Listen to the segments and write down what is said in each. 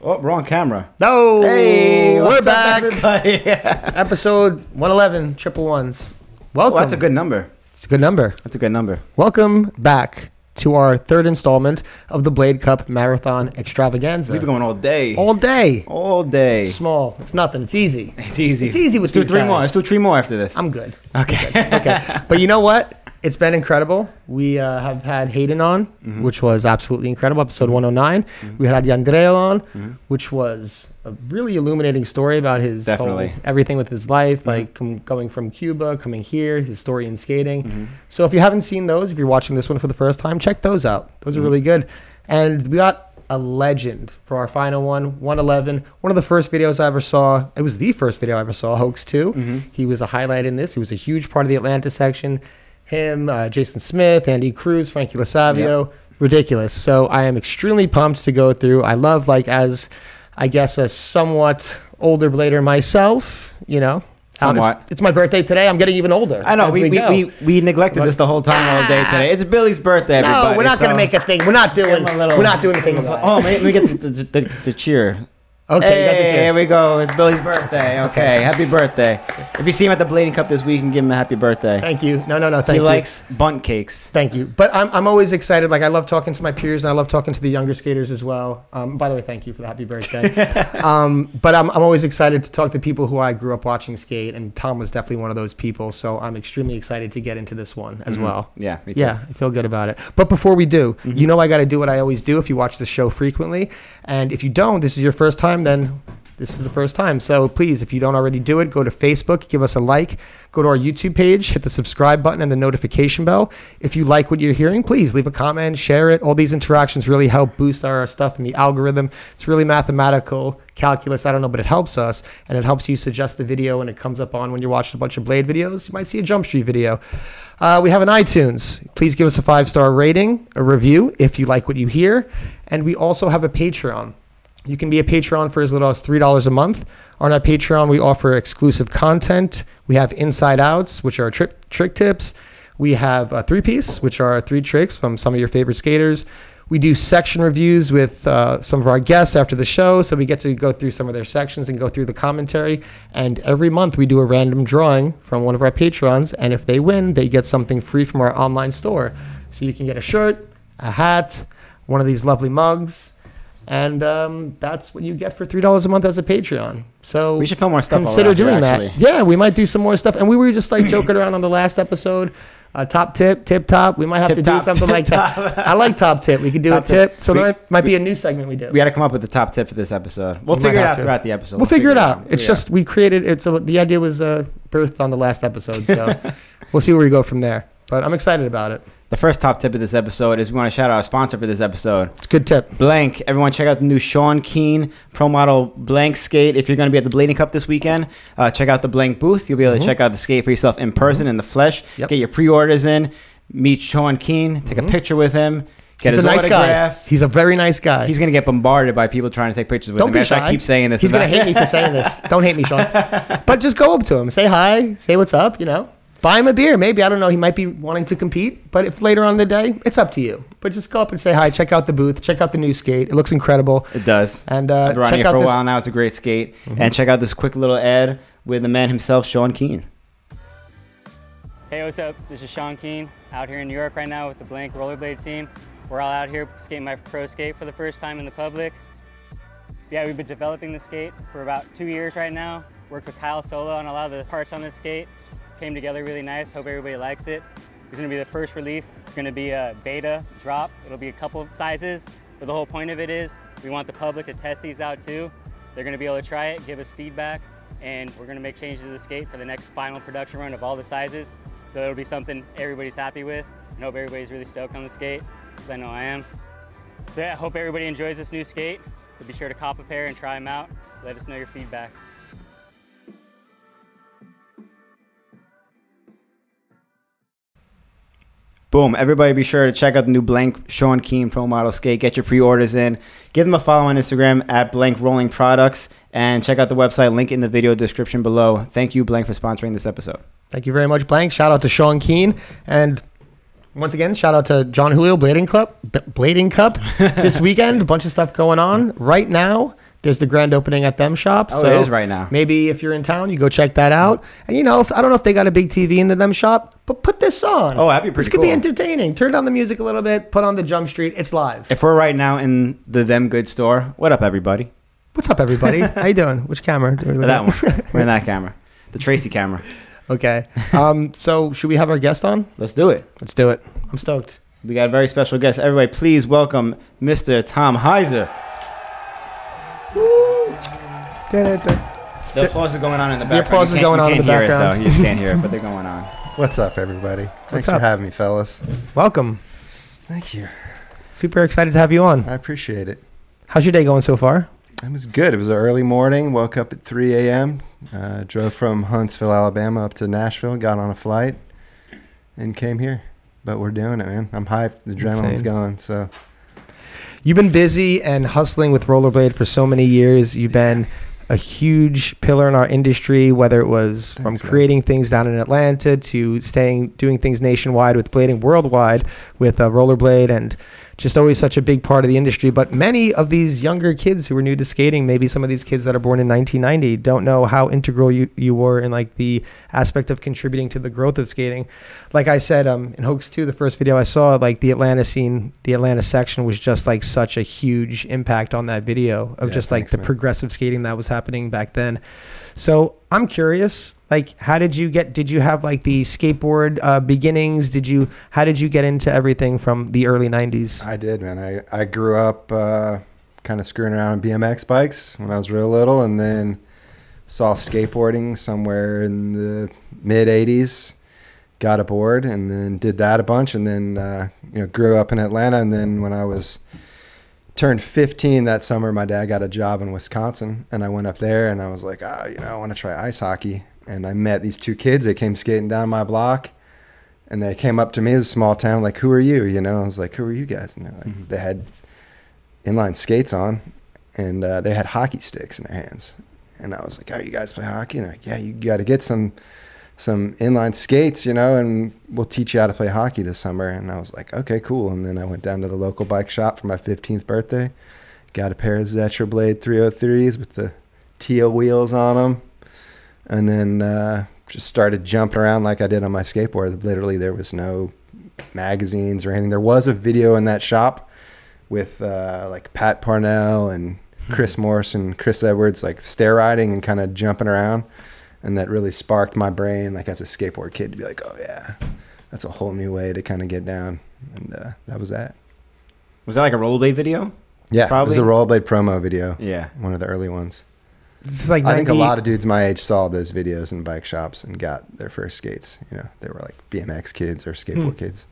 Oh, wrong camera. No, Hey, we're what's up, back. everybody? Episode 111, triple Oh, ones. Welcome. that's a good number. It's a good number. That's a good number. Welcome back to our third installment of the Blade Cup Marathon Extravaganza. We've been going all day. all day. All day. Small. It's nothing. It's easy. It's easy. It's easy with Let's do these three more. guys. Let's do three more after this. I'm good. okay. Okay. but you know what? It's been incredible. We uh, have had Hayden on, Mm-hmm. which was absolutely incredible, episode 109. We had Yandreo on, Mm-hmm. which was a really illuminating story about his whole- Definitely. everything with his life, like com- going from Cuba, coming here, his story in skating. So if you haven't seen those, if you're watching this one for the first time, check those out. Those are really good. And we got a legend for our final one, 111. One of the first videos I ever saw. It was the first video I ever saw, Hoax 2. He was a highlight in this. He was a huge part of the Atlanta section. Him, uh, Jason Smith, Andy Cruz, Frankie LaSavio. Ridiculous. So I am extremely pumped to go through. I love, like, as I guess a somewhat older blader myself, you know. Um, it's- Somewhat. it's, my birthday today. I'm getting even older. I know as we we, go. we, we neglected this the whole time all day today. It's Billy's birthday. no, everybody, we're not so- gonna make a thing. We're not doing. Give him a little- we're not doing anything about Oh, let me get the, the, the, the cheer. it. Okay, you got the Oh, Hey, chair. here we go. It's Billy's birthday. Okay, happy birthday. If you see him at the Blading Cup this week, you can give him a happy birthday. thank you. No, no, no. he Thank you. likes bunt cakes. Thank you. But I'm, I'm always excited. Like, I love talking to my peers and I love talking to the younger skaters as well. Um, by the way, thank you for the happy birthday. um, but I'm, I'm always excited to talk to people who I grew up watching skate, and Tom was definitely one of those people. So I'm extremely excited to get into this one Mm-hmm. as well. Mm, Yeah, me too. Mm-hmm. Yeah, I feel good about it. But before we do, you know I got to do what I always do if you watch the show frequently. And if you don't, this is your first time, then this is the first time. So please, if you don't already do it, go to Facebook, give us a like, go to our YouTube page, hit the subscribe button and the notification bell. If you like what you're hearing, please leave a comment, share it. All these interactions really help boost our stuff in the algorithm. It's really mathematical calculus. I don't know, but it helps us and it helps you suggest the video and it comes up on when you're watching a bunch of Blade videos. You might see a Jump Street video. Uh, we have an iTunes. Please give us a five star rating, a review if you like what you hear. And we also have a Patreon. You can be a Patreon for as little as $3 a month. On our Patreon, we offer exclusive content. We have Inside Outs, which are tri- trick tips. We have a three piece, which are three tricks from some of your favorite skaters. We do section reviews with uh, some of our guests after the show, so we get to go through some of their sections and go through the commentary. And every month we do a random drawing from one of our patrons, and if they win, they get something free from our online store. So you can get a shirt, a hat, one of these lovely mugs, and um, that's what you get for three dollars a month as a Patreon. So We should film more stuff while we're Consider out here, doing actually. that. Yeah, we might do some more stuff. And we were just like joking around on the last episode. Uh, top tip, tip top. We might have Tip to top, do something tip like that. I like top tip. We could do Top a tip. tip. So We- that might be a new segment we do. We got to come up with the top tip for this episode. We'll We might figure it have out to. throughout the episode. we'll figure it out. We'll It's figure it just we created it's a, the idea was uh, birthed on the last episode. So we'll see where we go from there. But I'm excited about it. The first top tip of this episode is we want to shout out our sponsor for this episode, It's a good tip. Blank. Everyone, check out the new Sean Keen Pro Model Blank skate. If you're going to be at the Blading Cup this weekend, uh, check out the Blank booth. You'll be able to check out the skate for yourself in person in the flesh. Mm-hmm. Yep. Mm-hmm. Get your pre-orders in. Meet Sean Keen. Take a picture with him. Get He's a his nice autograph. guy. He's a very nice guy. He's gonna get bombarded by people trying to take pictures with Don't him. be As shy. I keep saying this. He's gonna about- hate me for saying this. Don't hate me, Sean. But just go up to him, say hi, say what's up. You know, buy him a beer. Maybe I don't know. He might be wanting to compete, but if later on in the day, it's up to you. But just go up and say hi. Check out the booth. Check out the new skate. It looks incredible. It does. And uh, I've been riding check it out for a this. Mm-hmm. while now. It's a great skate. And check out this quick little ad with the man himself, Sean Keen. Hey, what's up? This is Sean Keen out here in New York right now with the Blank Rollerblade team. We're all out here skating my pro skate for the first time in the public. Yeah, we've been developing the skate for about two years right now. Worked with Kyle Solo on a lot of the parts on this skate. Came together really nice. Hope everybody likes it. It's going to be the first release. It's going to be a beta drop. It'll be a couple of sizes. But the whole point of it is we want the public to test these out too. They're going to be able to try it, give us feedback, and we're going to make changes to the skate for the next final production run of all the sizes. So it'll be something everybody's happy with. And hope everybody's really stoked on the skate, because I know I am. So yeah, I hope everybody enjoys this new skate. So be sure to cop a pair and try them out. Let us know your feedback. Boom. Everybody be sure to check out the new Blank Sean Keen Pro Model Skate. Get your pre orders in. Give them a follow on Instagram at Blank Rolling Products. And check out the website, link in the video description below. Thank you, Blank, for sponsoring this episode. Thank you very much, Blank. Shout out to Sean Keen and. Once again, shout out to John Julio Blading Club, B- Blading Cup this weekend. A bunch of stuff going on right now. There's the grand opening at them shop. Oh, so it is right now. Maybe if you're in town, you go check that out. And you know, if, I don't know if they got a big TV in the them shop, but put this on. Oh, that'd be This pretty could be cool. entertaining. Turn down the music a little bit. Put on the Jump Street. It's live. If we're right now in the Them Good store, what up, everybody? What's up, everybody? How you doing? Which camera? Do we look That at? one. we're in that camera. The Tracy camera. Okay. Um, so should we have our guest on? Let's do it. Let's do it. I'm stoked. We got a very special guest. Everybody, please welcome Mr. Tom Heiser. The applause is going on in the background. applause You can't- is going you on in can't the hear it, background. though. You just can't hear it, but they're going on. What's up, everybody? Thanks up? for having me, fellas. Welcome. Thank you. Super excited to have you on. I appreciate it. How's your day going so far? It was good. It was an early morning. Woke up at 3 a.m. Uh, drove from Huntsville, Alabama, up to Nashville. Got on a flight and came here. But we're doing it, man. I'm hyped. The adrenaline's Insane. going. So You've been busy and hustling with rollerblade for so many years. You've been a huge pillar in our industry, whether it was from Thanks, man. creating things down in Atlanta to staying doing things nationwide with blading worldwide with uh, rollerblade and just always such a big part of the industry. But many of these younger kids who are new to skating, maybe some of these kids that are born in 1990, don't know how integral you, you were in like the aspect of contributing to the growth of skating. Like I said, um, in Hoax 2, the first video I saw, like the Atlanta scene, the Atlanta section was just like such a huge impact on that video of Yeah, just like thanks, the man. progressive skating that was happening back then. So I'm curious, like, how did you get? Did you have like the skateboard uh, beginnings? Did you? How did you get into everything from the early '90s? I did, man. I, I grew up uh, kind of screwing around on BMX bikes when I was real little, and then saw skateboarding somewhere in the mid '80s. Got aboard and then did that a bunch, and then uh, you know grew up in Atlanta, and then when I was turned 15 that summer, my dad got a job in Wisconsin, and I went up there, and I was like, ah, you know, I want to try ice hockey, and I met these two kids. They came skating down my block and they came up to me. It was a small town. Like, who are you? You know, I was like, who are you guys? And they're like, they had inline skates on, and uh, they had hockey sticks in their hands. And I was like, oh, you guys play hockey? And they're like, yeah, you got to get some some inline skates, you know, and we'll teach you how to play hockey this summer. And I was like, okay, cool. And then I went down to the local bike shop for my 15th birthday. Got a pair of Zetra Blade 303s with the teal wheels on them. And then uh, just started jumping around like I did on my skateboard. Literally, there was no magazines or anything. There was a video in that shop with uh, like Pat Parnell and Hmm. Chris Morse and Chris Edwards, like stair riding and kind of jumping around. And that really sparked my brain, like as a skateboard kid, to be like, oh, yeah, that's a whole new way to kind of get down. And uh, that was that. Was that like a rollerblade video? Yeah, Probably- it was a rollerblade promo video, Yeah. one of the early ones. This is like I think a 90 lot of dudes my age saw those videos in bike shops and got their first skates. You know, they were like BMX kids or skateboard Hmm. kids.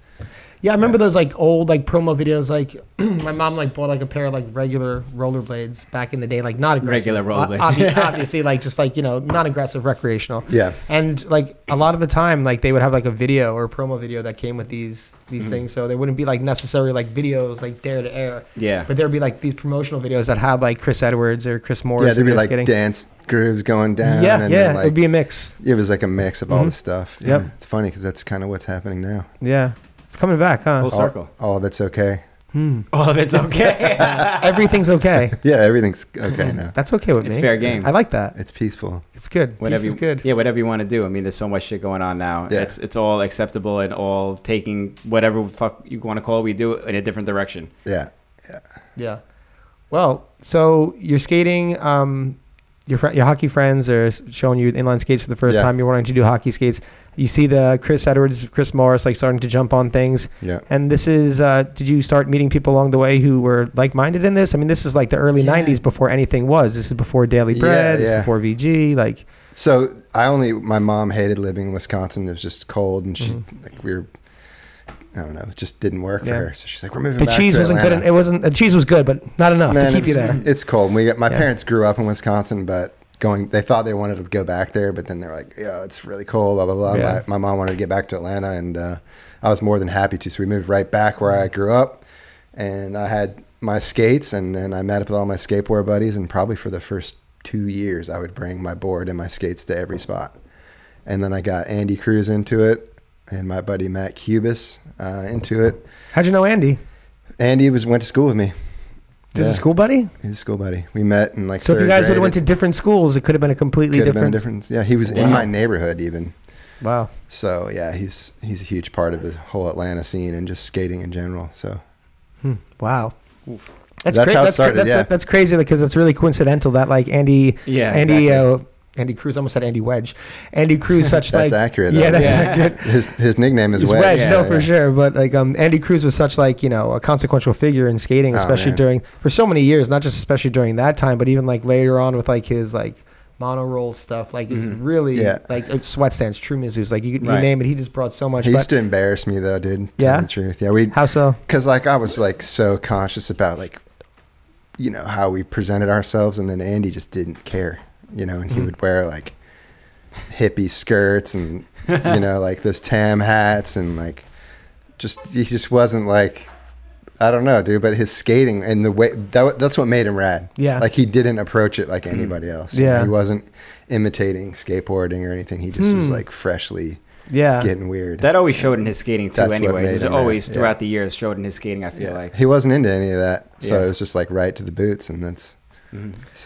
Yeah, I remember those like old like promo videos. Like my mom like bought like a pair of like regular rollerblades back in the day, like not aggressive. Regular O- rollerblades. obvi- obviously, like just like you know, non aggressive, recreational. Yeah. And like a lot of the time, like they would have like a video or a promo video that came with these these Mm-hmm. things, so there wouldn't be like necessarily like videos like dare to air. Yeah. But there'd be like these promotional videos that had like Chris Edwards or Chris Morris. Yeah, there'd be just like getting- dance grooves going down. yeah, and yeah. Then like, it'd be a mix. it was like a mix of all the stuff. Yeah. Yep. It's funny because that's kind of what's happening now. Yeah, it's coming back, huh? Full All, circle. all of it's okay. All of it's okay. Everything's okay. Yeah, everything's okay now. That's okay with It's me. fair game. I like that. It's peaceful. It's good. whatever Peace you, is good. Yeah, whatever you want to do. I mean, there's so much shit going on now. Yeah. It's it's all acceptable and all taking whatever the fuck you want to call it, we do it in a different direction. Yeah. Yeah. Well, so you're skating. Um, your fr- your hockey friends are s- showing you inline skates for the first Yeah. time. You're wanting to do hockey skates. You see the Chris Edwards, Chris Morris, like starting to jump on things. Yeah. And this is, uh, did you start meeting people along the way who were like minded in this? I mean, this is like the early Yeah. '90s before anything was. This is before Daily Yeah, Bread. This is yeah. before VG. Like, So I only my mom hated living in Wisconsin. It was just cold, and she like we were. I don't know. It just didn't work Mm-hmm. Yeah. for her. So she's like, "We're moving." the back cheese to wasn't Atlanta. good. en- It wasn't. The cheese was good, but not enough Man, to keep you it's, there. It's cold. We got, my Yeah. parents grew up in Wisconsin, but going they thought they wanted to go back there, but then they're like, "Yeah, it's really cold." Blah blah blah. Yeah. My, my mom wanted to get back to Atlanta, and uh, I was more than happy to. So we moved right back where I grew up, and I had my skates, and then I met up with all my skateboard buddies, and probably for the first two years, I would bring my board and my skates to every spot, and then I got Andy Cruz into it. And my buddy Matt Cubis uh, into it. How'd you know Andy? Andy was went to school with me. This Yeah. is cool, buddy. He's a school buddy. We met in like. So if you third guys would grade. have went to different schools, it could have been a completely Could have been different. different. Yeah, he was Wow. in my neighborhood even. Wow. So yeah, he's he's a huge part of the whole Atlanta scene and just skating in general. So Wow. That's, That's crazy. how that's, it cra- started, that's, yeah. that's crazy because that's really coincidental that like Andy, Yeah, Andy, uh, Andy Cruz, I almost said Andy Wedge, Andy Cruz, such That's like accurate, though. Yeah, that's Yeah. accurate. his his nickname is He's Wedge. Wedge, yeah, no, yeah. for sure. But like um, Andy Cruz was such like you know a consequential figure in skating, Oh, especially man. during for so many years, not just especially during that time, but even like later on with like his like mono roll stuff. Like it was really Mm-hmm. Yeah. like it's sweat stands, true mizus, like you, you Right. name it. He just brought so much. He but- used to embarrass me though, dude. to Yeah? tell the truth. Yeah, we how so? because like I was like so conscious about like you know how we presented ourselves, and then Andy just didn't care, you know, and Mm-hmm. he would wear like hippie skirts and you know like those tam hats and like just he just wasn't like I don't know, dude, but his skating and the way that wa- that's what made him rad. Yeah. Mm. like he didn't approach it like anybody else. you know? Yeah. he wasn't imitating skateboarding or anything. He just was like freshly Hmm. Yeah, getting weird. That always showed in his skating too. That's what anyway, made It's him, always yeah. throughout the years showed in his skating. I feel Yeah, like he wasn't into any of that, so Yeah. it was just like right to the boots, and that's so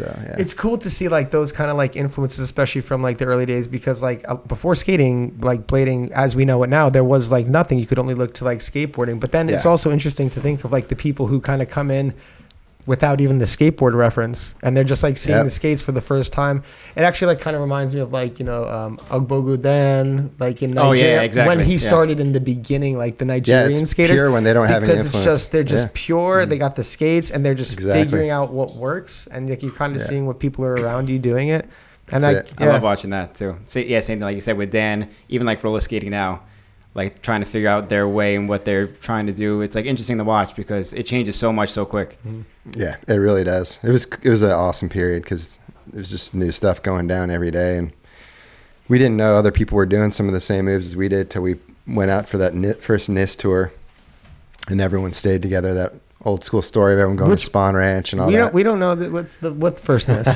yeah. Mm-hmm. it's cool to see like those kind of like influences especially from like the early days because like uh, before skating like blading as we know it now there was like nothing you could only look to like skateboarding but then it's Yeah. also interesting to think of like the people who kind of come in without even the skateboard reference and they're just like seeing Yep. the skates for the first time it actually like kind of reminds me of like you know um Ogbogu Dan like in Oh, yeah, Nigeria exactly, when he yeah. started in the beginning like the Nigerian skaters pure when they don't have any because it's influence. just they're just Yeah. pure they got the skates and they're just Mm-hmm. Exactly. figuring out what works and like you're kind of Yeah. seeing what people are around you doing it and That's I, it. I yeah. love watching that too. Sa- yeah, same thing like you said with Dan. Even like roller skating now, like trying to figure out their way and what they're trying to do. It's like interesting to watch because it changes so much so quick. Mm. yeah, it really does. It was it was an awesome period because there's just new stuff going down every day, and we didn't know other people were doing some of the same moves as we did till we went out for that Ni- first NIST tour, and everyone stayed together. That old school story of everyone going Which- to Spawn Ranch and all we that. don't we don't know that what's the what firstness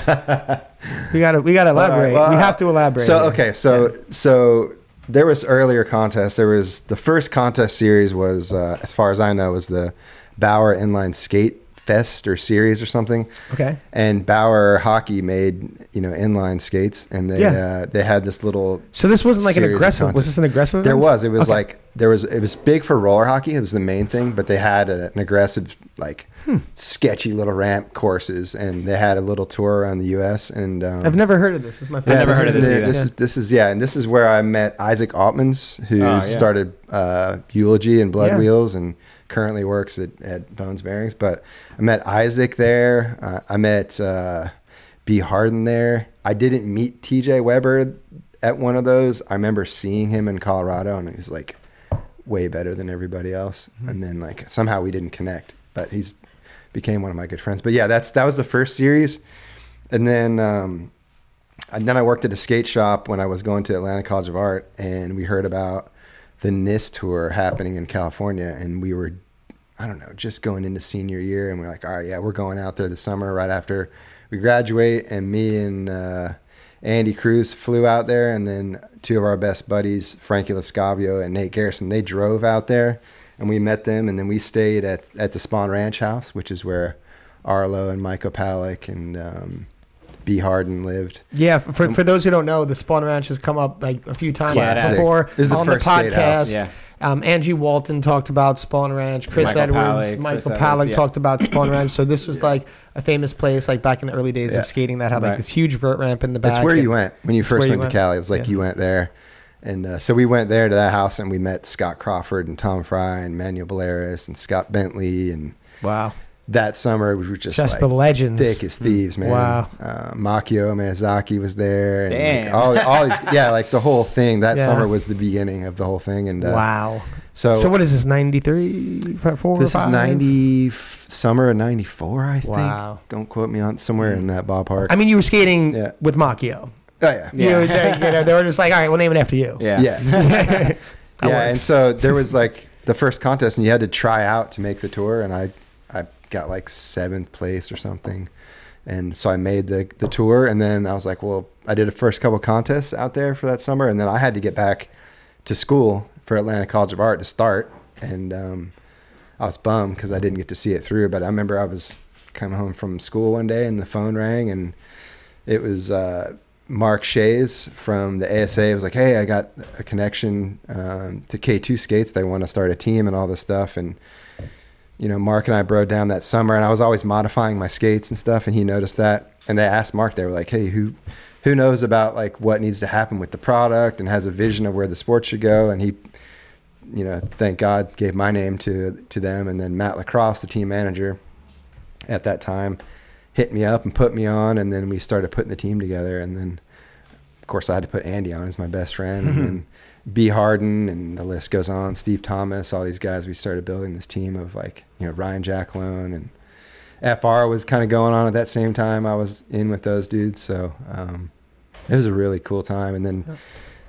we gotta we gotta All right, elaborate well, we have to elaborate So okay, so so there was earlier contests. There was the first contest series was, uh, as far as I know, was the Bauer Inline Skate Fest or series or something. okay And Bauer Hockey made you know inline skates, and they Yeah. uh, they had this little. so this wasn't like an series of aggressive was contests. this an aggressive There event? was. It was Okay. like there was. It was big for roller hockey. It was the main thing, but they had a, an aggressive, like, Hmm. sketchy little ramp courses, and they had a little tour around the U.S. And um, I've never heard of this. This is my first never this heard of is this the- either. This is this is yeah, and this is where I met Isaac Altman's, who Oh, yeah. started uh, Eulogy and Blood Yeah. Wheels, and currently works at, at Bones Bearings. But I met Isaac there. Uh, I met uh, B Harden there. I didn't meet T.J. Weber at one of those. I remember seeing him in Colorado, and he was like way better than everybody else. Mm-hmm. And then like somehow we didn't connect, but he's became one of my good friends. But yeah, that's that was the first series, and then um, and then I worked at a skate shop when I was going to Atlanta College of Art, and we heard about the NIST tour happening in California, and we were I don't know just going into senior year, and we're like, all right, yeah, we're going out there this summer right after we graduate, and me and uh, Andy Cruz flew out there, and then two of our best buddies, Frankie Lascavio and Nate Garrison, they drove out there, and we met them, and then we stayed at at the Spawn Ranch House, which is where Arlo and Mike Opalik and um, B Harden lived. Yeah, for, for those who don't know, the Spawn Ranch has come up like a few times Classic. before This is the on first the podcast. Statehouse. Yeah. Um, Angie Walton talked about Spawn Ranch. Chris Michael Edwards, Pollack, Michael Chris Palin Edwards, yeah. talked about Spawn Ranch. So this was like a famous place, like back in the early days Yeah. of skating, that had like Right. this huge vert ramp in the back. That's where and- you went when you first where you went to went. Cali. It's like Yeah. you went there, and uh, so we went there to that house, and we met Scott Crawford and Tom Fry and Manuel Bolaris and Scott Bentley, and Wow, that summer we were just, just like the legends. thick as thieves, man. Wow. uh, Makio Miyazaki was there, and like, Damn. all all these, yeah, like the whole thing. That Yeah. summer was the beginning of the whole thing, and uh, wow. So, So what is this? Ninety three, four, this five? is ninety f- summer of ninety four, I Wow. think. Don't quote me on somewhere in that ballpark. I mean, you were skating Yeah. with Macchio. oh yeah, You Yeah. were- they, you know, they were just like, all right, we'll name it after you. Yeah, yeah. That yeah, and works. so there was like the first contest, and you had to try out to make the tour, and I, I got like seventh place or something, and so I made the the tour, and then I was like, well, I did a first couple contests out there for that summer, and then I had to get back to school for Atlanta College of Art to start, and um, I was bummed because I didn't get to see it through, but I remember I was come home from school one day and the phone rang and it was uh, Mark Shays from the ASA. It was like, hey, I got a connection um, to K2 Skates. They want to start a team and all this stuff. And, you know, Mark and I broke down that summer and I was always modifying my skates and stuff. And he noticed that. And they asked Mark, they were like, hey, who, who knows about like what needs to happen with the product and has a vision of where the sport should go? And he you know, thank God gave my name to to them, and then Matt Lacrosse, the team manager at that time, hit me up and put me on, and then we started putting the team together, and then of course I had to put Andy on as my best friend, and then B Harden, and the list goes on. Steve Thomas, all these guys. We started building this team of like you know Ryan Jacklone and FR was kind of going on at that same time. I was in with those dudes, so um, it was a really cool time, and then.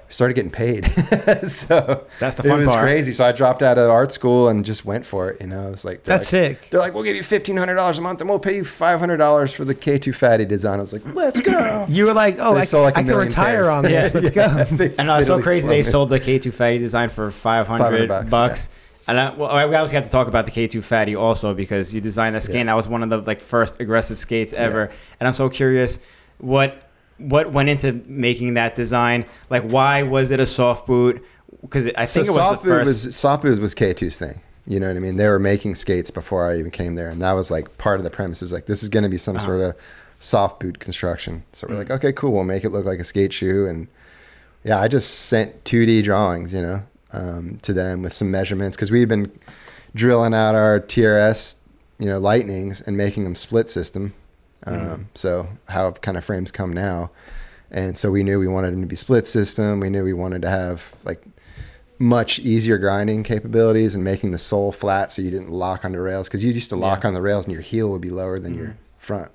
Started getting paid, so That's the fun it was part. crazy. So I dropped out of art school and just went for it. You know, I was like, they're That's like, sick. They're like, we'll give you fifteen hundred dollars a month, and we'll pay you five hundred dollars for the K two fatty design. I was like, let's go. You were like, oh, They I, sold like a I can million retire pairs. on this. Yeah. Let's go. And I was so Literally crazy they slumming. sold the K2 Fatty design for 500, 500 bucks. bucks, And I, well, I- we obviously have to talk about the K2 Fatty also because you designed that skate. Yeah. And that was one of the like first aggressive skates ever. And I'm so curious what what went into making that design. Like, why was it a soft boot? Because I So think it was soft the food first. was soft food was K 2s thing. You know what I mean? They were making skates before I even came there, and that was like part of the premise. Is like this is going to be some Uh-huh. sort of soft boot construction. So we're like, Hmm. okay, cool. We'll make it look like a skate shoe, and yeah, I just sent 2D drawings, you know, um, to them with some measurements because we had been drilling out our TRS, you know, lightnings and making them split system. Um, Hmm. So how kind of frames come now, and so we knew we wanted them to be split system. We knew we wanted to have like much easier grinding capabilities and making the sole flat so you didn't lock onto rails because you used to lock on the rails and your heel would be lower than your Mm-hmm. front.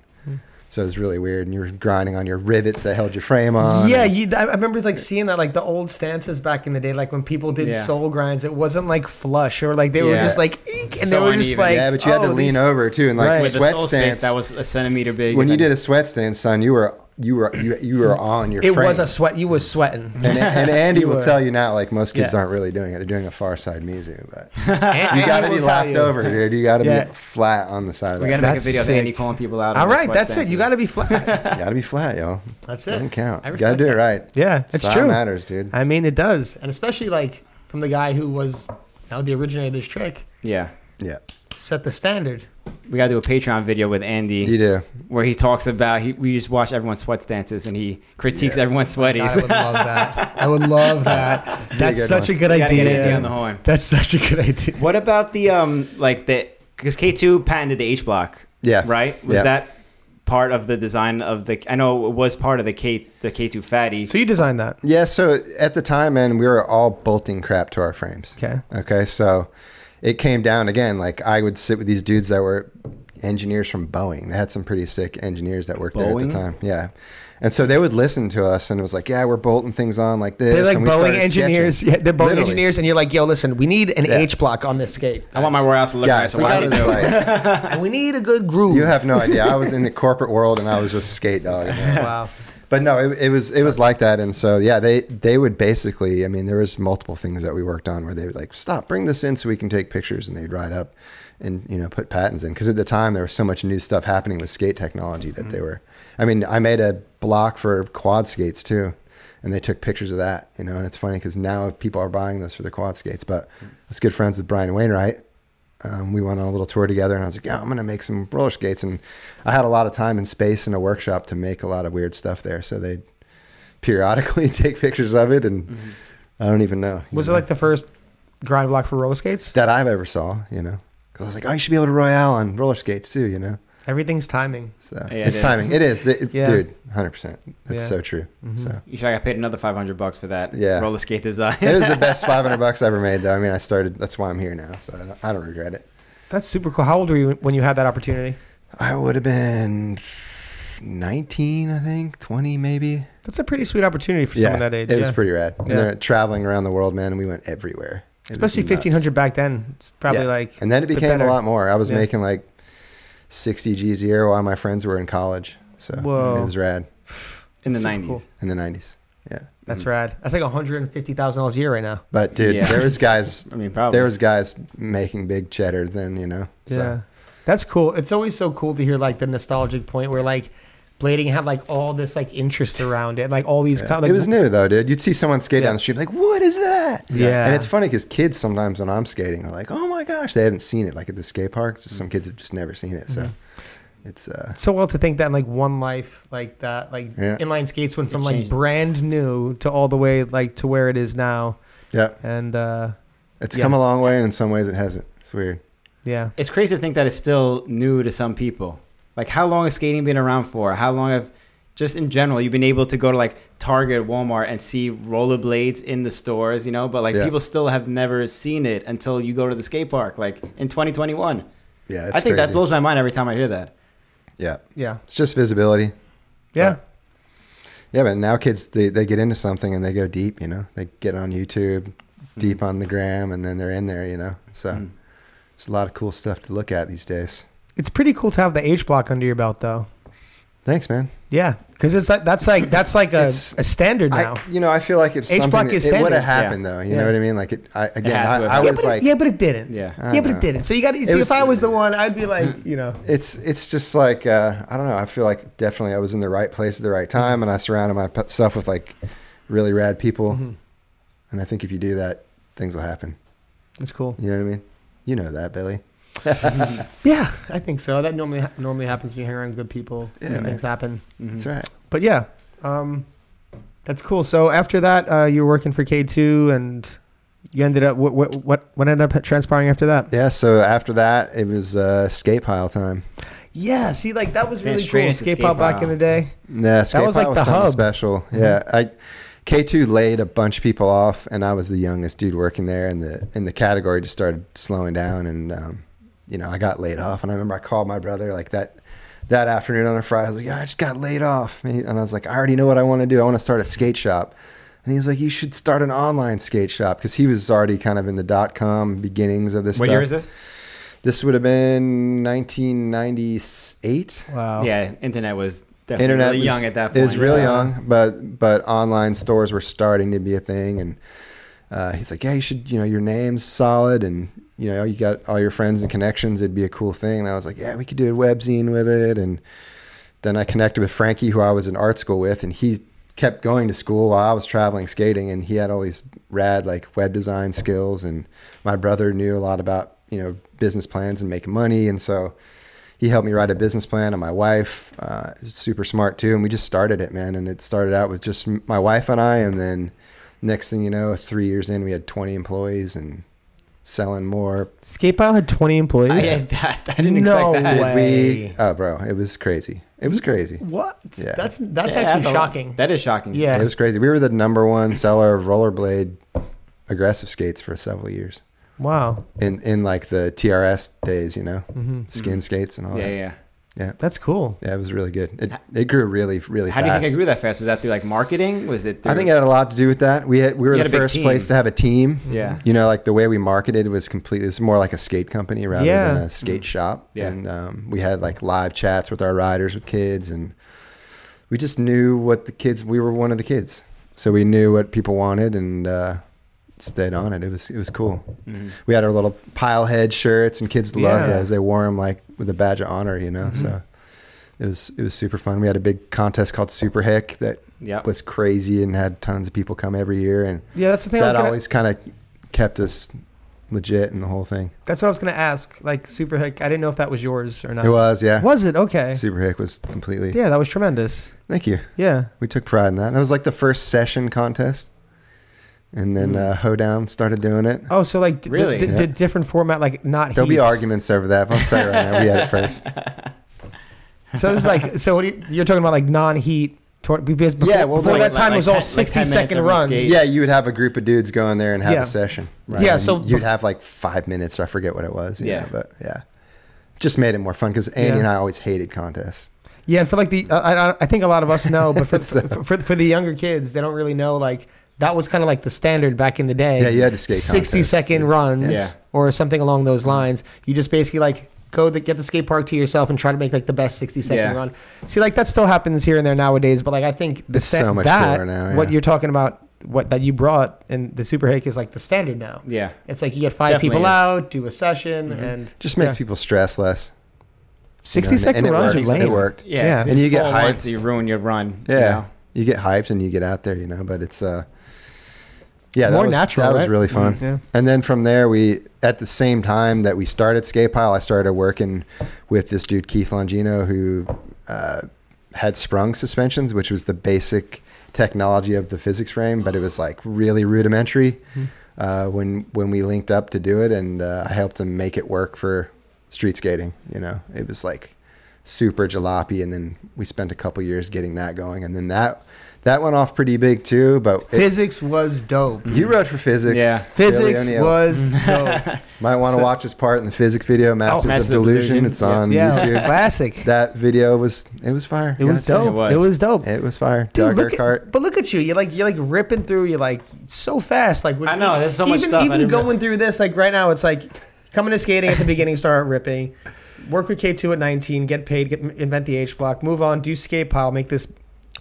So it was really weird, and you were grinding on your rivets that held your frame on. Yeah, and- you, I I remember like seeing that like the old stances back in the day, like when people did Yeah. soul grinds, it wasn't like flush or like they were Yeah. just like eek, and they So were just uneven. like yeah, but you had to oh, lean these- over too, and like Right. with the sweat sole stance. space that was a centimeter big. when you And did then- a sweat stance, son. You were you were you you were on your. Mm. It frame. was a sweat. You was sweating. And, and Andy You will were- tell you now, like most kids Yeah. aren't really doing it. They're doing a far side Mizu, but you you got to be locked over, dude. You got to Yeah. be flat on the side of we got that. to make a That's video of Andy sick. calling people out. on All their right, sweat that's it. stances. You got to be flat. You got to be flat, y'all. That's it. Doesn't count. I You got to respect do it that. right. Yeah, it's Style true. matters, dude. I mean, it does, and especially like from the guy who was you know, the originator of this trick, Yeah. Yeah, set the standard. We got to do a Patreon video with Andy. you do. where he talks about he we just watch everyone's sweat stances and he critiques Yeah. everyone's God, sweaties. I would love that. I would love that. That's good such one. a good You gotta get idea. Andy on the horn. That's such a good idea. What about the um like the because K two patented the H block Yeah. right was Yeah. that part of the design of the I know it was part of the K the K two fatty So you designed that. Yeah, so at the time, man, we were all bolting crap to our frames. Okay. Okay, so it came down again. Like I would sit with these dudes that were engineers from Boeing. They had some pretty sick engineers that worked there at Boeing? the time. Yeah. And so they would listen to us and it was like, yeah, we're bolting things on like this. They're like and we Boeing started engineers. sketching. Yeah, they're Boeing Literally. engineers, and you're like, yo, listen, we need an Yeah. H block on this skate. I want my warehouse to look Yeah, nice. So so what I do was we do? like, and we need a good groove. you have no idea. I was in the corporate world and I was just skate dog. wow. But no, it, it was it was like that, and so yeah, they they would basically. I mean, there was multiple things that we worked on where they would like stop, bring this in so we can take pictures, and they'd write up and you know put patents in because at the time there was so much new stuff happening with skate technology that they were. I mean, I made a block for quad skates too, and they took pictures of that. You know, and it's funny because now people are buying those for their quad skates. But I was good friends with Brian Wainwright, um, we went on a little tour together and I was like, yeah, I'm going to make some roller skates. And I had a lot of time and space in a workshop to make a lot of weird stuff there. So they periodically take pictures of it. And I don't even know. you Mm-hmm. Was it know, like the first grind block for roller skates? that I've ever saw, you know, cause I was like, oh, you should be able to Royale on roller skates too, you know? Everything's timing. So Yeah, it's it is. timing. It is. Th- Yeah. Dude, 100%. That's Yeah. Mm-hmm. so true. So You should I got paid another five hundred bucks for that Yeah. roller skate design. it was the best 500 bucks I ever made though. I mean, I started, that's why I'm here now. So I don't, I don't regret it. That's super cool. How old were you when you had that opportunity? I would have been 19, I think 20, maybe. That's a pretty sweet opportunity for someone that age. It was yeah. pretty rad. And Yeah. then traveling around the world, man, we went everywhere. It was Especially nuts. 1500 back then. It's probably Yeah. like. And then it bit became a better. lot more. I was Yeah. making like 60 G's a year while my friends were in college. So Whoa. it was rad in the Super cool. nineties. in the 90s. Yeah. That's rad. That's like $150,000 a year right now. But dude, Yeah. there was guys I mean, probably there was guys making big cheddar then, you know. So Yeah. That's cool. It's always so cool to hear like the nostalgic point where like blading had like all this like interest around it, like all these. co- like, it was new though, dude. You'd see someone skate Yeah. down the street, like, "What is that?" Yeah. and it's funny because kids sometimes when I'm skating are like, "Oh my gosh," they haven't seen it. Like at the skate park, just Mm. some kids have just never seen it. So Mm-hmm. it's uh, so well to think that in like one life like that like Yeah. inline skates went from It like changed. brand new to all the way like to where it is now yeah, and uh it's Yeah. come a long way, and in some ways it hasn't. It's weird. yeah It's crazy to think that it's still new to some people. Like, how long has skating been around for? How long have, just in general, you've been able to go to like Target, Walmart, and see rollerblades in the stores, you know? But like, Yeah. people still have never seen it until you go to the skate park, like in 2021. Yeah, it's I think that crazy. blows my mind every time I hear that. Yeah, yeah it's just visibility. yeah Yeah, but now kids they, they get into something and they go deep, you know. They get on YouTube, deep on the gram, and then they're in there, you know. So Mm-hmm. Mm. there's a lot of cool stuff to look at these days. it's pretty cool to have the h block under your belt though Thanks, man. yeah because it's like that's like that's like a, a It's- standard now I, you know, I feel like if H block something is it would standard. have happened though, you Yeah. know what I mean? Like it, I, again, had to I, have I happened. yeah, was but like, it, yeah but it didn't Yeah. I yeah don't but it know. didn't so you gotta see was- if i was the one i'd be like you know It's it's just like uh, I don't know. I feel like definitely I was in the right place at the right time, and I surrounded myself with like really rad people. And I think if you do that, things will happen. it's cool You know what I mean? You know that, Billy. yeah i think so that normally ha- normally happens when you hang around good people Yeah, and man. things happen Mm-hmm. That's right. but yeah, um, that's cool. So after that, uh, you were working for K two, and you ended up what what what what ended up transpiring after that? Yeah, so after that, it was uh, skate pile time. Yeah, see, like that was Then really straight cool. into Skate skate pop back pile. in the day. Yeah, skate was pile like was the something hub. Mm-hmm. special. Yeah, I K two laid a bunch of people off, and I was the youngest dude working there, and the and the category just started slowing down, and um, you know I got laid off, and I remember I called my brother like that that afternoon on a Friday. I was like, yeah, I just got laid off, and, he- and I was like, I already know what I want to do. I want to start a skate shop. And he was like, you should start an online skate shop because he was already kind of in the dot com beginnings of this. What stuff. year is this? This would have been 1998. Wow. Yeah, internet was definitely Oh. Internet really was- young at that point. It was really so- young, but but online stores were starting to be a thing, and uh, he's like, yeah, you should, you know, your name's solid, and you know, you got all your friends and connections. It'd be a cool thing. And I was like, yeah, we could do a webzine with it, and then I connected with Frankie, who I was in art school with, and he kept going to school while I was traveling skating, and he had all these rad like web design skills, and my brother knew a lot about you know business plans and making money, and so he helped me write a business plan, and my wife uh, is super smart too, and we just started it, man, and it started out with just m- my wife and I, and then next thing you know, three years in, we had 20 employees and selling more. Skate pile had twenty employees. I, I, I didn't No expect that. way. We, oh, bro, it was crazy. It was crazy. What? Yeah. That's that's Yeah, actually that's a- shocking. That is shocking. Yeah. It was crazy. We were the number one seller of rollerblade aggressive skates for several years wow. in in like the TRS days, you know, hmm skin skates and all Mm-hmm. Yeah, that. yeah. That's cool. Yeah, it was really good. It, it grew really, really How fast. do you think I grew that fast? Was that through like marketing? Was it? Through, I think it had a lot to do with that. We had, we were You had the a big first team. place to have a team. Yeah. You know, like the way we marketed was completely. It's more like a skate company rather Yeah. than a skate shop. Yeah. And um, we had like live chats with our riders with kids, and we just knew what the kids. We were one of the kids, so we knew what people wanted and uh, stayed on it. It was it was cool. Mhm. We had our little pile head shirts, and kids loved Yeah. those. They wore them like with a badge of honor, you know. So. It was it was super fun. We had a big contest called Super Hick that Yep. was crazy and had tons of people come every year and Yeah, that's the thing. I was that gonna, always kind of kept us legit and the whole thing that's what I was gonna ask. Like super hick. I didn't know if that was yours or not. it was yeah Was it okay? super hick was completely Yeah, that was tremendous. thank you Yeah. we took pride in that and that was like the first session contest and then uh, hoedown started doing it Mm. Oh, so like d- Really? d- d- Yeah. different format, like not. there'll be heats. arguments over that but i'll say right now we had it first So this is like so. What do you, you're talking about? Like non-heat. Tor- because before, Yeah, well, before that like- time like- was like all ten- like 60 10 minutes second of a runs. skate. yeah you would have a group of dudes go in there and have Yeah. a session Yeah, And so- you'd have like five minutes i forget what it was yeah Yeah. but yeah just made it more fun because andy Yeah. and i always hated contests Yeah, and for like the uh, I, I- I think a lot of us know, but for, for, for the younger kids, they don't really know. Like that was kind of like the standard back in the day. Yeah, you had to skate 60 contests. second Yeah. runs Yeah. or something along those lines. You just basically like go the, get the skate park to yourself and try to make like the best 60 second Yeah. run. See, like that still happens here and there nowadays, but like I think the It's so sta- much that cooler now, what yeah. you're talking about, what that you brought and the super hick is like the standard now. Yeah. It's like you get five Definitely people is. Mm-hmm. out, do a session, and just makes Yeah. people stress less 60 second and it runs worked. are lame. It worked. Yeah, Yeah. if And you get fall hyped. once, you ruin your run. you Yeah. know? You get hyped and you get out there, you know, but it's uh yeah, that More was, natural, That was right? really fun. Mhm, yeah. And then from there, we at the same time that we started Skate Pile, I started working with this dude Keith Longino who uh, had sprung suspensions, which was the basic technology of the physics frame, but it was like really rudimentary. Uh, when when we linked up to do it, and uh, I helped him make it work for street skating. You know, it was like super jalopy, and then we spent a couple years getting that going, and then that that went off pretty big too. But it, Mm-hmm. Physics was dope. you wrote for physics. Yeah. Billy Physics O'Neill. was dope. Might want to watch his part in the physics video, Masters Masters of of Delusion. Delusion. It's on yeah, YouTube. classic. that video was it was fire. It was tell you dope. what. It was. dope. It was fire. Dude, Doug look Urquhart. at, but look at you. You're like you're like ripping through. You're like so fast. Like I know, there's so much even, stuff I Even didn't going realize. through this, like right now, it's like coming to skating at the beginning, start ripping. Work with K two at nineteen. Get paid. Get invent the H block. Move on. Do skate pile. Make this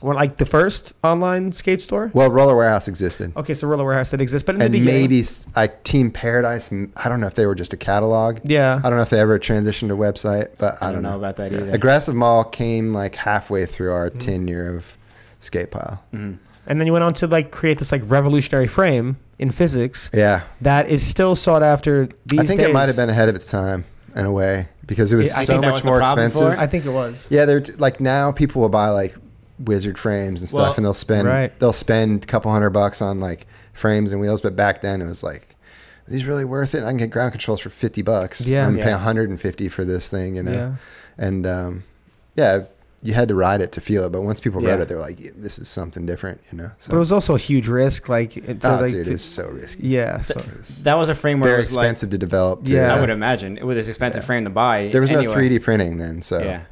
one like the first online skate store. well, Roller Warehouse existed. Okay, so Roller Warehouse that exists, but in and Oh, the beginning, maybe s- like Team Paradise. m- I don't know if they were just a catalog. yeah, I don't know if they ever transitioned to website, but I, I don't know about that either. Aggressive Mall came like halfway through our tenure of Skate Pile. and then you went on to like create this like revolutionary frame in physics Yeah, that is still sought after these I think days. it might have been ahead of its time in a way because it was Yeah, I think so that much was the more problem for expensive. it. I think it was. Yeah, they're t- like now people will buy like wizard frames and stuff, Well, and they'll spend right. they'll spend a couple hundred bucks on like frames and wheels. But back then it was like, are these really worth it? I can get ground controls for fifty bucks. Yeah. I'm gonna pay Yeah. hundred and fifty for this thing. You know, Yeah. and um, yeah, you had to ride it to feel it. But once people rode Yeah. it, they were like, yeah, this is something different. You know, so But it was also a huge risk, like it- to, oh, like dude, to- it was so risky. yeah. So. that was a frame where it Very was like expensive to develop. too. Yeah. I would imagine it was this expensive frame to buy. There was no anyway. 3D printing then, so Yeah.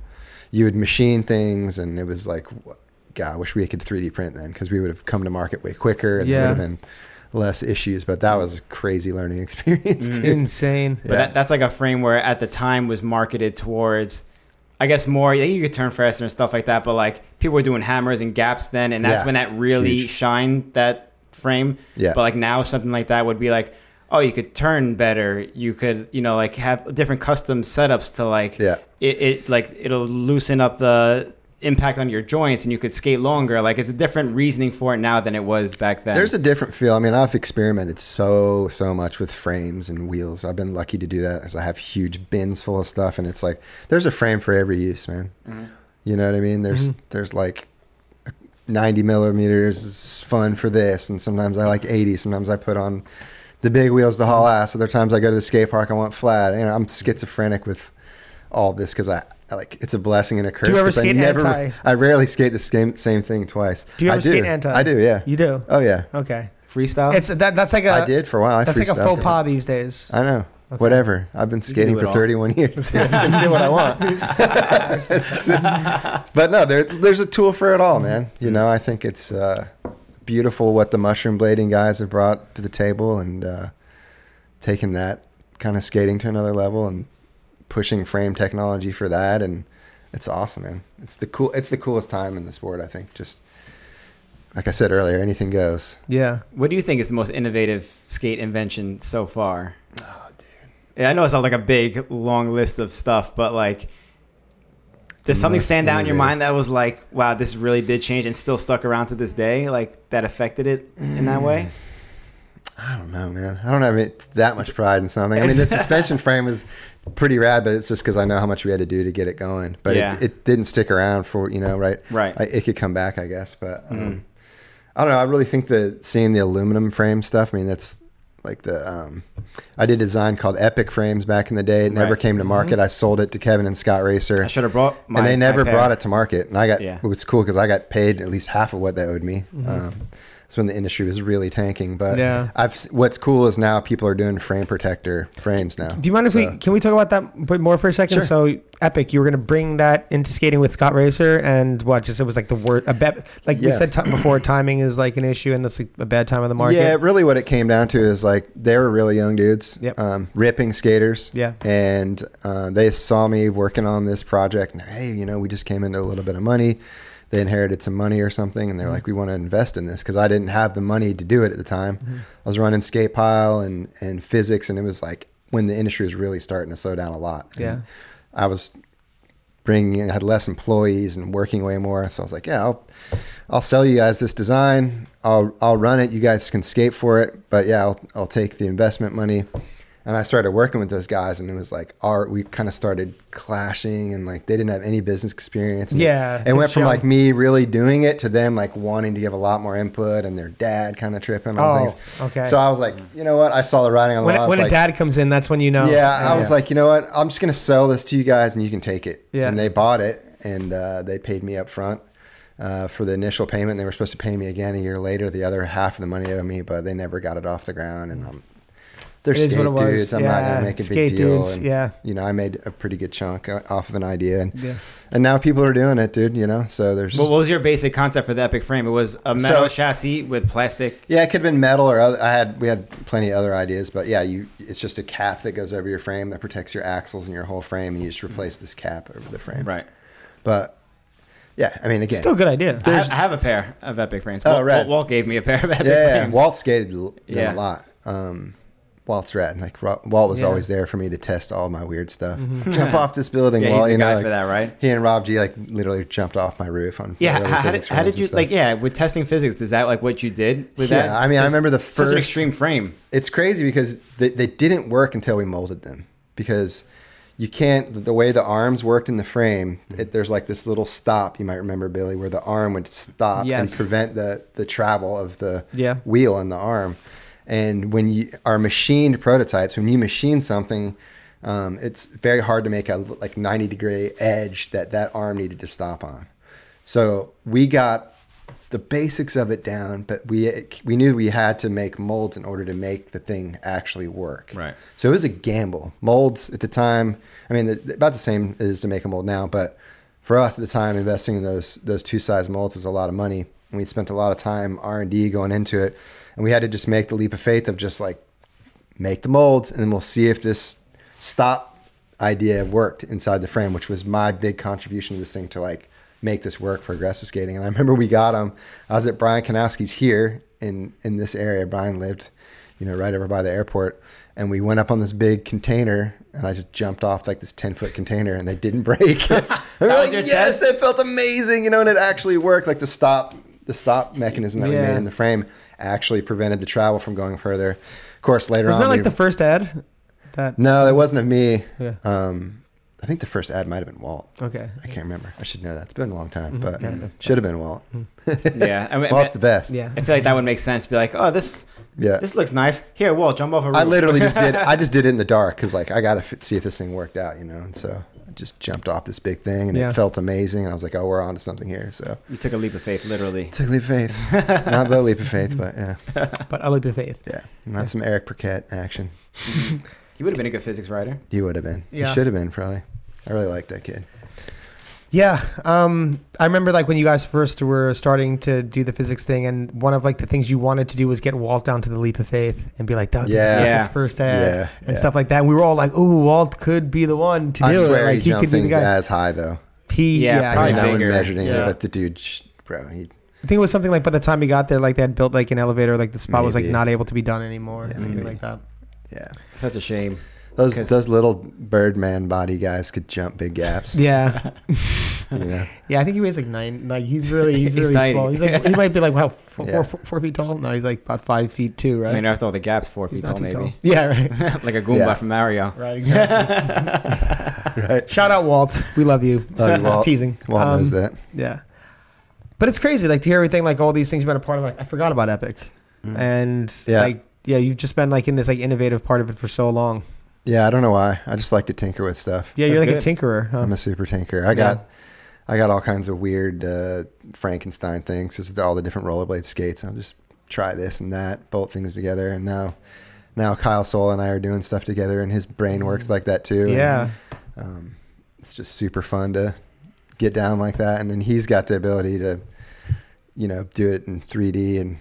you would machine things and it was like wh- god i wish we could 3d print then because we would have come to market way quicker and Yeah. there would have been less issues but that was a crazy learning experience Mm-hmm. too Insane. But that, that's like a frame where at the time was marketed towards, I guess more. Yeah, you could turn faster and stuff like that. But like people were doing hammers and gaps then, and that's Yeah. when that really Huge. shined that frame. Yeah. But like now, something like that would be like, oh, you could turn better. You could, you know, like have different custom setups to like, Yeah. it, it like it'll loosen up the impact on your joints, and you could skate longer. Like it's a different reasoning for it now than it was back then. there's a different feel i mean i've experimented so so much with frames and wheels i've been lucky to do that as i have huge bins full of stuff and it's like there's a frame for every use man you know what i mean there's Mm-hmm. there's like 90 millimeters is fun for this and sometimes i like 80 sometimes i put on the big wheels to haul ass other times i go to the skate park i want flat and i'm schizophrenic with all this because I, I like it's a blessing and a curse you ever 'cause I skate never anti? I rarely skate the same same thing twice Do you ever I do. skate anti? I do yeah You do. oh yeah Okay. freestyle. It's that. That's like a. I did for a while. I That's like a freestyled. faux pas these days. I know. Whatever. I've been skating do it for all. 31 years. Dude. I can do what I want. but no, there, there's a tool for it all, man. Hmm. You know, I think it's uh, beautiful what the mushroom blading guys have brought to the table and uh, taking that kind of skating to another level and pushing frame technology for that. And it's awesome, man. It's the cool. It's the coolest time in the sport, I think. Just like I said earlier, anything goes. Yeah. What do you think is the most innovative skate invention so far? Oh, dude. Yeah, I know it's not like a big, long list of stuff, but like, does The something most stand out in your innovative. mind that was like, wow, this really did change and still stuck around to this day? Like, that affected it in that way? Mm. I don't know, man. I don't have it, that much pride in something. I mean, the suspension frame is pretty rad, but it's just because I know how much we had to do to get it going. But Yeah. it, it didn't stick around for you know, right? Right. Mm-hmm. I, it could come back, I guess. But um, I don't know. I really think that seeing the aluminum frame stuff. I mean, that's like the um, I did a design called Epic Frames back in the day. It never Right. Mm-hmm. came to market. I sold it to Kevin and Scott Racer I should have brought my. and they never iPad. brought it to market. And I got Yeah. it's cool because I got paid at least half of what they owed me. Um, it's when the industry was really tanking. But Mm-hmm. Yeah. I've s- what's cool is now people are doing frame protector frames now. Do you mind if So- we can we talk about that bit more for a second? Sure. So epic, you were gonna bring that into skating with Scott Racer, and what? Just it was like the word a bet. Like we Yeah. said t- before, timing is like an issue, and that's like a bad time on the market. Yeah, really what it came down to is like they were really young dudes, Yep. um, ripping skaters. Yeah. And uh, they saw me working on this project and they're, hey, you know, we just came into a little bit of money. They inherited some money or something and they're like, we Mm-hmm. want to invest in this because I didn't have the money to do it at the time. I was running Skate Pile and, and physics and it was like when the industry was really starting to slow down a lot. And Yeah. I was bringing in, had less employees and working way more. So I was like, yeah, I'll, I'll sell you guys this design. I'll, I'll run it. You guys can skate for it. But yeah, I'll, I'll take the investment money. And I started working with those guys, and it was like our we kind of started clashing, and like they didn't have any business experience. And Yeah, it went it's from young. like me really doing it to them like wanting to give a lot more input, and their dad kind of tripping on Oh, things. okay. So I was like, you know what? I saw the writing on the When, wall. I was when a like, dad comes in, that's when you know. yeah, I was like, you know what? I'm just gonna sell this to you guys, and you can take it. Yeah. And they bought it, and uh, they paid me up front uh, for the initial payment. They were supposed to pay me again a year later, the other half of the money they owed me, but they never got it off the ground. And um, they're It is skate what it was. dudes. I'm not Yeah, gonna make a skate big deal. dudes, and, yeah. You know, I made a pretty good chunk uh, off of an idea, and Yeah. and now people are doing it, dude. You know, so there's What what was your basic concept for the epic frame? It was a metal So- chassis with plastic. Yeah, it could have been metal or other, I had we had plenty of other ideas, but yeah, you it's just a cap that goes over your frame that protects your axles and your whole frame, and you just replace this cap over the frame. Mm-hmm. Right. But yeah, I mean again, still a good idea. I have, I have a pair of epic frames. Oh, Walt, right. Walt gave me a pair of epic yeah, yeah, frames. Walt skated l- them Yeah. a lot. Um, Walt's rad. Like Ro- Walt was Yeah. always there for me to test all my weird stuff. Jump off this building, Mm-hmm. Yeah, he's Walt. the you know, guy like, for that, right? He and Rob G like literally jumped off my roof on. Yeah, early how, how did, physics how did frames and you stuff. like? Yeah, with testing physics, is that like what you did with Yeah, that? I mean, It's I remember the such an first- extreme frame. it's crazy because they, they didn't work until we molded them because you can't the way the arms worked in the frame it, there's like this little stop you might remember billy where the arm would stop Yes. and prevent the the travel of the Yeah. wheel and the arm and when you are machined prototypes when you machine something um, it's very hard to make a like 90 degree edge that that arm needed to stop on so we got the basics of it down, but we we knew we had to make molds in order to make the thing actually work. Right. So it was a gamble. Molds at the time, I mean, the, about the same as to make a mold now, but for us at the time, investing in those those two size molds was a lot of money, and we spent a lot of time R and D going into it, and we had to just make the leap of faith of just like make the molds, and then we'll see if this stop idea worked inside the frame, which was my big contribution to this thing to like make this work for aggressive skating. And I remember we got them. I was at Brian Kanowski's here in in this area. Brian lived, you know, right over by the airport, and we went up on this big container, and I just jumped off like this ten foot container, and they didn't break. And we're was like, your yes, test? it felt amazing, you know, and it actually worked. Like the stop, the stop mechanism that we Yeah. made in the frame actually prevented the travel from going further. Of course, later Wasn't on, that we- like the first ad? That no, it wasn't of me. Yeah. Um, I think the first ad might have been Walt. okay. Mm-hmm. I can't remember. I should know that. It's been a long time, but Yeah. should have been Walt. Yeah, I mean, Walt's the best. Yeah. I feel like that would make sense. Be like, oh, this Yeah. this looks nice. Here, Walt, jump off a roof. I literally just did. I just did it in the dark because like I gotta f- see if this thing worked out, you know. And so I just jumped off this big thing, and Yeah. it felt amazing. And I was like, oh, we're onto something here. So You took a leap of faith, literally. took a leap of faith, not the leap of faith, but yeah, But I'll leap of faith. yeah. And that's some Eric Burkett action. You would have been a good physics writer. He would have been. Yeah. He should have been probably. I really like that kid. Yeah, um, I remember like when you guys first were starting to do the physics thing, and one of like the things you wanted to do was get Walt down to the leap of faith and be like, "That was Yeah. Yeah. first ad Yeah, and yeah. stuff like that." And we were all like, "Ooh, Walt could be the one to I do swear it. Like, he jumped things as high though. He, Yeah, yeah, probably I mean, yeah. no one bigger. measured anything, Yeah. but the dude, sh- bro, he I think it was something like by the time he got there, like they had built like an elevator, like the spot was like Maybe. not able to be done anymore, Yeah, and something maybe. like that. Yeah, Such a shame. those 'Cause- those little Birdman body guys could jump big gaps. Yeah, you know? yeah. I think he weighs like nine. Like he's really, he's, He's really tiny. small. He's like he might be like wow, four, Yeah. four, four, four feet tall. No, he's like about five feet two, right? I mean, after all the gaps, four He's feet not tall, too maybe. Yeah, right. like a Goomba Yeah. from Mario. Right, exactly. right? Shout out Walt. We love you. Love you, Just Walt. teasing. Walt Um, knows that. Yeah. But it's crazy, like to hear everything, like all these things you've been a part of. Like I forgot about Epic, and Mm. Yeah. like yeah, you've just been like in this like innovative part of it for so long. Yeah, I don't know why. I just like to tinker with stuff. Yeah, you're like That's a tinkerer. Huh? I'm a super tinker. I got I got all kinds of weird uh, Frankenstein things. This is all the different rollerblade skates. I'll just try this and that, bolt things together, and now now Kyle Soul and I are doing stuff together, and his brain works like that too. and, yeah, um, it's just super fun to get down like that and then he's got the ability to you know do it in 3d and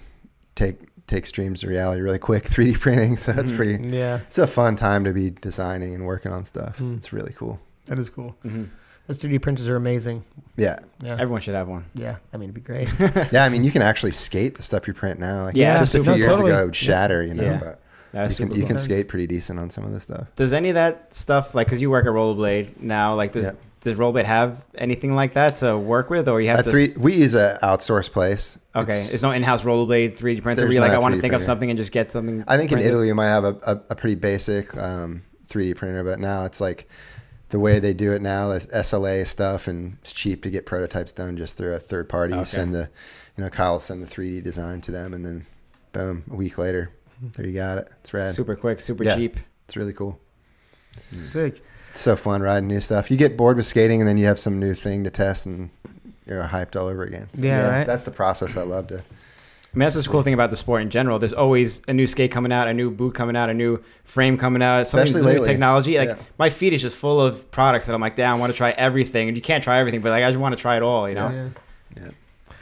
take take streams to reality really quick 3d printing so Mm-hmm. it's pretty yeah, it's a fun time to be designing and working on stuff Hmm. Mm. it's really cool that is cool. Mm-hmm. Mhm. Those 3D printers are amazing. yeah Yeah, Everyone should have one. yeah. I mean, it'd be great. yeah i mean you can actually skate the stuff you print now like Yeah, just a few no, years totally. ago it would shatter you know Yeah. but That's you super can, you cool. can skate pretty decent on some of this stuff Does any of that stuff like because you work at Rollerblade now? Like, does Yeah. does Rollbit have anything like that to work with, or you have A to? three, we use a outsourced place. okay, It's- there's no in-house rollerblade 3D printer. Where There's you're like, I not a want to 3D think of printer. something and just get something. I think in printed? Italy you might have a, a, a pretty basic um, 3D printer, but now it's like the way they do it now is SLA stuff, and it's cheap to get prototypes done just through a third party. Okay. You send the, you know, Kyle will send the 3D design to them, and then boom, a week later, there you got it. It's rad. super quick, super Yeah. cheap. It's really cool. Sick. It's so fun riding new stuff. You get bored with skating, and then you have some new thing to test, and you're hyped all over again. So Yeah, that's, right. that's the process I love to. I mean, that's the cool thing about the sport in general. There's always a new skate coming out, a new boot coming out, a new frame coming out, something Especially new lately. technology. Like Yeah. my feed is just full of products that I'm like, damn, I want to try everything. And you can't try everything, but like I just want to try it all, you know? Yeah. Yeah.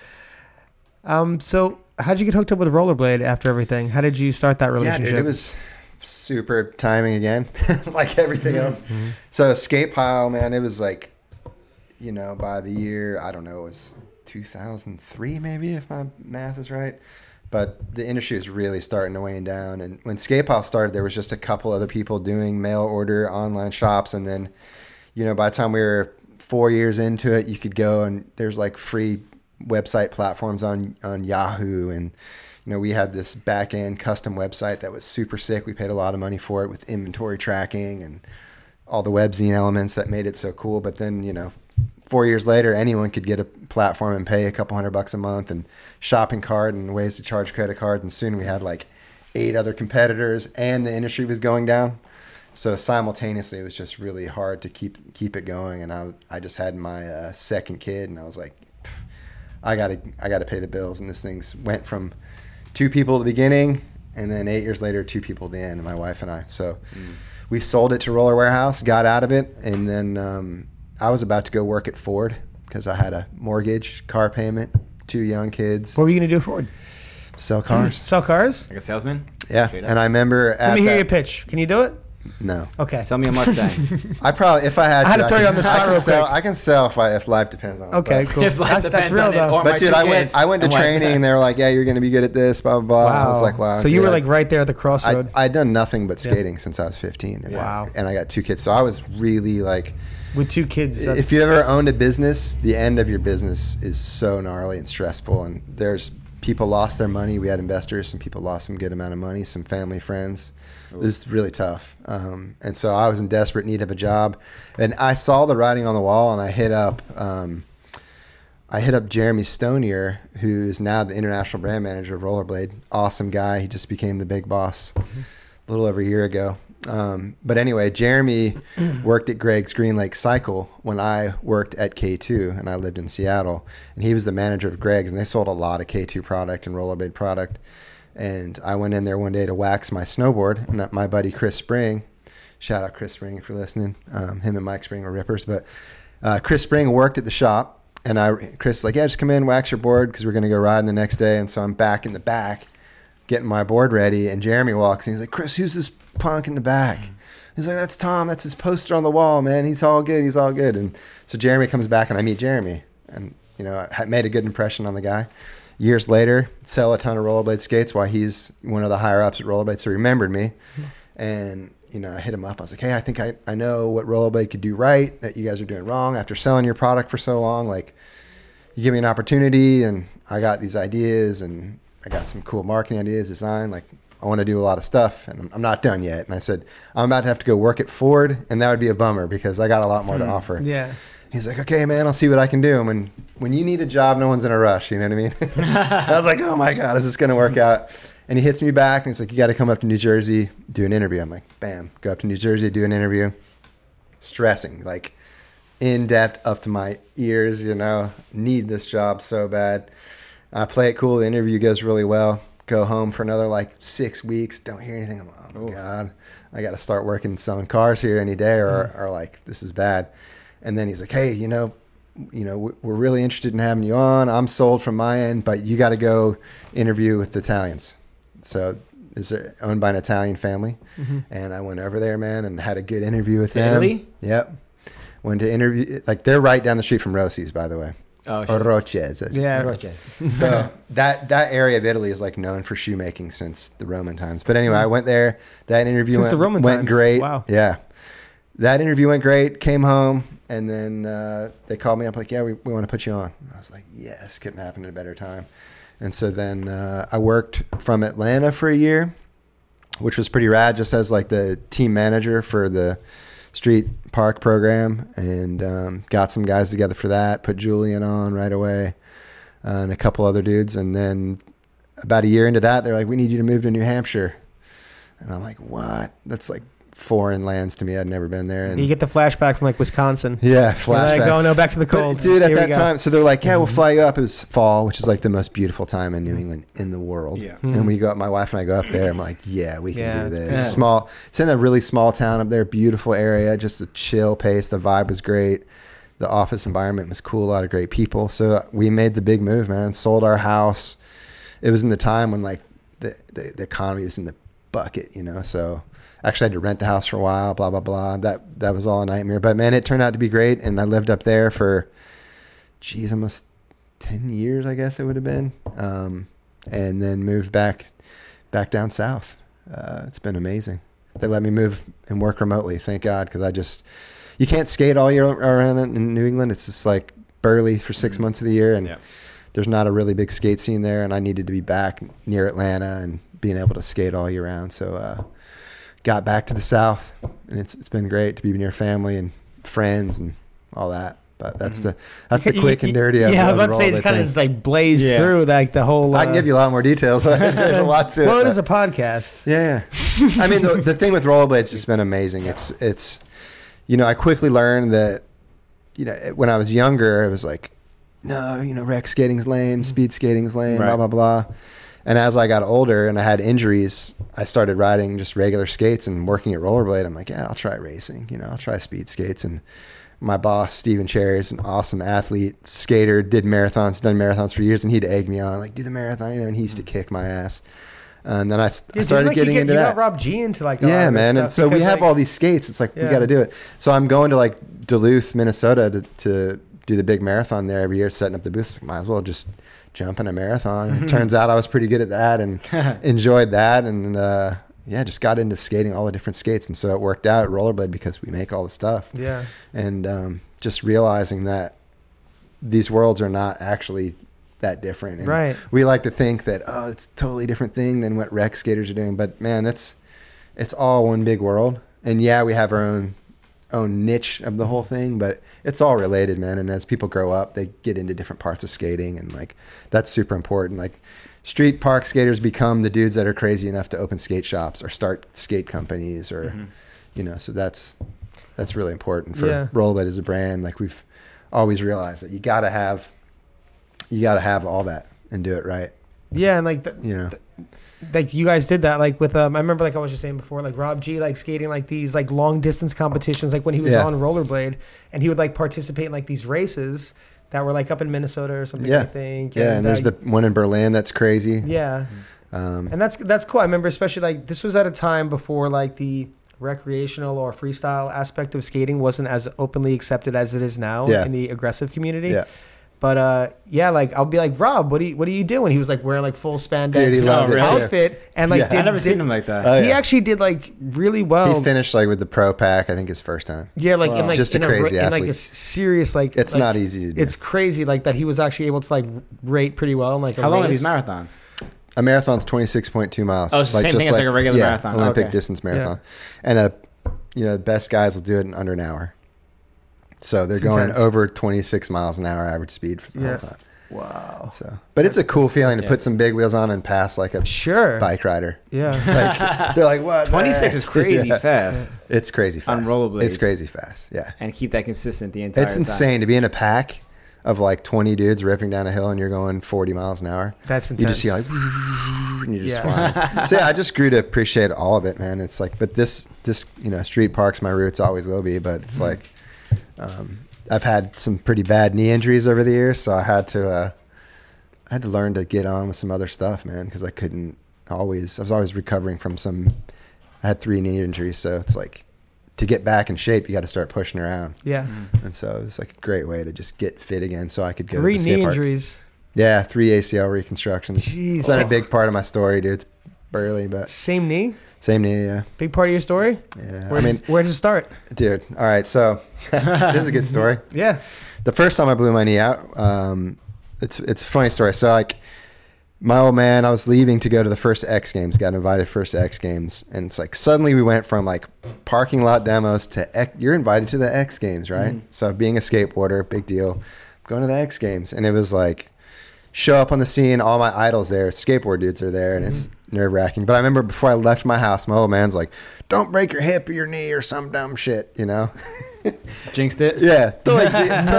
Um. So, how'd you get hooked up with rollerblade after everything? How did you start that Yeah, relationship? dude, it was super timing again, like everything else. So skate pile, man, it was like, you know, by the year I don't know, it was 2003 maybe if my math is right. But the industry was really starting to wane down, and when skate pile started, there was just a couple other people doing mail order online shops, and then, you know, by the time we were four years into it, you could go and there's like free website platforms on on Yahoo and you know, we had this back end custom website that was super sick. We paid a lot of money for it with inventory tracking and all the webzine elements that made it so cool. But then, you know, four years later, anyone could get a platform and pay a couple hundred bucks a month and shopping cart and ways to charge credit cards. And soon we had like eight other competitors and the industry was going down. So simultaneously, it was just really hard to keep keep it going. And I, I just had my uh, second kid and I was like, "Pff, I gotta I gotta pay the bills and this thing's went from two people at the beginning and then eight years later two people at the end my wife and I so Mm. we sold it to Roller Warehouse got out of it and then um, I was about to go work at Ford because I had a mortgage car payment two young kids what were you gonna do for it? sell cars Sell cars? Like a salesman? yeah Straight up. and I remember at Let me hear that- your pitch. Can you do it? no Okay. Sell me a Mustang. I probably if I had to I had to throw can- you on the spot I can real sell, quick. I can sell if, I, if life depends on it okay. but- Cool. If life that's, that's depends real on it, though. or- my But dude, two I kids. went. I went to I'm like- training, and they were like, "Yeah, you're going to be good at this." Blah blah blah. I was like, "Wow." So you were dude, I- like right there at the I, crossroad I'd done nothing but skating since I was 15. And Wow. I, and I got two kids. So I was really like, with two kids. if you ever owned a business, the end of your business is so gnarly and stressful. And there's people lost their money. We had investors. Some people lost some good amount of money. Some family friends. It was really tough. Um, and so I was in desperate need of a job. And I saw the writing on the wall, and I hit up. Um, I hit up Jeremy Stonier, who is now the international brand manager of Rollerblade. Awesome guy. He just became the big boss a little over a year ago. Um, but anyway, Jeremy worked at Greg's Green Lake Cycle when I worked at K2 and I lived in Seattle. And he was the manager of Greg's, and they sold a lot of K2 product and rollerblade product. And I went in there one day to wax my snowboard, and my buddy Chris Spring, shout out Chris Spring for listening. Um, him and Mike Spring were rippers, but uh, Chris Spring worked at the shop, and I Chris like, yeah, just come in, wax your board because we're gonna go riding the next day. And so I'm back in the back, getting my board ready, and Jeremy walks in. He's like, Chris, who's this punk in the back? He's like, that's Tom. That's his poster on the wall, man. He's all good. He's all good. And so Jeremy comes back, and I meet Jeremy, and you know, I made a good impression on the guy. Years later, sell a ton of rollerblade skates while he's one of the higher ups at rollerblade. So he remembered me, and you know, I hit him up. I was like, hey, I think I, I know what rollerblade could do right that you guys are doing wrong after selling your product for so long. Like, you give me an opportunity and I got these ideas and I got some cool marketing ideas, design, like I want to do a lot of stuff and I'm, I'm not done yet. And I said, I'm about to have to go work at Ford and that would be a bummer because I got a lot more to offer. yeah. He's like, okay, man, I'll see what I can do. And when, when you need a job, no one's in a rush. You know what I mean? I was like, oh my God, is this going to work out? And he hits me back and he's like, you got to come up to New Jersey, do an interview. I'm like, bam, go up to New Jersey, do an interview. Stressing, like in depth up to my ears, you know, need this job so bad. I play it cool. The interview goes really well. Go home for another like six weeks. Don't hear anything. I'm like, oh my God, I got to start working selling cars here any day or, or like this is bad. And then he's like, hey, you know, you know, we- we're really interested in having you on. I'm sold from my end, but you got to go interview with the Italians. So it's uh, owned by an Italian family. And I went over there, man, and had a good interview with To them. Italy? Yep. Went to interview, like they're right down the street from Rossi's, by the way. Oh, Or shit. Roches. as- Yeah. so that that area of Italy is like known for shoemaking since the Roman times. But anyway, I went there. That interview Since went, the Roman went times. great. Wow. Yeah. that interview went great. Came home, and then uh, they called me up like, "Yeah, we, we want to put you on." I was like, "Yes, couldn't happen at a better time." And so then uh, I worked from Atlanta for a year, which was pretty rad, just as like the team manager for the street park program, and um, got some guys together for that. Put Julian on right away, uh, and a couple other dudes, and then about a year into that, they're like, "We need you to move to New Hampshire," and I'm like, "What? That's like." Foreign lands to me. I'd never been there. And You get the flashback from like Wisconsin. yeah, You're flashback. Like, oh no, back to the But, cold, dude. At Here we that go. Mm-hmm. time, so they're like, "Yeah, we'll fly you up." It was fall, which is like the most beautiful time in New England in the world. Yeah. Mm-hmm. and we go up. My wife and I go up there. I'm like, "Yeah, we can Yeah, do it's this." beautiful. Small. It's in a really small town up there. Beautiful area. Just a chill pace. The vibe was great. The office environment was cool. A lot of great people. So uh, we made the big move, man. Sold our house. It was in the time when like the the, the economy was in the bucket, you know. So actually I had to rent the house for a while, blah blah blah. That that was all a nightmare. But man, it turned out to be great and I lived up there for geez, almost ten years, I guess it would have been. Um, and then moved back back down south. Uh, it's been amazing. They let me move and work remotely, thank God, because I just you can't skate all year around in New England. It's just like burly for Mm-hmm. six months of the year and Yeah. there's not a really big skate scene there, and I needed to be back near Atlanta and being able to skate all year round. So, uh, got back to the South, and it's it's been great to be near family and friends and all that. But that's the that's the Mm-hmm. You- quick you- and dirty. of Yeah, I the was about to say roll, it's kind of think. just like blazed Yeah. through like the whole. I can uh, give you a lot more details. there's a lot to it. Well, it but- is a podcast. yeah, yeah. I mean, the, the thing with rollerblades has been amazing. It's it's, you know, I quickly learned that, you know, when I was younger, it was like, no, you know, wreck skating's lame, speed skating's lame, Right. blah blah blah. And as I got older and I had injuries, I started riding just regular skates and working at rollerblade. I'm like, yeah, I'll try racing. You know, I'll try speed skates. And my boss, Steven Cherry, is an awesome athlete, skater, did marathons, done marathons for years, and he'd egg me on, like, do the marathon, you know, and he used to kick my ass. And then I, s- I Dude, started like, you getting get- into you that Got Rob G into like. A lot yeah of this man stuff and so we because, have like, all these skates it's like Yeah. we got to do it so i'm going to like duluth minnesota to, to do the big marathon there every year setting up the booths might as well just jump in a marathon it turns out i was pretty good at that and enjoyed that and uh, yeah just got into skating all the different skates and so it worked out rollerblade because we make all the stuff Yeah. and um, just realizing that these worlds are not actually that different. And Right. We like to think that oh, it's a totally different thing than what rec skaters are doing, but man, that's it's all one big world. And yeah, we have our own own niche of the whole thing, but it's all related, man. And as people grow up, they get into different parts of skating, and like that's super important. Like street park skaters become the dudes that are crazy enough to open skate shops or start skate companies or Mm-hmm. you know so that's that's really important for Yeah. rollerblade as a brand like we've always realized that you gotta have you gotta have all that and do it right Yeah, and like th- you know like you guys did that like with um I remember like I was just saying before like Rob G like skating like these like long distance competitions like when he was Yeah. on rollerblade and he would like participate in like these races that were like up in Minnesota or something yeah I think yeah and there's uh, the one in berlin that's crazy yeah um and that's that's cool I remember especially like this was at a time before like the recreational or freestyle aspect of skating wasn't as openly accepted as it is now Yeah. in the aggressive community yeah but uh, yeah, like I'll be like Rob, what do you what do you do? And he was like wearing like full spandex Dude, he loved it, too. outfit, and like Yeah. did, I've never did- seen him like that. Oh, he yeah. actually did like really well. he finished like with the pro pack i think his first time yeah, like in Wow. like Just a in a, crazy in like a athlete. serious like. it's like, not easy to do It's crazy like that he was actually able to like rate pretty well and like. a How long are race. these marathons? a marathon's 26.2 miles Oh, it's the same thing as, like, a regular marathon. Oh, olympic okay. distance marathon and a you know the best guys will do it in under an hour so they're It's going intense. over 26 miles an hour average speed for the Yeah. whole time Wow. So, but it's a cool feeling to Yeah. put some big wheels on and pass like a Sure. bike rider. Yeah. It's like, they're like, what? the Twenty six is heck?" crazy Yeah. fast, It's crazy fast. On rollerblades. It's crazy fast. Yeah. and keep that consistent the entire. It's insane to be in a pack of like 20 dudes ripping down a hill and you're going 40 miles an hour. That's You just intense. see like, and you're just Yeah. flying. so yeah, I just grew to appreciate all of it, man. It's like, but this, this, you know, street parks, my roots always will be, but Mm-hmm. it's like, um, I've had some pretty bad knee injuries over the years. So I had to, uh, I had to learn to get on with some other stuff, man, because I couldn't always. I was always recovering from some. I had three knee injuries, so it's like to get back in shape, you got to start pushing around, Yeah. and so it was like a great way to just Mm-hmm. get fit again, so I could go Three to the skate knee park. injuries. Yeah, three ACL reconstructions. Jeez. It's not a big part of my story, dude. It's burly, but Same knee. Same knee, yeah. Big part of your story. Yeah. Where, I mean, where did it start? dude. All right, so this is a good story. Yeah. the first time I blew my knee out, um, it's it's a funny story. So like my old man, I was leaving to go to the first X Games, got invited first to X Games, and it's like suddenly we went from like parking lot demos to X, you're invited to the X Games, right? So being a skateboarder, big deal, going to the X Games, and it was like show up on the scene, all my idols there, skateboard dudes are there, and it's nerve wracking. But I remember before I left my house, my old man's like, "Don't break your hip or your knee or some dumb shit," you know. Jinxed it. Yeah, totally, ji- totally jinxed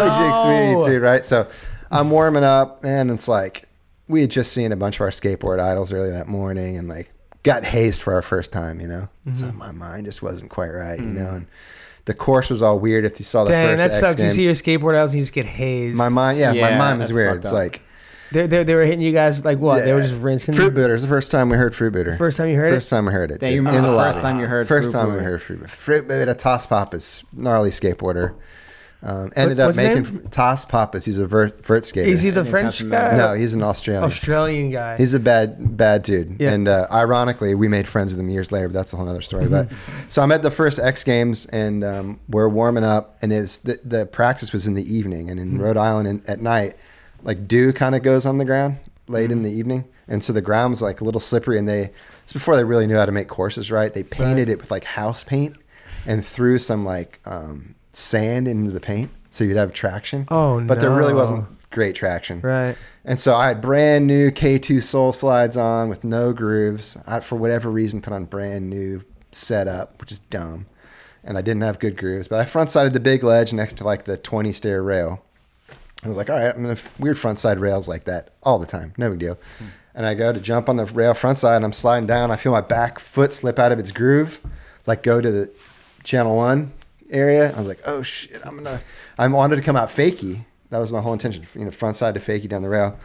No. me, dude. Right. So I'm warming up, and it's like we had just seen a bunch of our skateboard idols earlier that morning, and like got hazed for our first time, you know. Mm-hmm. So my mind just wasn't quite right, you know. And the course was all weird. If you saw the Mm. Dang, first that X sucks. Games, You see your skateboard out and you just get hazed. my mind, yeah, Yeah, my mind was that's weird. fucked It's up. like they, they, they were hitting you guys like what? Uh, They were yeah. just rinsing. Fruit Booters. The first time we heard Fruit Booter. First time you heard First time I heard it. Damn, dude, you remember in the first lobby. time you heard First Fruit time Booter. I heard Fruit Booter. Fruit Booter, Toss Pappas, gnarly skateboarder. Um, ended what's up his making name? Toss Pappas. He's a vert, vert skater. it. Is he the Anything sounds French familiar. guy? no, he's an Australian. Australian guy. He's a bad, bad dude. Yeah. And uh, ironically, we made friends with him years later, but that's a whole other story. But Mm-hmm. so I'm at the first X Games and um, we're warming up, and it's the, the practice was in the evening, and in Mm-hmm. Rhode Island in, at night, like dew kind of goes on the ground late in Mm-hmm. the evening, and so the ground was like a little slippery, and they it's before they really knew how to make courses right. They painted it with like house paint and threw some like um, sand into the paint so you'd have traction. Oh, but there really no. wasn't great traction. Right. And so I had brand new K2 sole slides on with no grooves. I, for whatever reason, put on brand new setup, which is dumb. And I didn't have good grooves, but I front sided the big ledge next to like the 20 stair rail. I was like, all right, I'm gonna f- weird front side rails like that all the time. No big deal. And I go to jump on the rail front side and I'm sliding down. I feel my back foot slip out of its groove, like go to the channel one area. I was like, oh shit, I'm gonna, I wanted to come out fakey. That was my whole intention, you know, front side to fakey down the rail.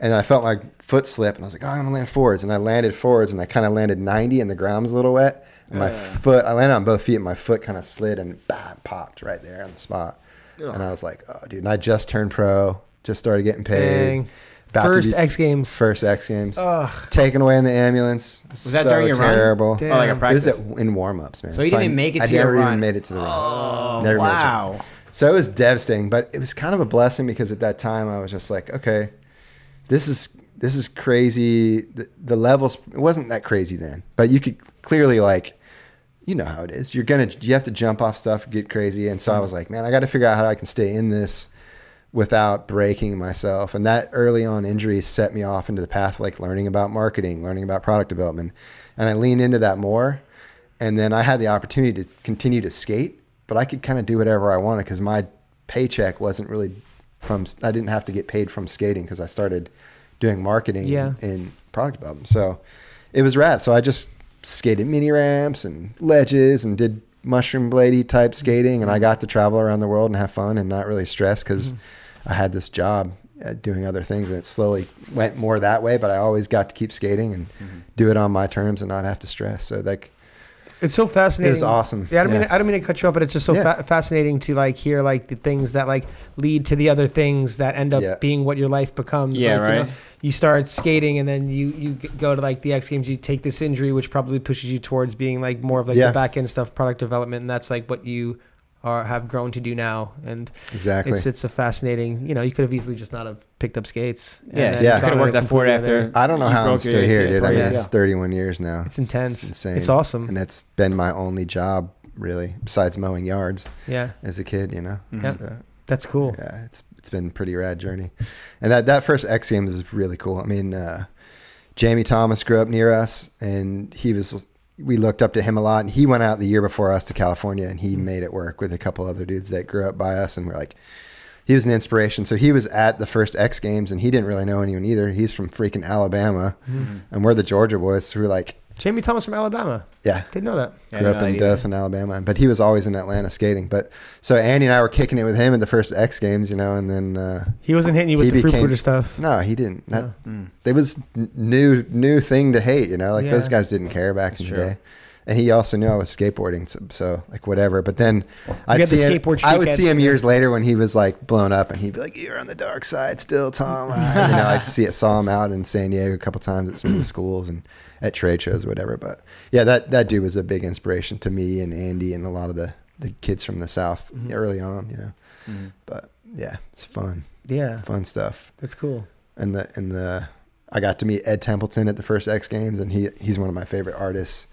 And I felt my foot slip and I was like, oh, I'm gonna land forwards. And I landed forwards and I kind of landed 90 and the ground was a little wet. And my foot, I landed on both feet and my foot kind of slid and bah, popped right there on the spot. And I was like, oh, dude. And I just turned pro, just started getting paid. Dang. About to First be- X Games. First X Games. Ugh. Taken away in the ambulance. Was that during your run? terrible. Damn. Oh, like a practice? It was at, in warm ups, man. So you didn't even make it I to your never run. even made it to the run. Oh, never made it to the Wow. so it was devastating, but it was kind of a blessing because at that time I was just like, okay, this is this is crazy. The, the levels it wasn't that crazy then, but you could clearly like, you know how it is. You're gonna you have to jump off stuff, get crazy, and so I was like, man, I got to figure out how I can stay in this without breaking myself. And that early on injury set me off into the path like learning about marketing, learning about product development, and I leaned into that more. And then I had the opportunity to continue to skate, but I could kind of do whatever I wanted because my paycheck wasn't really from. I didn't have to get paid from skating because I started doing marketing Yeah. and, product development. So it was rad. So I just skated mini ramps and ledges and did mushroom bladey type skating, and I got to travel around the world and have fun and not really stress because Mm-hmm. I had this job at doing other things, and it slowly went more that way. But I always got to keep skating and Mm-hmm. do it on my terms and not have to stress. So like. It's so fascinating. awesome. Yeah, I don't, Mean, Yeah. I don't mean to cut you off, but it's just so Yeah. fa- fascinating to like hear like the things that like lead to the other things that end up Yeah. being what your life becomes. Yeah, like, You, right. you start skating, and then you you g- go to like the X Games. You take this injury, which probably pushes you towards being like more of like Yeah. the back end stuff, product development, and that's like what you are have grown to do now. And Exactly. it's it's a fascinating. You know, you could have easily just not have picked up skates. and Yeah, then yeah. gone Could've on a worked that forward completely other- after. I don't know You how I'm broke still your here, ACL dude. I mean, twice, it's yeah. 31 years now. It's intense. insane. It's awesome. And it's been my only job, really, besides mowing yards Yeah, as a kid, you know? Yeah. So, that's cool. yeah, it's it's been a pretty rad journey. And that, that first X Games is really cool. I mean, uh, Jamie Thomas grew up near us, and he was, we looked up to him a lot. And he went out the year before us to California, and he made it work with a couple other dudes that grew up by us. And we're like, he was an inspiration. So he was at the first X Games, and he didn't really know anyone either. He's from freaking Alabama, and we're the Georgia boys. So we're like, Jamie Thomas from Alabama. yeah, Didn't know that. Yeah, I grew had up no in idea. Dothan, Alabama, but he was always in Atlanta skating. But so Andy and I were kicking it with him at the first X Games, you know, and then uh, He wasn't hitting you with He the fruit became- booter stuff. no, he didn't. That it was n- new new thing to hate, you know. Like those Yeah. guys didn't care back in the true. day. and he also knew I was skateboarding, so, so like whatever. But then I'd had the see him, skateboard I streak would at- see him years later when he was like blown up, and he'd be like, "You're on the dark side still, Tom." And, you know, I'd see it, saw him out in San Diego a couple times at some of the schools and at trade shows, or whatever. But yeah, that that dude was a big inspiration to me and Andy and a lot of the the kids from the South Mm-hmm. early on, you know. But yeah, it's fun, Yeah, fun stuff that's cool. and the and the I got to meet Ed Templeton at the first X Games, and he he's one of my favorite artists.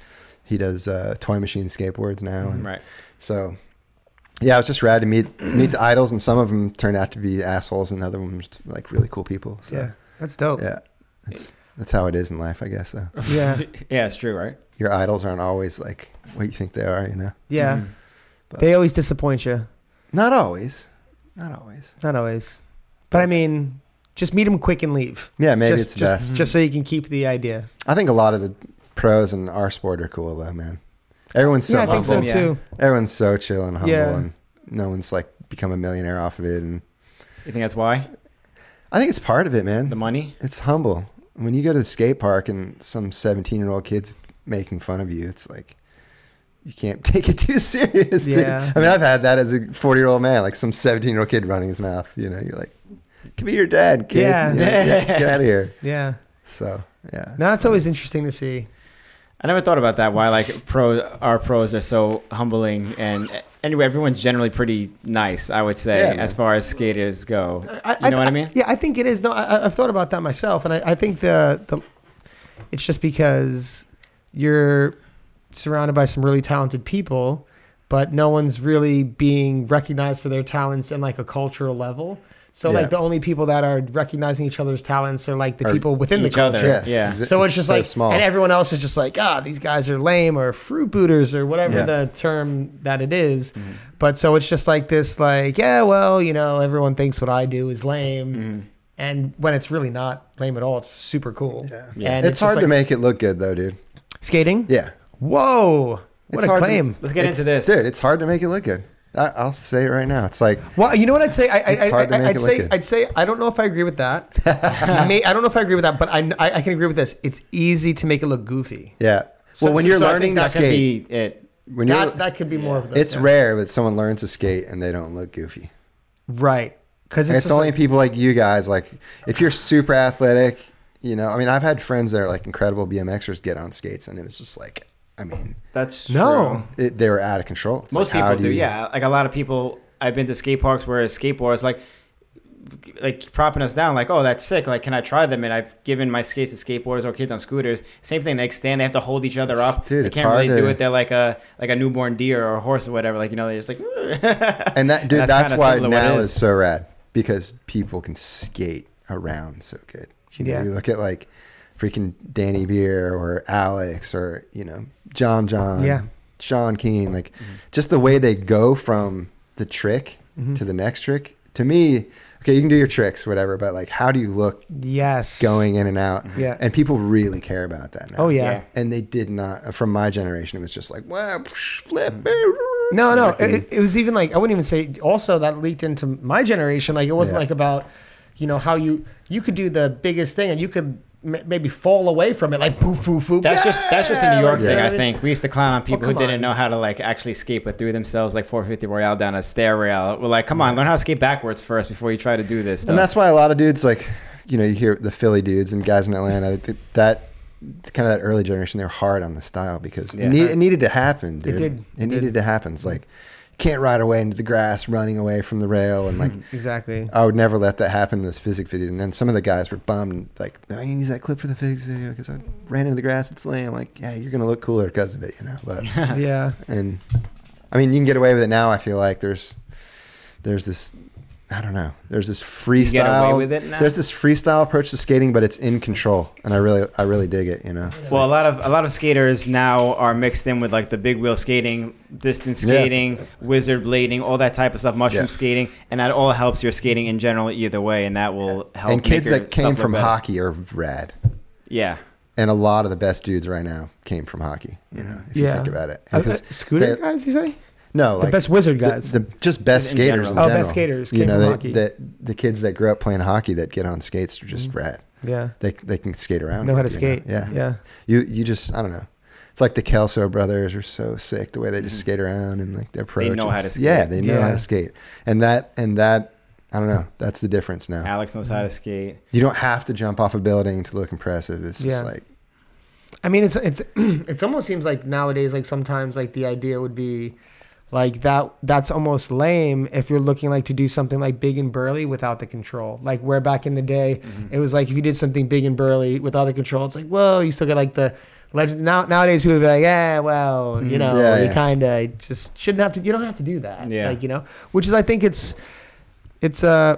He does uh, toy machine skateboards now, and Right. so yeah, it was just rad to meet meet the idols, and some of them turned out to be assholes, and other ones like really cool people. So yeah, yeah, that's dope. that's that's how it is in life, I guess. Though Yeah, Yeah, it's true, right? your idols aren't always like what you think they are, you know. yeah. Mm-hmm. But- They always disappoint you. Not always, not always. Not always, but I mean, just meet them quick and leave. Yeah, maybe just, it's just, best. just so you can keep the idea. I think a lot of the pros in our sport are cool though, man. Everyone's so yeah, I think humble. so humble, yeah. too. Everyone's so chill and humble, Yeah. and no one's like become a millionaire off of it. And You think that's why? I think it's part of it, The man. money? It's humble. When you go to the skate park and some 17 year old kid's making fun of you, it's like you can't take it too serious. dude. Yeah. I mean, I've had that as a 40 year old man, like some 17 year old kid running his mouth. You know, you're like, give me your dad, kid. Yeah. You know, get, get out of here. Yeah, So, yeah. no, that's always interesting to see. I never thought about that. Why like pro our pros are so humbling and anyway, everyone's generally pretty nice. I would say Yeah, man. as far as skaters go. I, you know what I mean? Yeah, I think it is. No, I, I- I've thought about that myself, and I, I think the the it's just because you're surrounded by some really talented people, but no one's really being recognized for their talents in like a cultural level. So Yeah. like the only people that are recognizing each other's talents are like the Are people within the each other. culture. Yeah. Yeah. So it's, just so like, small. and everyone else is just like, ah, these guys are lame or fruit booters or whatever Yeah. Mm-hmm. the term that it is. But so it's just like this, like, yeah, well, you know, everyone thinks what I do is lame. Mm-hmm. And when it's really not lame at all, it's super cool. yeah. Yeah. And It's, it's just hard to like- make it look good, though, dude. Skating? Yeah. Whoa. What It's a hard to- claim. Let's get It's- into this. dude. It's hard to make it look good. I, I'll say it right now. It's like Well, you know what I'd say? I, It's I, hard to I, make I'd it look say good. I'd say I don't know if I agree with that. I, may, I don't know if I agree with that, but I, I, I can agree with this. It's easy to make it look goofy. yeah. So- well, when so- you're so I think learning to that could skate, be it. when you're That, that could be more of the. it's yeah. rare that someone learns to skate and they don't look goofy. right because It's, it's, just only like- people like you guys. Like if you're super athletic, you know. I mean, I've had friends that are like incredible BMXers get on skates, and it was just like, I mean, That's No. true. it, they were out of control. It's Most like, how people do, you- yeah. Like a lot of people, I've been to skate parks where skateboarders like, like propping us down, like, oh, that's sick. Like, can I try them? And I've given my skates to skateboarders or kids on scooters. Same thing. They stand. They have to hold each other It's- up. dude, they it's can't hard really do to- it. They're like a like a newborn deer or a horse or whatever. Like you know, they're just like. And that dude, That's that's, kinda why similar what it now is. is so rad because people can skate around so good. You know, Yeah. you look at like freaking Danny Beer or Alex or you know John John, Yeah. Mm-hmm. Sean Keen, like just the way they go from the trick to the next trick. To me, okay, you can do your tricks, whatever, but like, how do you look yes going in and out? Mm-hmm. Yeah. and people really care about that now. Oh yeah. Yeah. and they did not. From my generation, it was just like wow, psh, flip. Mm-hmm. No, no. Fucking- It, it was even like I wouldn't even say. Also, that leaked into my generation. Like it wasn't Yeah. like about, you know, how you you could do the biggest thing and you could m- maybe fall away from it like poof poof poof. That's just that's just a New York Yeah. thing, I think. We used to clown on people who come didn't on. know how to like actually skate, but threw themselves like 450 Royale down a stair rail. We're like, come on, learn how to skate backwards first before you try to do this. And stuff. that's why a lot of dudes, like, you know, you hear the Philly dudes and guys in Atlanta, th- that kind of that early generation, they're hard on the style because Yeah. it, need, it needed to happen. Dude. did. It, needed to happen. It's like, can't ride away into the grass, running away from the rail. And like, Mm-hmm. Exactly. I would never let that happen in this physics video. And then some of the guys were bummed, like, I can use that clip for the physics video because I ran into the grass and slammed. Like, yeah, you're going to look cooler because of it, you know? But yeah. and I mean you can get away with it now. I feel like there's there's this I don't know. There's this freestyle. get away with it now? There's this freestyle approach to skating, but it's in control, and I really I really dig it. You know. Well, a lot of a lot of skaters now are mixed in with like the big wheel skating, distance skating, wizard blading, all that type of stuff, mushroom Yeah. skating, and that all helps your skating in general either way, and that will help. and kids make your that stuff came look from better. hockey are rad, yeah, and a lot of the best dudes right now came from hockey. You know, if Yeah. you think about it. Uh, uh, Because scooter they- guys, you say? No, like best wizard the- guys. The, just best In skaters. general. In Oh, general. best skaters You came know, from they- hockey. the the kids that grew up playing hockey that get on skates are just rad. Yeah. They they can skate around. Mm-hmm. Know how to it, you skate. Yeah. Yeah. You you just I don't know. It's like the Kelso brothers are so sick the way they just skate around and like their approach. Mm-hmm. know and how to s- Yeah, skate. they know how Yeah. to skate, and that and that I don't know. That's the difference now. Alex knows how Mm-hmm. to skate. You don't have to jump off a building to look impressive. It's Yeah. just like I mean, it's it's it's almost seems like nowadays, like sometimes, like the idea would be like that. That's almost lame if you're looking like to do something like big and burly without the control. Like where back in the day, Mm-hmm. it was like if you did something big and burly without the control, it's like whoa, you still got like the legend. Now nowadays, people would be like, yeah, well, you know, Mm-hmm. Yeah, you yeah. kind of just shouldn't have to. You don't have to do that. Yeah. like you know, which is I think it's it's uh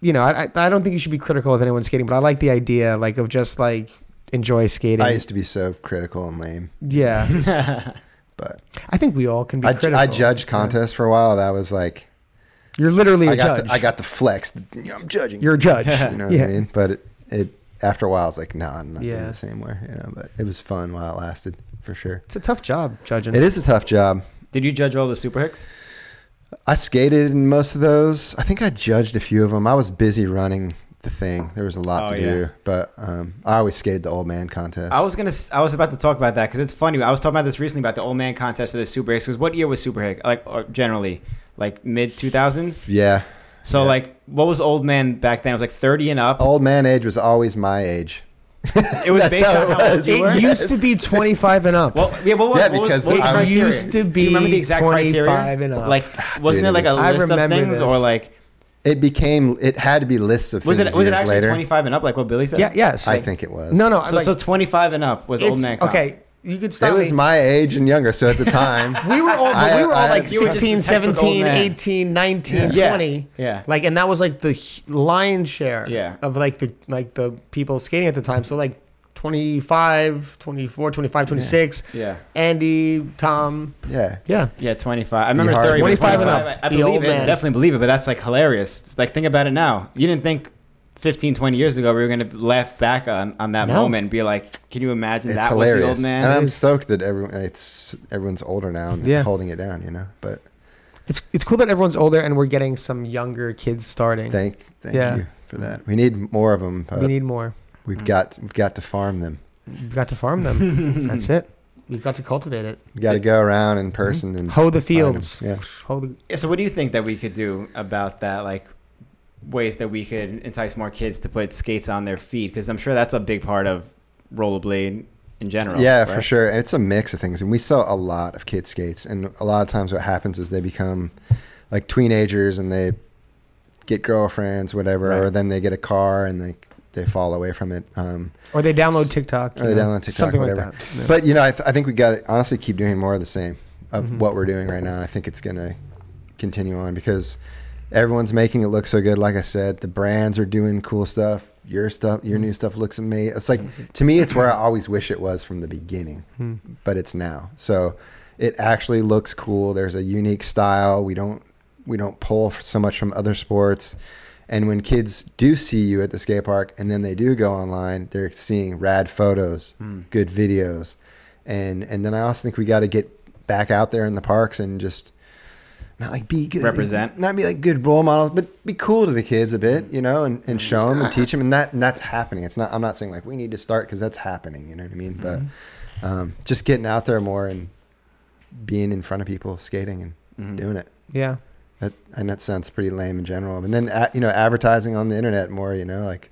you know I, I I don't think you should be critical of anyone skating, but I like the idea like of just like enjoy skating. I used to be so critical and lame, yeah. but I think we all can be I, ju- critical. I judged contests for a while. That was like You're literally a I got judge. to, I got to flex. You know, I'm judging. You're a judge. you know what yeah. I mean? But it, it after a while, it's like, no, I'm not Yeah. doing this anymore. You know, but it was fun while it lasted for sure. It's a tough job judging. It is a tough job. Did you judge all the super hicks? I skated in most of those. I think I judged a few of them. I was busy running the thing. There was a lot Oh, to yeah. do, but um, I always skated the old man contest. I was gonna. s- I was about to talk about that because it's funny. I was talking about this recently about the old man contest for the super hicks. Because what year was super hick? Like or generally, like mid two thousands. yeah. So Yeah. like, what was old man back then? It was like thirty and up. Old man age was always my age. it was Oh, that's based how on it how old was. you were. It used to be 25 and up. Well, yeah, what was, Yeah, what was- because what was the I it was- criteria? used to be Do you remember the exact criteria? 25 and up. Like, wasn't Dude, there it like a was- I list of remember things, this. or like It became. It had to be lists of was things it was it years actually later. twenty five and up? Like what Billy said. yeah, yes. I think it was. No, no. So, like, so twenty five and up was old it's- man. Comp. Okay, you could It stop. was me. my age and younger. So at the time, we were all, I- we were all I- like You were just 16, a textbook old 17, man. 18, 19, Yeah. 20. Yeah. Like, and that was like the h- lion's share Yeah. of like the, like the people skating at the time. So like 25, 24, 25, 26. Yeah. Andy, Tom. yeah. Yeah. Yeah, 25. I remember hard 30. 25 and up. 25. I, I The believe old it. man. Definitely believe it, but that's like hilarious. It's like, think about it now. You didn't think 15, 20 years ago we were going to laugh back on, on that No. moment and be like, can you imagine It's that was hilarious, the old man? and It I'm is. stoked that everyone it's everyone's older now and Yeah. holding it down. You know, but It's it's cool that everyone's older and we're getting some younger kids starting. thank thank Yeah. you for that. We need more of them, but we need more. we've got we've got to farm them. We've got to farm them. That's it. We've got to cultivate it. We got to go around Mm-hmm. in person and Hoe the Mm. find 'em. fields. Yeah. Hoe the, Yeah, so, what do you think that we could do about that? Like, ways that we could entice more kids to put skates on their feet? Because I'm sure that's a big part of rollerblade in general. Yeah, right? for sure. It's a mix of things, and we sell a lot of kid skates. And a lot of times, what happens is they become like teenagers, and they get girlfriends, whatever, Right. or then they get a car and they they fall away from it. Um, or they download S- TikTok. or you they know, download TikTok, Something whatever. like that. But you know, I, th- I think we got to honestly keep doing more of the same of Mm-hmm. what we're doing right now. And I think it's going to continue on because everyone's making it look so good. Like I said, the brands are doing cool stuff. Your stuff, your new stuff looks amazing. It's like to me, it's where I always wish it was from the beginning, but it's now. So it actually looks cool. There's a unique style. We don't we don't pull f- so much from other sports. And when kids do see you at the skate park and then they do go online, they're seeing rad photos, good videos. And and then I also think we got to get back out there in the parks and just not like be good Represent. not be like good role models, but be cool to the kids a bit, you know, and, Mm. and show them and teach them and that and that's happening. It's not I'm not saying like we need to start cuz that's happening, you know what I mean? Mm-hmm. But um, just getting out there more and being in front of people, skating and Mm-hmm. doing it. Yeah. That and that sounds pretty lame in general. And then a you know, advertising on the internet more. You know, like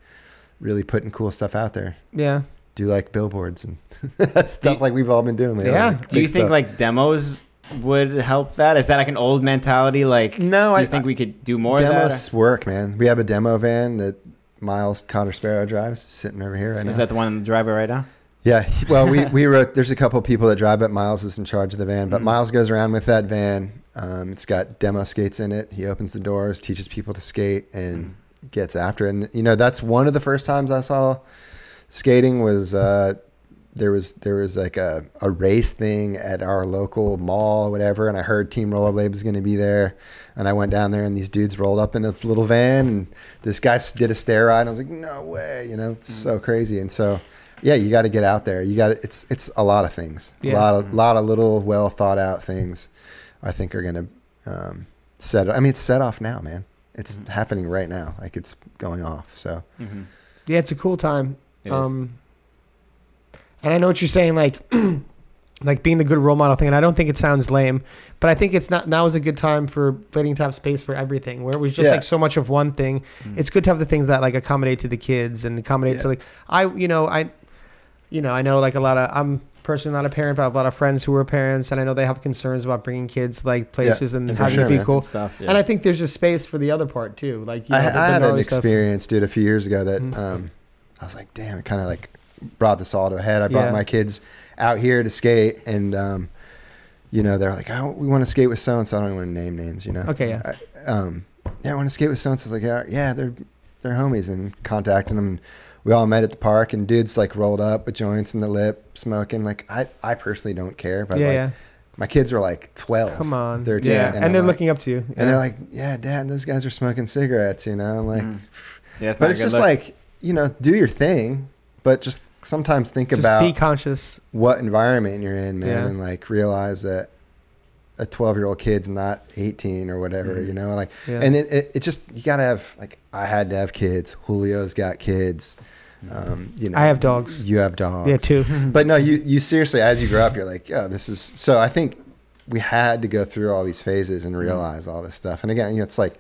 really putting cool stuff out there. Yeah. Do like billboards and stuff like we've all been doing. lately, Yeah. like, Do you big think stuff. like demos would help that? Is that like an old mentality? Like, No, do you I- think we could do more of that? demos work, man? We have a demo van that Miles Cotter Sparrow drives, sitting over here right now. Is that the one in the driveway right now? Yeah. Well, we, we wrote, there's a couple of people that drive it. Miles is in charge of the van, but Mm-hmm. Miles goes around with that van. Um, it's got demo skates in it. He opens the doors, teaches people to skate, and Mm. gets after it. And, you know, that's one of the first times I saw skating was, uh, there was there was like a, a race thing at our local mall or whatever and I heard Team Rollerblade was going to be there and I went down there and these dudes rolled up in a little van and this guy s- did a stair ride and I was like no way you know it's so crazy and so yeah you got to get out there you got to it's it's a lot of things Yeah. a lot of lot of little well thought out things I think are going to um, set I mean it's set off now man it's happening right now like it's going off so Yeah, it's a cool time. Mm-hmm. It is. um, and I know what you're saying. Like, like being the good role model thing. And I don't think it sounds lame, but I think it's not. Now is a good time for blading top space for everything, where it was just Yeah. Mm. like so much of one thing. It's good to have the things that like accommodate to the kids and accommodate to Yeah. like I, you know, I, you know, I know like a lot of I'm personally not a parent, but I have a lot of friends who are parents, and I know they have concerns about bringing kids to, like places and And having sure, it be man. cool. And stuff, yeah. And I think there's just space for the other part too. Like you know, I, the- I the had an gnarly stuff. Mm. experience, dude, a few years ago that um, I was like, damn, it kind of like brought this all to a head. I brought Yeah. my kids out here to skate, and um, you know, they're like, oh, we want to skate with so and so. I don't even want to name names, you know. Okay, yeah. I, um, yeah, I want to skate with so and so. Like, yeah, yeah, they're they're homies, and contacting them. We all met at the park, and dudes like rolled up with joints in the lip, smoking. Like, I, I personally don't care, but Yeah, like, yeah. my kids were like twelve, Come on. 13, yeah. And, I'm they're like- looking up to you. and they're like, "Yeah, Dad, those guys are smoking cigarettes," you know. I'm like, Mm. Yeah, it's not a but it's good just look. like you know, do your thing, but just sometimes think just about be conscious. what environment you're in, man, Yeah. and like realize that a 12 year old kid's not 18 or whatever, you know, like, Mm. Yeah. and it, it, it just you gotta have like I had to have kids. Julio's got kids. Um, you know, Mm. I have dogs. You have dogs. Yeah, too. But no, you you seriously, as you grow up, you're like, oh, this is. So I think we had to go through all these phases Mm-hmm. and realize all this stuff. And again, you know, it's like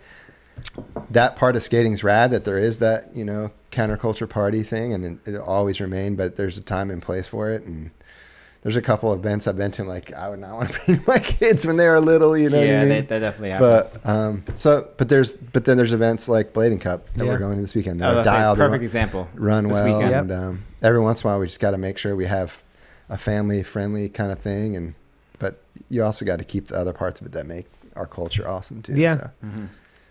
that part of skating's rad that there is that you know counterculture party thing, and it it'll always remain. But there's a time and place for it, and there's a couple of events I've been to. and, like I would not want to bring my kids when they were little. You know, what I yeah, mean? that, that definitely happens. But um, so, but there's, but then there's events like Blading Cup that Yeah. we're going to this weekend. I was They're gonna say, dialed, they're Oh, perfect example. run this well. weekend. And um, every once in a while, we just got to make sure we have a family friendly kind of thing. And but you also got to keep the other parts of it that make our culture awesome too. Yeah. so,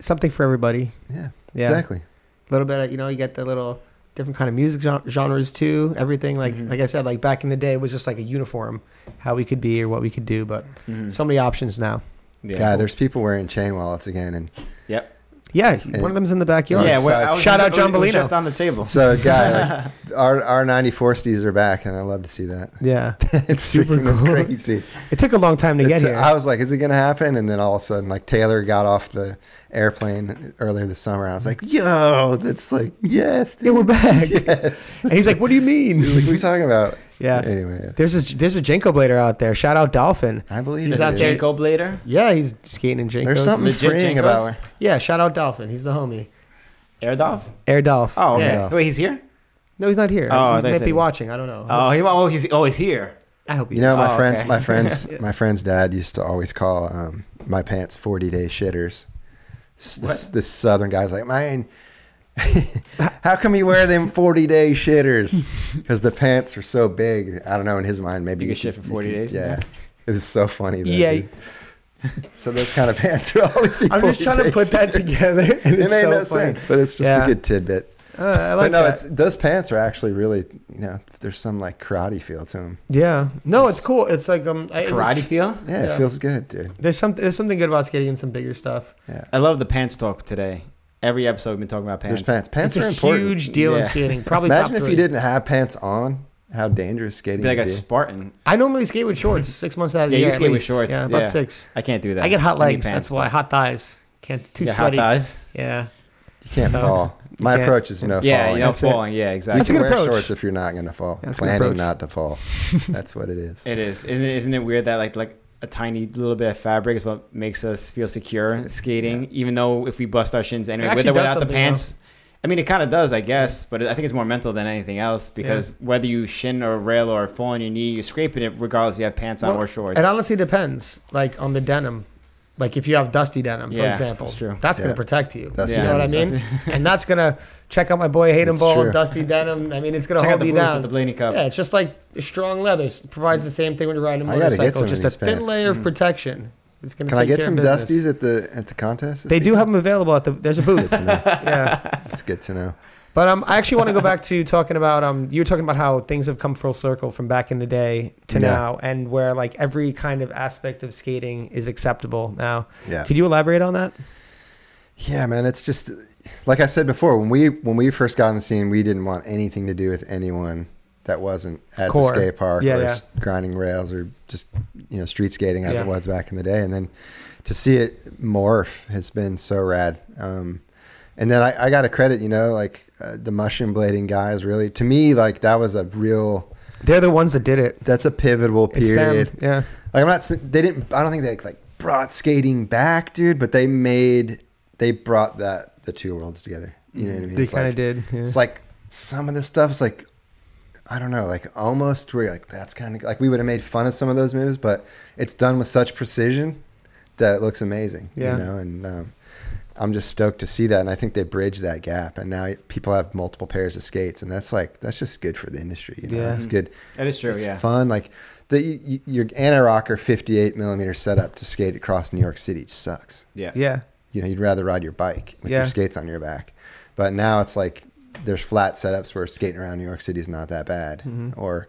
Something for everybody. yeah, Yeah. exactly. A little bit of, you know, you get the little different kind of music gen- genres too. Everything like Mm-hmm. like I said, like back in the day it was just like a uniform, how we could be or what we could do, but Mm-hmm. so many options now. Mm-hmm. Yeah. God, there's people wearing chain wallets again, and Yep. Yeah, one of them's in the backyard. Yeah, so well, I it's- was Shout just- out John it was Bellino. Just on the table. so guy, like, our our '94 stees are back, and I love to see that. Yeah. it's super cool. crazy. It took a long time to get It's- here. I was like, is it going to happen? And then all of a sudden, like Taylor got off the airplane earlier this summer. And I was like, yo, oh, that's like, yes, dude. yeah, we're back. yes. And he's like, "What do you mean?" Like, what are you talking about? Yeah. Anyway, yeah. There's this there's a Jenko blader out there. Shout out Dolphin. I believe He's it, out dude. there. Jacob later. Yeah, he's skating in Jenkos. There's something Legit freeing Jenkos? about it. Yeah, shout out Dolphin. He's the homie. Erdoff. Air Dolph. Oh, okay. Yeah. Wait, he's here? No, he's not here. Oh, I thought he you might said be he- watching. I don't know. Oh, he, oh he's always here. I hope he You know, is. my Oh, friends, okay. my friends, my friend's dad used to always call um, my pants 40 day shitters. S- This, this southern guy's like, man, how come you wear them 40 day shitters? Because the pants are so big. I don't know, in his mind, maybe You could can shit for 40 days? Yeah. It was so funny. Though, Yeah. dude. So those kind of pants are always be I'm just 40 trying to day put that shitters. together. And It made it's so funny. no sense, but it's just Yeah. a good tidbit. Uh, I like but no, that. it's those pants are actually really, you know, there's some like karate feel to them. yeah. No, it's cool. It's like um, I, it was- Karate feel? Yeah, Yeah. it feels good, dude. there's some there's something good about skating and some bigger stuff. Yeah. I love the pants talk today. Every episode we've been talking about There's pants. pants. Pants it's a are important. huge deal in Yeah. skating. Probably Imagine top if three. you didn't have pants on, how dangerous skating Be like would a be. Spartan. I normally skate with shorts six months out of the Yeah, you year. at skate with least. shorts, Yeah, about yeah. six. I can't do that. I get hot need legs. pants. That's why hot thighs. Can't too You get hot sweaty. thighs. Yeah. you can't fall. My can't. approach is yeah, no falling. you know, That's it. falling. Yeah, You exactly. That's a can good wear approach. shorts if you're not going to fall. That's a good Planning approach. not to fall. That's what it is. It is. Isn't it, isn't it weird that like like a tiny little bit of fabric is what makes us feel secure skating, even though if we bust our shins anyway, with actually or does without the something, pants. I mean, it kind of does, I guess, but I think it's more mental than anything else because whether you shin or rail or fall on your knee, you're scraping it regardless if you have pants on Well, or shorts. It honestly depends, like on the denim. Like if you have dusty denim, for Yeah, example, that's true. gonna Yeah. protect you. Dusty you know what I denim, mean? and that's gonna check out my boy Hayden It's Ball, true. dusty denim. I mean, it's gonna Check out hold the you booth with down. the Blaney Cup. yeah, it's just like strong leather It provides the same thing when you're riding a I gotta get motorcycle. some of Just a these thin pants. layer Mm. of protection. It's gonna. Can take I get care of some business. dusties at the at the contest? this They do have weekend? them available at the. There's a booth. yeah. It's good to know. But um, I actually want to go back to talking about um, you were talking about how things have come full circle from back in the day to Yeah. now, and where like every kind of aspect of skating is acceptable now. Yeah. Could you elaborate on that? Yeah, man, it's just like I said before. When we when we first got on the scene, we didn't want anything to do with anyone that wasn't at Core. the skate park Yeah, or yeah. s- grinding rails or just you know street skating as Yeah. it was back in the day. And then to see it morph has been so rad. Um, and then I, I got to credit, you know, like uh, the mushroom blading guys. Really, to me, like that was a real They're the ones that did it. That's a pivotal It's period. them. Yeah. Like I'm not. s- They didn't. I don't think they like brought skating back, dude. But they made. They brought that the two worlds together. You know what I mean? They It's kind like- of did. yeah. It's like some of the stuff is like, I don't know, like almost where you're like that's kind of like we would have made fun of some of those moves, but it's done with such precision that it looks amazing. Yeah. You know, and um, I'm just stoked to see that, and I think they bridged that gap, and now people have multiple pairs of skates, and that's like that's just good for the industry. You know, Yeah. it's good. That is true. It's yeah. fun. Like the you, you- your anti-rocker 58 millimeter setup to skate across New York City sucks yeah. yeah. you know, you'd rather ride your bike with Yeah. your skates on your back. But now it's like there's flat setups where skating around New York City is not that bad, Mm-hmm. or,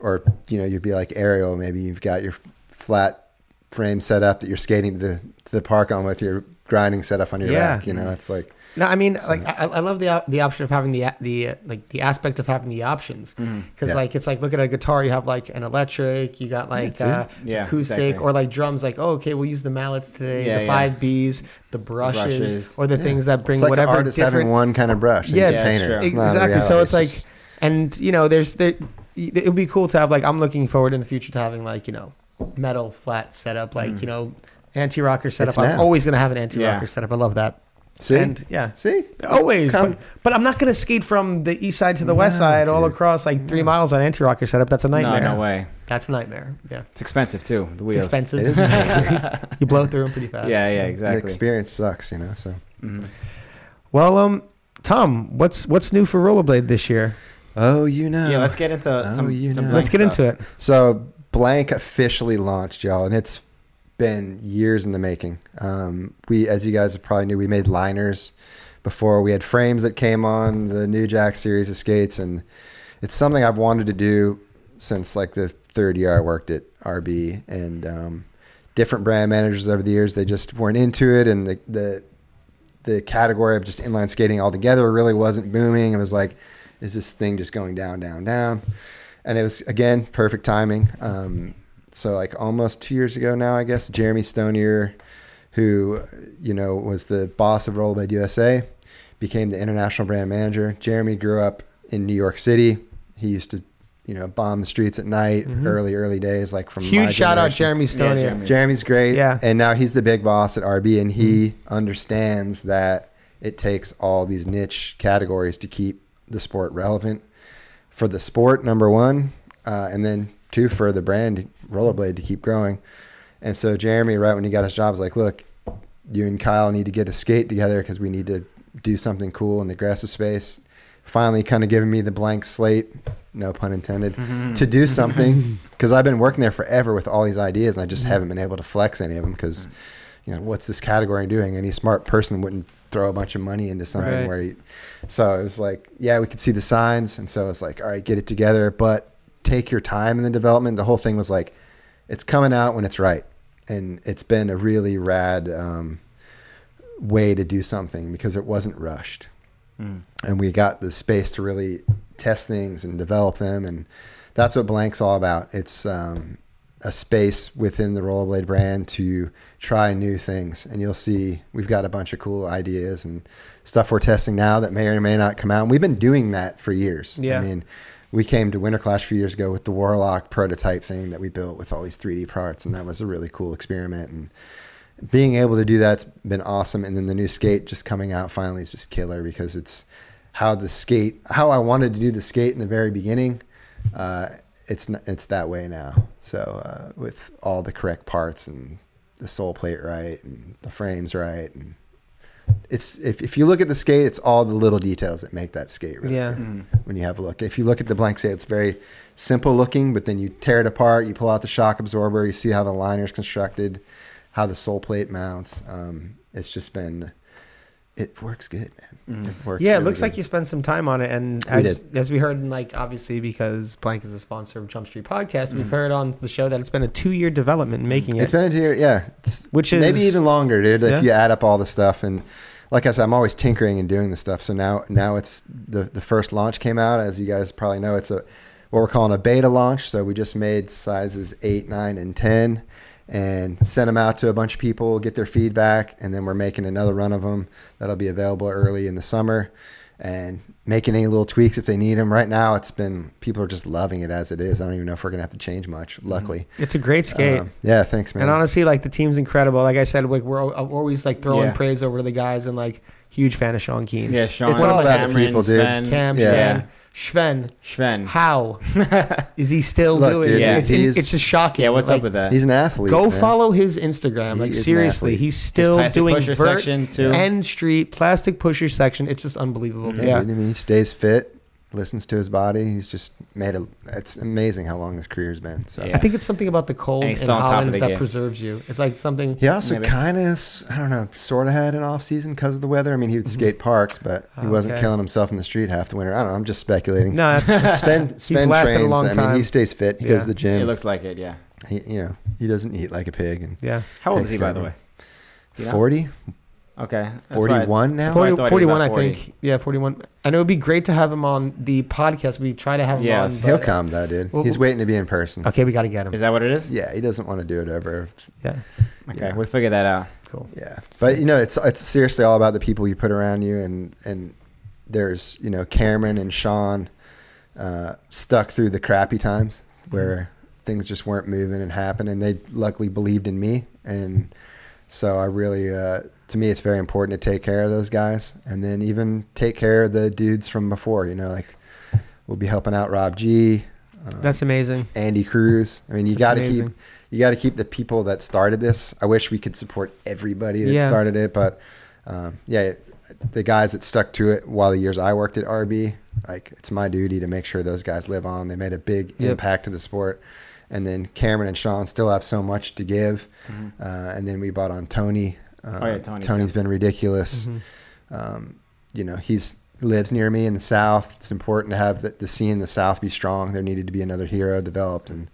or you know, you'd be like aerial. Maybe you've got your flat frame set up that you're skating to the to the park on with your grinding setup on your Yeah. back. You know, it's like No, I mean, like I, I love the op- the option of having the a- the uh, like the aspect of having the options Mm-hmm. because Yeah. like it's like look at a guitar, you have like an electric, you got like uh, it. Yeah, acoustic, exactly. or like drums. Like oh, okay, we'll use the mallets today, Yeah, the yeah. five Bs, the brushes, brushes. or the things that bring it's like whatever an artist different. having one kind of brush. and Yeah, he's a Yeah, it's painter. true. not exactly. So reality. it's like, just- and you know, there's there. It would be cool to have like I'm looking forward in the future to having like you know metal flat setup, like you know anti rocker setup. It's I'm now. always gonna have an anti rocker Mm. Yeah. setup. I love that. see, and- yeah. see, Always, Come- but, but I'm not going to skate from the east side to the west No, side all dude. across like three miles on anti rocker setup. That's a No, nightmare. no way. That's a nightmare. Yeah, It's expensive too. The it's wheels. expensive. it is. expensive. you blow through them pretty fast. Yeah, yeah, the exactly. experience sucks. You know, so. Mhm. Well, um, Tom, what's what's new for rollerblade this year? Oh, you know. Yeah, let's get into some. Oh, you some know. blank Let's get stuff. into it. So Blank officially launched, y'all, and it's been years in the making. Um, we, as you guys probably knew, we made liners before. We had frames that came on the New Jack series of skates, and it's something I've wanted to do since like the third year I worked at RB, and um, different brand managers over the years they just weren't into it, and the the the category of just inline skating altogether really wasn't booming. It was like, is this thing just going down, down, down? And it was again perfect timing. Um, so like almost two years ago now, I guess Jeremy Stonier, who you know was the boss of Rollerblade USA, became the international brand manager. Jeremy grew up in New York City. He used to, you know, bomb the streets at night, early early days, like from my Mm-hmm. Huge shout out generation. Jeremy Stone. Jeremy. Jeremy's great. Yeah. And now he's the big boss at RB and he understands that it takes all these niche categories to keep the sport relevant for the sport, number one, uh, and then two, for the brand rollerblade to keep growing. And so Jeremy, right when he got his job, was like, look, you and Kyle need to get a skate together because we need to do something cool in the aggressive space. Finally, kind of giving me the blank slate, no pun intended, to do something because I've been working there forever with all these ideas and I just haven't been able to flex any of them because, you know, what's this category doing? Any smart person wouldn't throw a bunch of money into something Right. where you. So it was like, yeah, we could see the signs. And so it's like, all right, get it together, but take your time in the development. The whole thing was like, it's coming out when it's right. And it's been a really rad um, way to do something because it wasn't rushed. And we got the space to really test things and develop them. And that's what Blank's all about. It's um, a space within the Rollerblade brand to try new things. And you'll see we've got a bunch of cool ideas and stuff we're testing now that may or may not come out. And we've been doing that for years. Yeah. I mean, we came to Winter Clash a few years ago with the Warlock prototype thing that we built with all these 3D parts. And that was a really cool experiment. And being able to do that's been awesome and then the new skate just coming out finally is just killer because it's how the skate how i wanted to do the skate in the very beginning uh, it's n it's that way now so uh, with all the correct parts and the sole plate right and the frames right and it's if, if you look at the skate it's all the little details that make that skate really Yeah. good when you have a look. If you look at the blank skate, it's very simple looking, but then you tear it apart, you pull out the shock absorber, you see how the liner's constructed, how the sole plate mounts. Um, it's just been, it works good, man. It works. Yeah, it really looks good. like you spent some time on it, and We as, did. as we heard, in like obviously because Blank is a sponsor of Jump Street Podcast, we've heard on the show that it's been a two-year development in making it. Mm-hmm. It's been a year, yeah. It's Which maybe is- even longer, dude. If Yeah. you add up all the stuff, and like I said, I'm always tinkering and doing the stuff. So now, now it's the the first launch came out. As you guys probably know, it's a what we're calling a beta launch. So we just made sizes eight, nine, and ten, and sent them out to a bunch of people, get their feedback, and then we're making another run of them that'll be available early in the summer. and making any little tweaks if they need them. Right now, it's been people are just loving it as it is. I don't even know if we're gonna have to change much. Luckily, It's a great skate. Um, yeah. Thanks, man. and honestly, like the team's incredible. Like I said, like we're al- I'm always like throwing Yeah. praise over to the guys and like huge fan of Sean Keane. Yeah, Sean. It's all about the Cameron, people, dude. Sven, Cam, yeah. Sven, Sven, Sven. how is he still Look, doing dude, it? Yeah. It's, it's he's- just shocking. Yeah, what's Like, up with that? he's an athlete. Go man. follow his Instagram. He Like is an seriously, athlete. he's still plastic doing pusher vert section, too. end street plastic pusher section. It's just unbelievable. Yeah, Yeah, dude, I mean, he stays fit, listens to his body. He's just made a. It's amazing how long his career's been. So Yeah. I think it's something about the cold And in he's still on top of Holland the that game. preserves you. It's like something. he also Maybe. kind of, I don't know, sort of had an off season because of the weather. I mean, he would skate parks, but he wasn't Mm-hmm. Oh, Okay. killing himself in the street half the winter. I don't know. I'm just speculating. No, that's, Sven, Sven lasted a trains. long I mean, time. he stays fit. He Yeah. goes to the gym. It looks like it. Yeah. he, you know, he doesn't eat like a pig. And yeah. How old Thanks, is he, by the way? Cameron. You know? 40, Okay. that's why I- 41 now. That's why I 40, thought he was 41, about I 40. think. Yeah, 41. And it would be great to have him on the podcast. We try to have him Yes. on. He'll but- come though, dude. Well, He's waiting to be in person. Okay, we got to get him. Is that what it is? Yeah, he doesn't want to do it over. Yeah, Okay, Yeah. we'll figure that out. cool. Yeah, but you know, it's it's seriously all about the people you put around you, and and there's you know Cameron and Sean uh, stuck through the crappy times where things just weren't moving and happening. They luckily believed in me, and so I really, uh, to me, it's very important to take care of those guys, and then even take care of the dudes from before. You know, like we'll be helping out Rob G. um, That's amazing. Andy Cruz. I mean, you got to keep amazing. you got to keep the people that started this. I wish we could support everybody that Yeah. started it, but um, yeah, the guys that stuck to it while the years I worked at RB, like it's my duty to make sure those guys live on. They made a big Yep. impact to the sport. And then Cameron and Sean still have so much to give. Uh, and then we bought on Tony. Uh, Oh, yeah, Tony, too. Tony's been ridiculous. Um, you know, he's lives near me in the South. It's important to have the, the scene in the South be strong. There needed to be another hero developed, and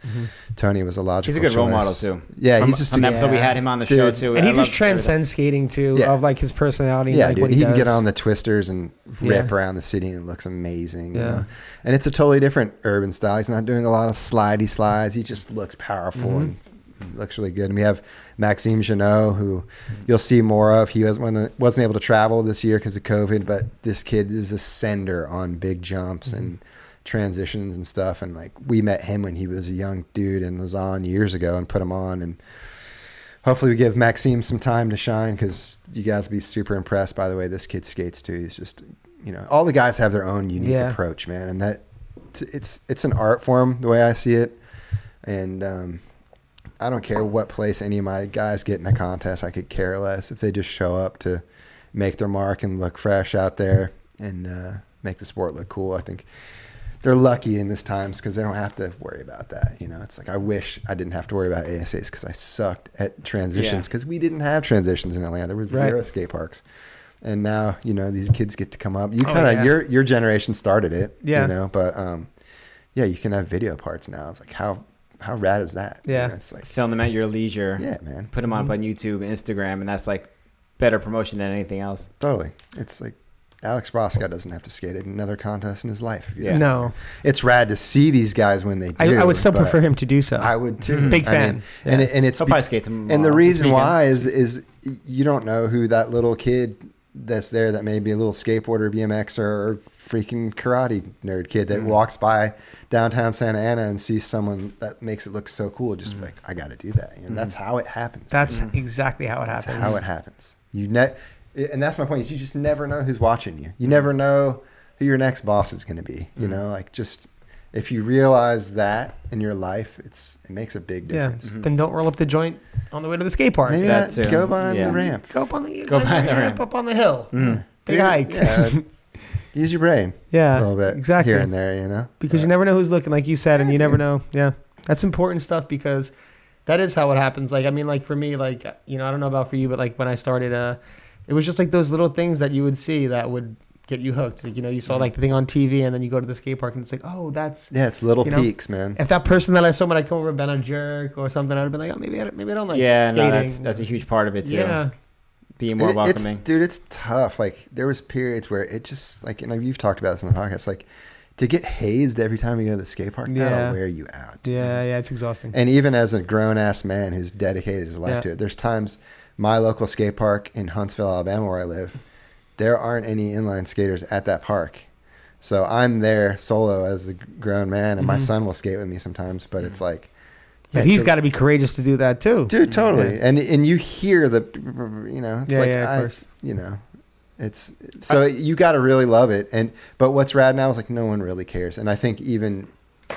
Tony was a logical. Mm-hmm. He's a good role choice. model too. Yeah, From- he's just from the yeah, episode we had him on the show Dude. too. And I he love- just transcends skating too, Yeah. of like his personality and yeah, like dude. what He, he, can does. get on the twisters and rip Yeah. around the city, and it looks amazing. Yeah. You know? and it's a totally different urban style. He's not doing a lot of slidey slides. He just looks powerful Mm-hmm. and looks really good. And we have Maxime Janot, who you'll see more of. He was one wasn't able to travel this year because of COVID, but this kid is a sender on big jumps Mm-hmm. and transitions and stuff. And like we met him when he was a young dude and was on years ago, and put him on and. Hopefully, we give Maxime some time to shine because you guys will be super impressed by the way this kid skates too. He's just, you know, all the guys have their own unique Yeah. approach, man, and that it's, it's it's an art form the way I see it. And um, I don't care what place any of my guys get in a contest. I could care less if they just show up to make their mark and look fresh out there and uh, make the sport look cool. I think they're lucky in this times because they don't have to worry about that. You know, it's like I wish I didn't have to worry about ASAs because I sucked at transitions Yeah. because we didn't have transitions in Atlanta. There was Right. zero skate parks. And now, you know, these kids get to come up. You Oh, kind of yeah. your your generation started it, Yeah. you know, but um yeah, you can have video parts now. It's like how how rad is that? You Yeah. know, it's like film them at your leisure. yeah, Mm-hmm. man. Put them up on YouTube, Instagram, and that's like better promotion than anything else. Totally. It's like Alex Roscoe doesn't have to skate at another contest in his life. if he Yeah. doesn't. No, It's rad to see these guys when they do. I, I would still but prefer him to do so. I would too. Big I mean, fan. and it, and it's He'll be- probably skate tomorrow. and the reason This weekend. why is is you don't know who that little kid that's there that may be a little skateboarder, BMX, or freaking karate nerd kid that Mm-hmm. walks by downtown Santa Ana and sees someone that makes it look so cool. Just Mm-hmm. like I got to do that. Mm-hmm. You know, That's how it happens. That's exactly how it That's happens. how it happens. You ne- and that's my point. Is you just never know who's watching you. You never know who your next boss is going to be. Mm-hmm. You know, like just if you realize that in your life, it's it makes a yeah. big Mm-hmm. difference. Mm-hmm. Then don't roll up the joint on the way to the skate park. Maybe That not too. go behind Yeah. the ramp. Go up on the Go behind the ramp. up on the hill. Take a hike. Mm. Yeah, use your brain Yeah, a little bit. exactly. Here and there, you know? because you But never know who's looking, like you said, and you never dude. know. Yeah, that's important stuff because that is how it happens. Like I mean, like for me, like you know, I don't know about for you, but like when I started, uh, it was just like those little things that you would see that would get you hooked. Like you know, you saw like the thing on TV, and then you go to the skate park, and it's like, oh, that's. Yeah, it's little you know, peaks, man. If that person that I saw when I come over had been a jerk or something, I'd have been like, oh, maybe I, don't- maybe I don't like yeah, skating. no, that's that's a huge part of it too. yeah, Being more It- it's, welcoming. dude, it's tough. Like there was periods where it just like, and you've talked about this on the podcast, like to get hazed every time you go to the skate park, Yeah. that'll wear you out. yeah, yeah. It's exhausting. And even as a grown ass man who's dedicated his life Yeah. to it, there's times my local skate park in Huntsville, Alabama, where I live, there aren't any inline skaters at that park. So I'm there solo as a grown man, and my Mm-hmm. son will skate with me sometimes. But it's like, Yeah, man, he's to- got to be courageous to do that too. dude, totally. And and you hear the, you know, it's Yeah, like, yeah, of I- course. you know, it's so you got to really love it. And but what's rad now is like no one really cares, and I think even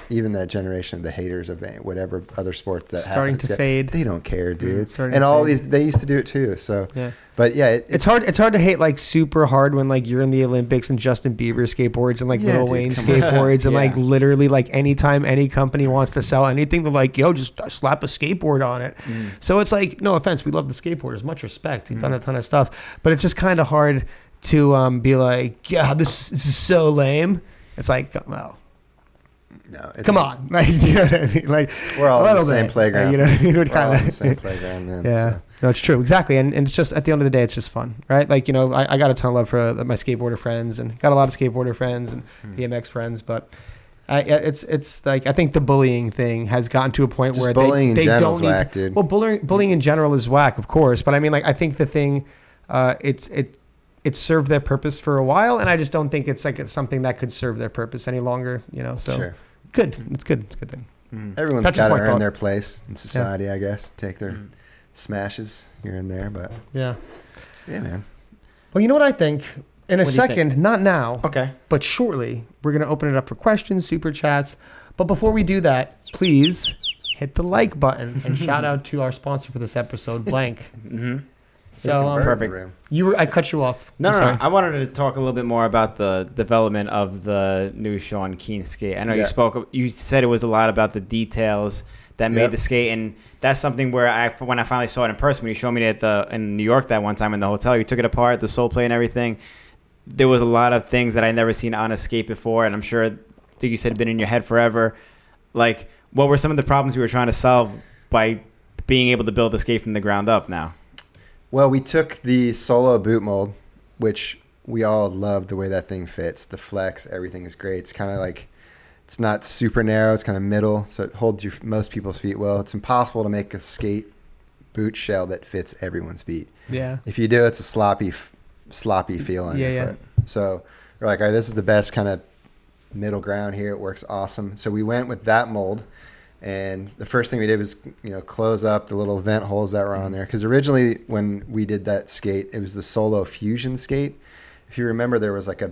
even that generation of the haters of whatever other sports that Starting happen to skate, fade. Mm-hmm. they don't care, dude. starting and to all fade. these they used to do it too. So, Yeah. but yeah, it, It's hard. It's hard to hate like super hard when like you're in the Olympics and Justin Bieber skateboards and like Yeah, Lil dude, Wayne come on. skateboards and Yeah. like literally like anytime any company wants to sell anything, they're like, "Yo, just slap a skateboard on it." Mm. So it's like, no offense, we love the skateboarders, much respect. We've done a ton of stuff, but it's just kind of hard to um, be like, "Yeah, this, this is so lame." It's like, well, no, it's, come on, like, you know what I mean? Like We're all a on the little same bit, playground. You know, what I mean? We're We're all kinda- on the same playground, man. yeah. so. No, it's true. Exactly. And, and it's just at the end of the day, it's just fun, right? Like, you know, I, I got a ton of love for uh, my skateboarder friends and got a lot of skateboarder friends and Hmm. BMX friends, but I, I- it's, it's like, I think the bullying thing has gotten to a point Just where bullying in they, they general's don't need, whack, to, dude. Hmm. well, bullying, bullying in general is whack, of course. But I mean, like, I think the thing, uh, it's, it, it served their purpose for a while. And I just don't think it's like, it's something that could serve their purpose any longer, you know? So Sure. Hmm. good. It's good. It's a good thing. Everyone's That's got just to my earn thought. their place in society, I guess. Take their Mm. Mm. smashes here and there, but Yeah. yeah, man. Well, you know what I think? In a What do you think? second, not now. Okay. But shortly, we're going to open it up for questions, super chats. But before we do that, please hit the like button and shout out to our sponsor for this episode, Blank. Mm-hmm. So um, Perfect. Room. you were I cut you off. No, I'm no, sorry. no. I wanted to talk a little bit more about the development of the new Sean Keen skate. I know Yeah. you spoke, you said it was a lot about the details that made Yep. the skate, and that's something where I, when I finally saw it in person, when you showed me it at the in New York that one time in the hotel, you took it apart, the sole plate and everything. There was a lot of things that I never seen on a skate before, and I'm sure, I think you said, been in your head forever. Like, what were some of the problems you were trying to solve by being able to build the skate from the ground up now? Well, we took the solo boot mold, which we all love the way that thing fits. The flex, everything is great. It's kind of like it's not super narrow. It's kind of middle, so it holds your most people's feet well. It's impossible to make a skate boot shell that fits everyone's feet. Yeah. If you do, it's a sloppy, f- sloppy feel on Yeah, your yeah. foot. So we're like, all right, this is the best kind of middle ground here. It works awesome. So we went with that mold, and the first thing we did was you know close up the little vent holes that were on Mm-hmm. there because originally when we did that skate, it was the Solo Fusion skate. If you remember, there was like a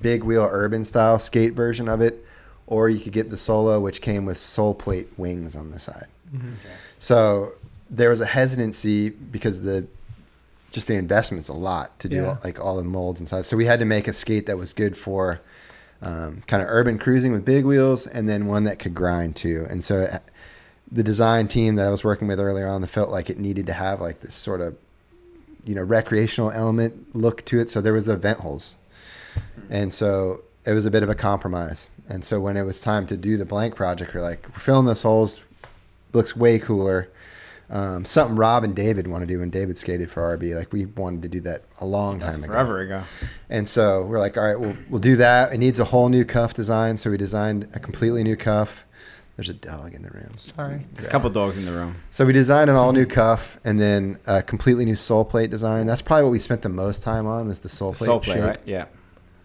big wheel urban style skate version of it, or you could get the Solo, which came with sole plate wings on the side. So there was a hesitancy because the just the investment's a lot to do Yeah. like all the molds and size. So we had to make a skate that was good for um, kind of urban cruising with big wheels, and then one that could grind too. And so it- the design team that I was working with earlier on felt like it needed to have like this sort of you know recreational element look to it. So there was the vent holes, and so it was a bit of a compromise. And so when it was time to do the blank project, we're like, we're filling those holes. Looks way cooler um, something Rob and David want to do when David skated for RB. Like we wanted to do that a long time That's ago. forever ago. And so we're like, all right, we'll, we'll do that. It needs a whole new cuff design. So we designed a completely new cuff. There's a dog in the room. Sorry. There's a couple dogs in the room. So we designed an all new cuff and then a completely new sole plate design. That's probably what we spent the most time on was the sole plate Sole plate, shape. right? Yeah.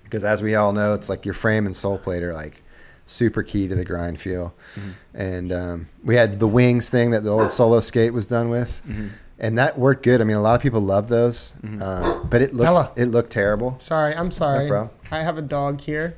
because as we all know, it's like your frame and sole plate are like super key to the grind feel. Mm-hmm. And um, we had the wings thing that the old solo skate was done with, Mm-hmm. and that worked good. I mean, a lot of people love those, uh, but it looked Bella. it looked terrible. Sorry. I'm sorry. No problem. I have a dog here.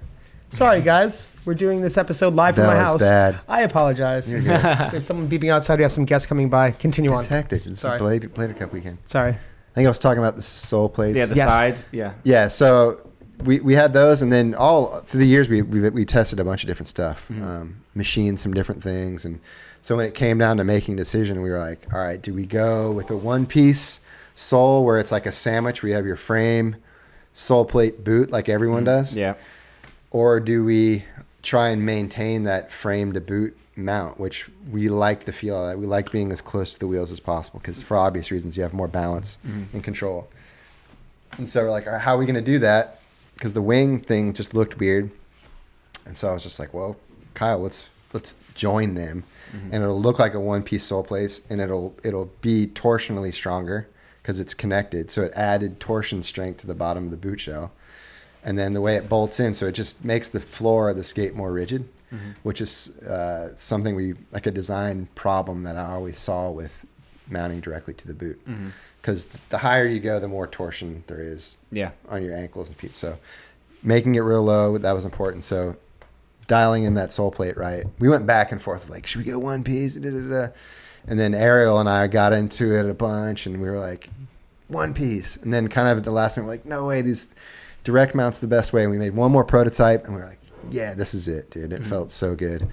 Sorry, guys. We're doing this episode live from That my was house. bad. I apologize. There's someone beeping outside. We have some guests coming by. Continue on. It's hectic. It's Sorry. a Blade, Blader Cup weekend. Sorry. I think I was talking about the sole plates. Yeah, the Yes. sides. Yeah. Yeah, so we, we had those, and then all through the years we we, we tested a bunch of different stuff, um, machined some different things, and so when it came down to making a decision, we were like, all right, do we go with a one piece sole where it's like a sandwich, where you have your frame, sole plate, boot, like everyone does, Yeah. or do we try and maintain that frame to boot mount, which we like the feel of that. We like being as close to the wheels as possible because, for obvious reasons, you have more balance and control. And so we're like, "All right, how are we going to do that? Because the wing thing just looked weird, and so I was just like, well, Kyle, let's let's join them, and it'll look like a one piece sole place, and it'll it'll be torsionally stronger because it's connected. So it added torsion strength to the bottom of the boot shell. And then the way it bolts in, so it just makes the floor of the skate more rigid, which is uh, something we like a design problem that I always saw with mounting directly to the boot. Because the higher you go, the more torsion there is Yeah. on your ankles and feet. So making it real low, that was important. So dialing in that sole plate right. We went back and forth like, should we go one piece? Da, da, da, da. And then Ariel and I got into it a bunch and we were like, one piece. And then kind of at the last minute, we're like, no way, these direct mounts the best way. And we made one more prototype and we were like, yeah, this is it, dude. It felt so good.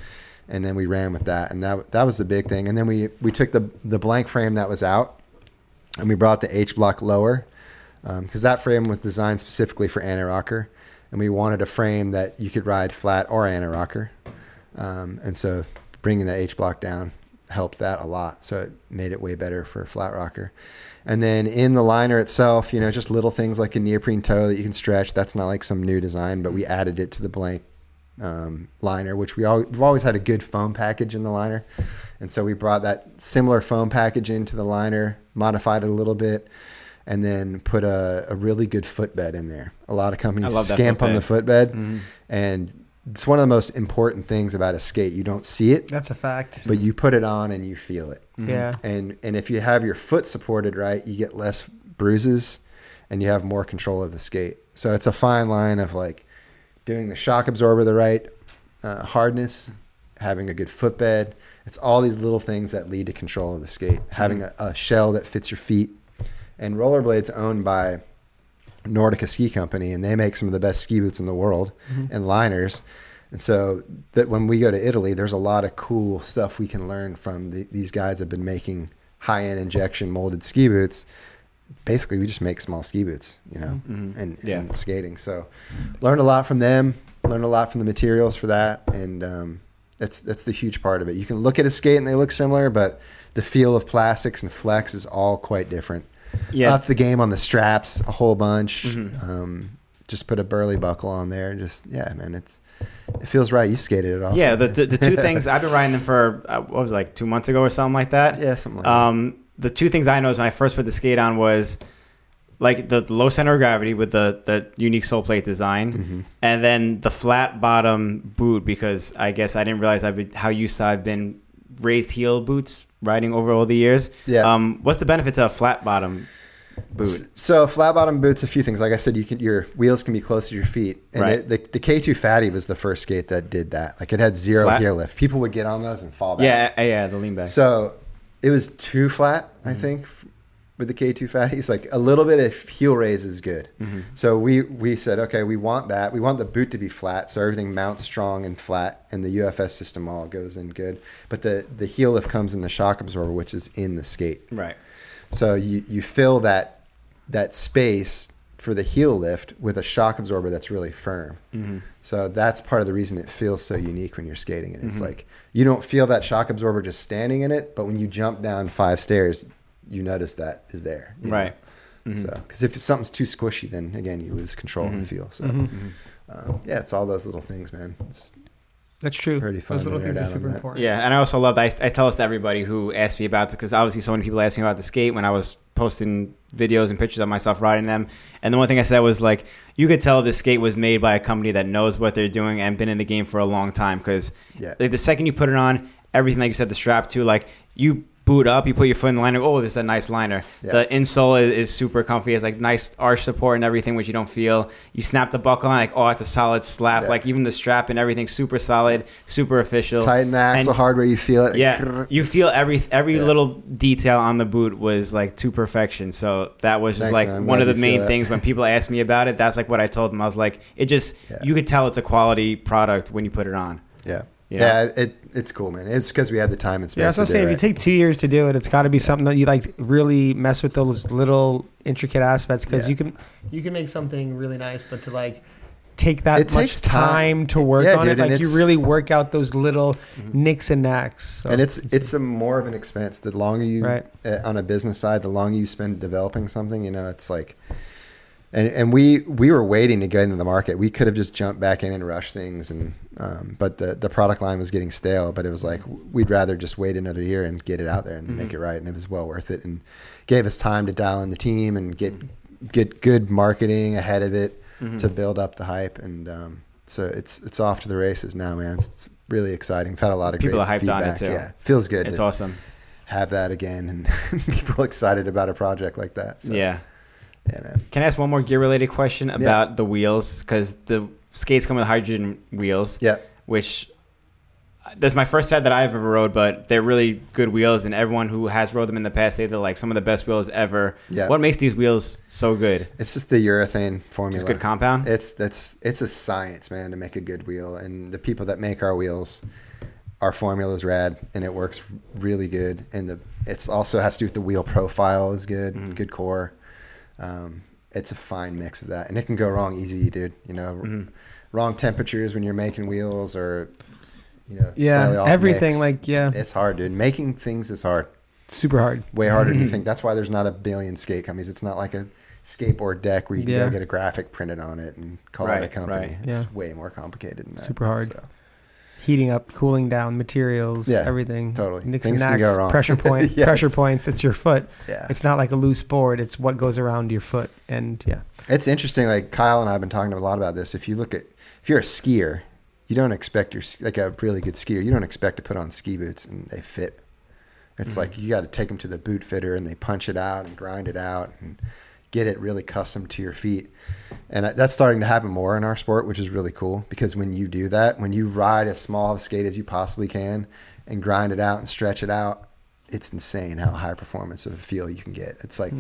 And then we ran with that, and that that was the big thing. And then we we took the the blank frame that was out, and we brought the H block lower because that frame was designed specifically for anti-rocker, and we wanted a frame that you could ride flat or anti-rocker, um, and so bringing the H block down helped that a lot. So it made it way better for a flat rocker, and then in the liner itself, you know, just little things like a neoprene toe that you can stretch. That's not like some new design, but we added it to the blank um, liner, which we all, we've always had a good foam package in the liner. And so we brought that similar foam package into the liner, modified it a little bit, and then put a, a really good footbed in there. A lot of I companies love that scamp on the footbed. And it's one of the most important things about a skate. You don't see it, That's a fact. but you put it on and you feel it Yeah. and and if you have your foot supported right, you get less bruises, and you have more control of the skate. So it's a fine line of like doing the shock absorber the right uh, hardness, having a good footbed. It's all these little things that lead to control of the skate. Having a, a shell that fits your feet, and rollerblades owned by Nordica Ski Company, and they make some of the best ski boots in the world and liners. And so that when we go to Italy, there's a lot of cool stuff we can learn from the, these guys have been making high-end injection molded ski boots. Basically, we just make small ski boots, you know, and, Yeah. and skating. So learned a lot from them. Learned a lot from the materials for that, and um, that's that's the huge part of it. You can look at a skate and they look similar, but the feel of plastics and flex is all quite different Yeah. Mm-hmm. up the game on the straps a whole bunch. Um, just put a burly buckle on there. and Just yeah, man, it's it feels right. You skated it all. Yeah, the, the, the two things I've been riding them for uh, what was it, like two months ago or something like that. Yeah, something like um, the two things I noticed when I first put the skate on was like the low center of gravity with the the unique sole plate design, Mm-hmm. and then the flat bottom boot because I guess I didn't realize I've been, how used I've been raised heel boots riding over all the years. Yeah. Um, what's the benefit to a flat bottom boot? S- So flat bottom boots, a few things. Like I said, you can your wheels can be close to your feet. And Right. it, the the K two Fatty was the first skate that did that. Like it had zero Flat? heel lift. People would get on those and fall back. yeah, yeah, yeah, the lean back. So it was too flat, I think, f- with the K2 fatties. Like a little bit of heel raise is good. So we we said, okay, we want that. We want the boot to be flat, so everything mounts strong and flat, and the UFS system all goes in good. But the the heel lift comes in the shock absorber, which is in the skate. right. So you you fill that that space for the heel lift with a shock absorber that's really firm. Mm-hmm. So that's part of the reason it feels so unique when you're skating. And Mm-hmm. it's like you don't feel that shock absorber just standing in it, but when you jump down five stairs, you notice that is there. you know? Right. Mm-hmm. So because if something's too squishy, then again you lose control and feel. So Mm-hmm. Mm-hmm. um, yeah, it's all those little things, man. It's That's true. Pretty fun Those little to narrow things are down on super that. important. Yeah, and I also love that I, I tell this to everybody who asked me about it because obviously so many people asked me about the skate when I was posting videos and pictures of myself riding them. And the one thing I said was like, you could tell this skate was made by a company that knows what they're doing and been in the game for a long time because Yeah. like the second you put it on, everything like you said, the strap too, like you boot up, you put your foot in the liner. Oh, this is a nice liner. Yeah. The insole is, is super comfy. It's like nice arch support and everything, which you don't feel. You snap the buckle on, like oh, it's a solid slap. Yeah. Like even the strap and everything, super solid, super official. tighten the axle And- hard where you feel it. yeah, you feel every every Yeah. little detail on the boot was like to perfection. So that was just Thanks, like man. I'm one of glad the you feel main that. things when people asked me about it. That's like what I told them. I was like, it just Yeah. you could tell it's a quality product when you put it on. yeah, You yeah. It it's cool, man. It's because we had the time and space. Yeah, that's what to I'm do saying. it. If you take two years to do it, it's got to be something that you like really mess with those little intricate aspects because Yeah. you can you can make something really nice, but to like take that It much takes time. time. to work Yeah, on dude, it, and like you it's- Mm-hmm. really work out those little nicks and knacks. So and it's it's a more of an expense. The longer you eh, Right. uh, on a business side, the longer you spend developing something, you know, it's like and and we we were waiting to get into the market. We could have just jumped back in and rushed things, and um, but the the product line was getting stale. But it was like we'd rather just wait another year and get it out there Mm-hmm. and make it right, and it was well worth it, and gave us time to dial in the team and get get good marketing ahead of it Mm-hmm. to build up the hype, and um, so it's it's off to the races now, man. It's, it's really exciting. I've had a lot of People great are hyped on feedback. it, too. Yeah, feels good. It's to awesome. Have that again, and people excited about a project like that. So, Yeah. yeah, man. Can I ask one more gear related question about the wheels? Because the skates come with hydrogen wheels, Yeah. which that's my first set that I've ever rode, but they're really good wheels. And everyone who has rode them in the past, say they're like some of the best wheels ever. Yeah. What makes these wheels so good? It's just the urethane formula. Just good compound? It's that's it's a science, man, to make a good wheel. And the people that make our wheels, our formula's rad, and it works really good. And the it's also has to do with the wheel profile is good, Mm-hmm. good core. Um, it's a fine mix of that, and it can go wrong easy, dude. You know, Mm-hmm. wrong temperatures when you're making wheels, or you know, slightly Yeah, off everything mix. like yeah, it's hard, dude. Making things is hard super hard. way harder Mm-hmm. than you think. That's why there's not a billion skate companies. It's not like a skateboard deck where you can Yeah. go get a graphic printed on it and call Right, it a company. right. It's Yeah. way more complicated than that. Super hard. So, Heating up, cooling down, materials, Yeah, everything. totally. Nicks Things and can knacks, go wrong. pressure point, Yeah, pressure points. It's your foot. yeah. It's, It's not like a loose board. It's what goes around your foot, and yeah, interesting. Like Kyle and I have been talking a lot about this. If you look at, if you're a skier, you don't expect your, s- like a really good skier, you don't expect to put on ski boots and they fit. It's like you got to take them to the boot fitter and they punch it out and grind it out and get it really custom to your feet. And I- that's starting to happen more in our sport, which is really cool because when you do that, when you ride as small of a skate as you possibly can and grind it out and stretch it out, it's insane how high performance of a feel you can get. It's like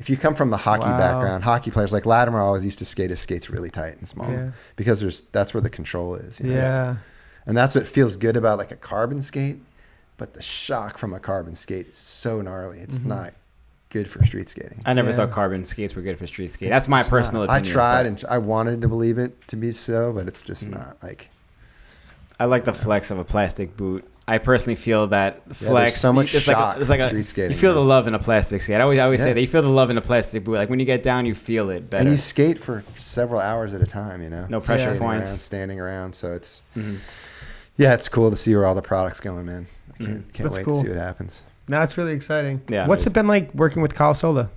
if you come from the hockey Wow. background, hockey players like Latimer always used to skate his skates really tight and small Yeah. because there's that's where the control is. you know? yeah. And that's what feels good about like a carbon skate, but the shock from a carbon skate is so gnarly. It's Mm-hmm. not good for street skating. I never Yeah. thought carbon skates were good for street skate. It's That's my just personal not. opinion. I tried but and I wanted to believe it to be so, but it's Mm. just not like I like the flex of a plastic boot. I personally feel that flex. so much it's like a- shock it's like a, street skating, You feel the man. love in a plastic skate. I always, I always say Yeah. that you feel the love in a plastic boot. Like when you get down, you feel it better. and you skate for several hours at a time, you know. No pressure Skating points. around, standing around, so it's Mm-hmm. yeah, it's cool to see where all the products going, man. I can't, can't Mm. That's wait cool. to see what happens. No, it's really exciting. Yeah, it What's is. it been like working with Kyle Sola?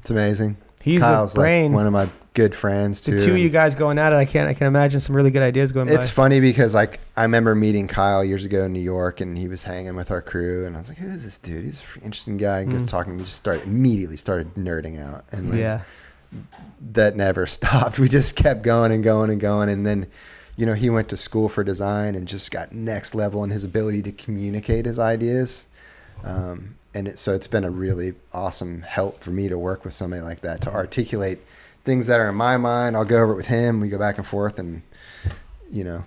It's amazing. He's Kyle's a brain. like one of my good friends the too. two of and- you guys going at it, I can't. I can imagine some really good ideas going. It's by. funny because like I remember meeting Kyle years ago in New York, and he was hanging with our crew, and I was like, "Who is this dude? He's an interesting guy." And just talking, we just started immediately started nerding out, and like, Mm. yeah, that never stopped. We just kept going and going and going, and then you know he went to school for design and just got next level in his ability to communicate his ideas. Um, and it, so it's been a really awesome help for me to work with somebody like that to articulate things that are in my mind. I'll go over it with him. We go back and forth, and you know,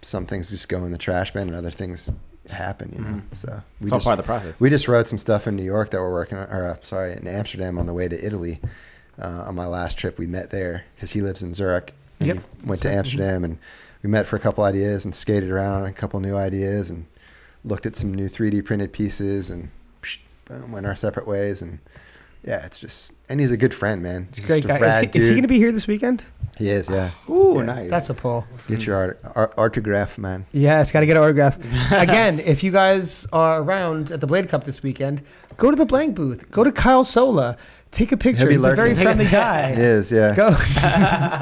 some things just go in the trash bin, and other things happen. You know, so we it's all just- part of the process. we just wrote some stuff in New York that we're working on, or uh, sorry, in Amsterdam on the way to Italy. Uh, on my last trip, we met there because he lives in Zurich. And Yep. he went to Amsterdam and we met for a couple ideas and skated around on a couple new ideas and looked at some new 3D printed pieces and psh, boom, went our separate ways. And yeah, it's just, and he's a good friend, man. He's great just guy. a Is rad he, is he dude. going to be here this weekend? He is, yeah. Ooh, Yeah. nice. That's a pull. Get your art, art, autograph, man. Yeah, it's got to get an autograph. Again, if you guys are around at the Blade Cup this weekend, go to the blank booth. Go to Kyle Sola. Take a picture. be He's a very lurking. friendly He guy. is, yeah. Oh, Go.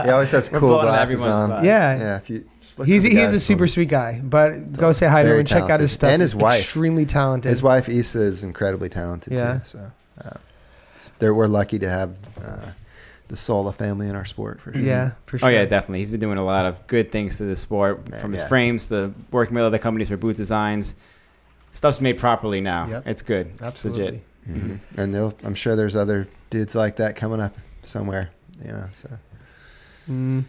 He always has We're cool blowing up glasses everyone's on. spot. Yeah. Yeah, if you just look He's, for the he's guys a on- super sweet guy, but go say hi to him Very and check out his talented. stuff. And his wife. Extremely talented. His wife Issa is incredibly talented Yeah. too. So uh, it's- they're- we're lucky to have uh, the Sola family in our sport for sure. Yeah, Oh for sure. yeah, definitely. He's been doing a lot of good things to the sport, Man, from his yeah. frames, the working with other companies for boot designs. Stuff's made properly now. Yep. It's good. It's Absolutely. legit. Mhm. and they'll, I'm sure there's other dudes like that coming up somewhere. You know, so Mm.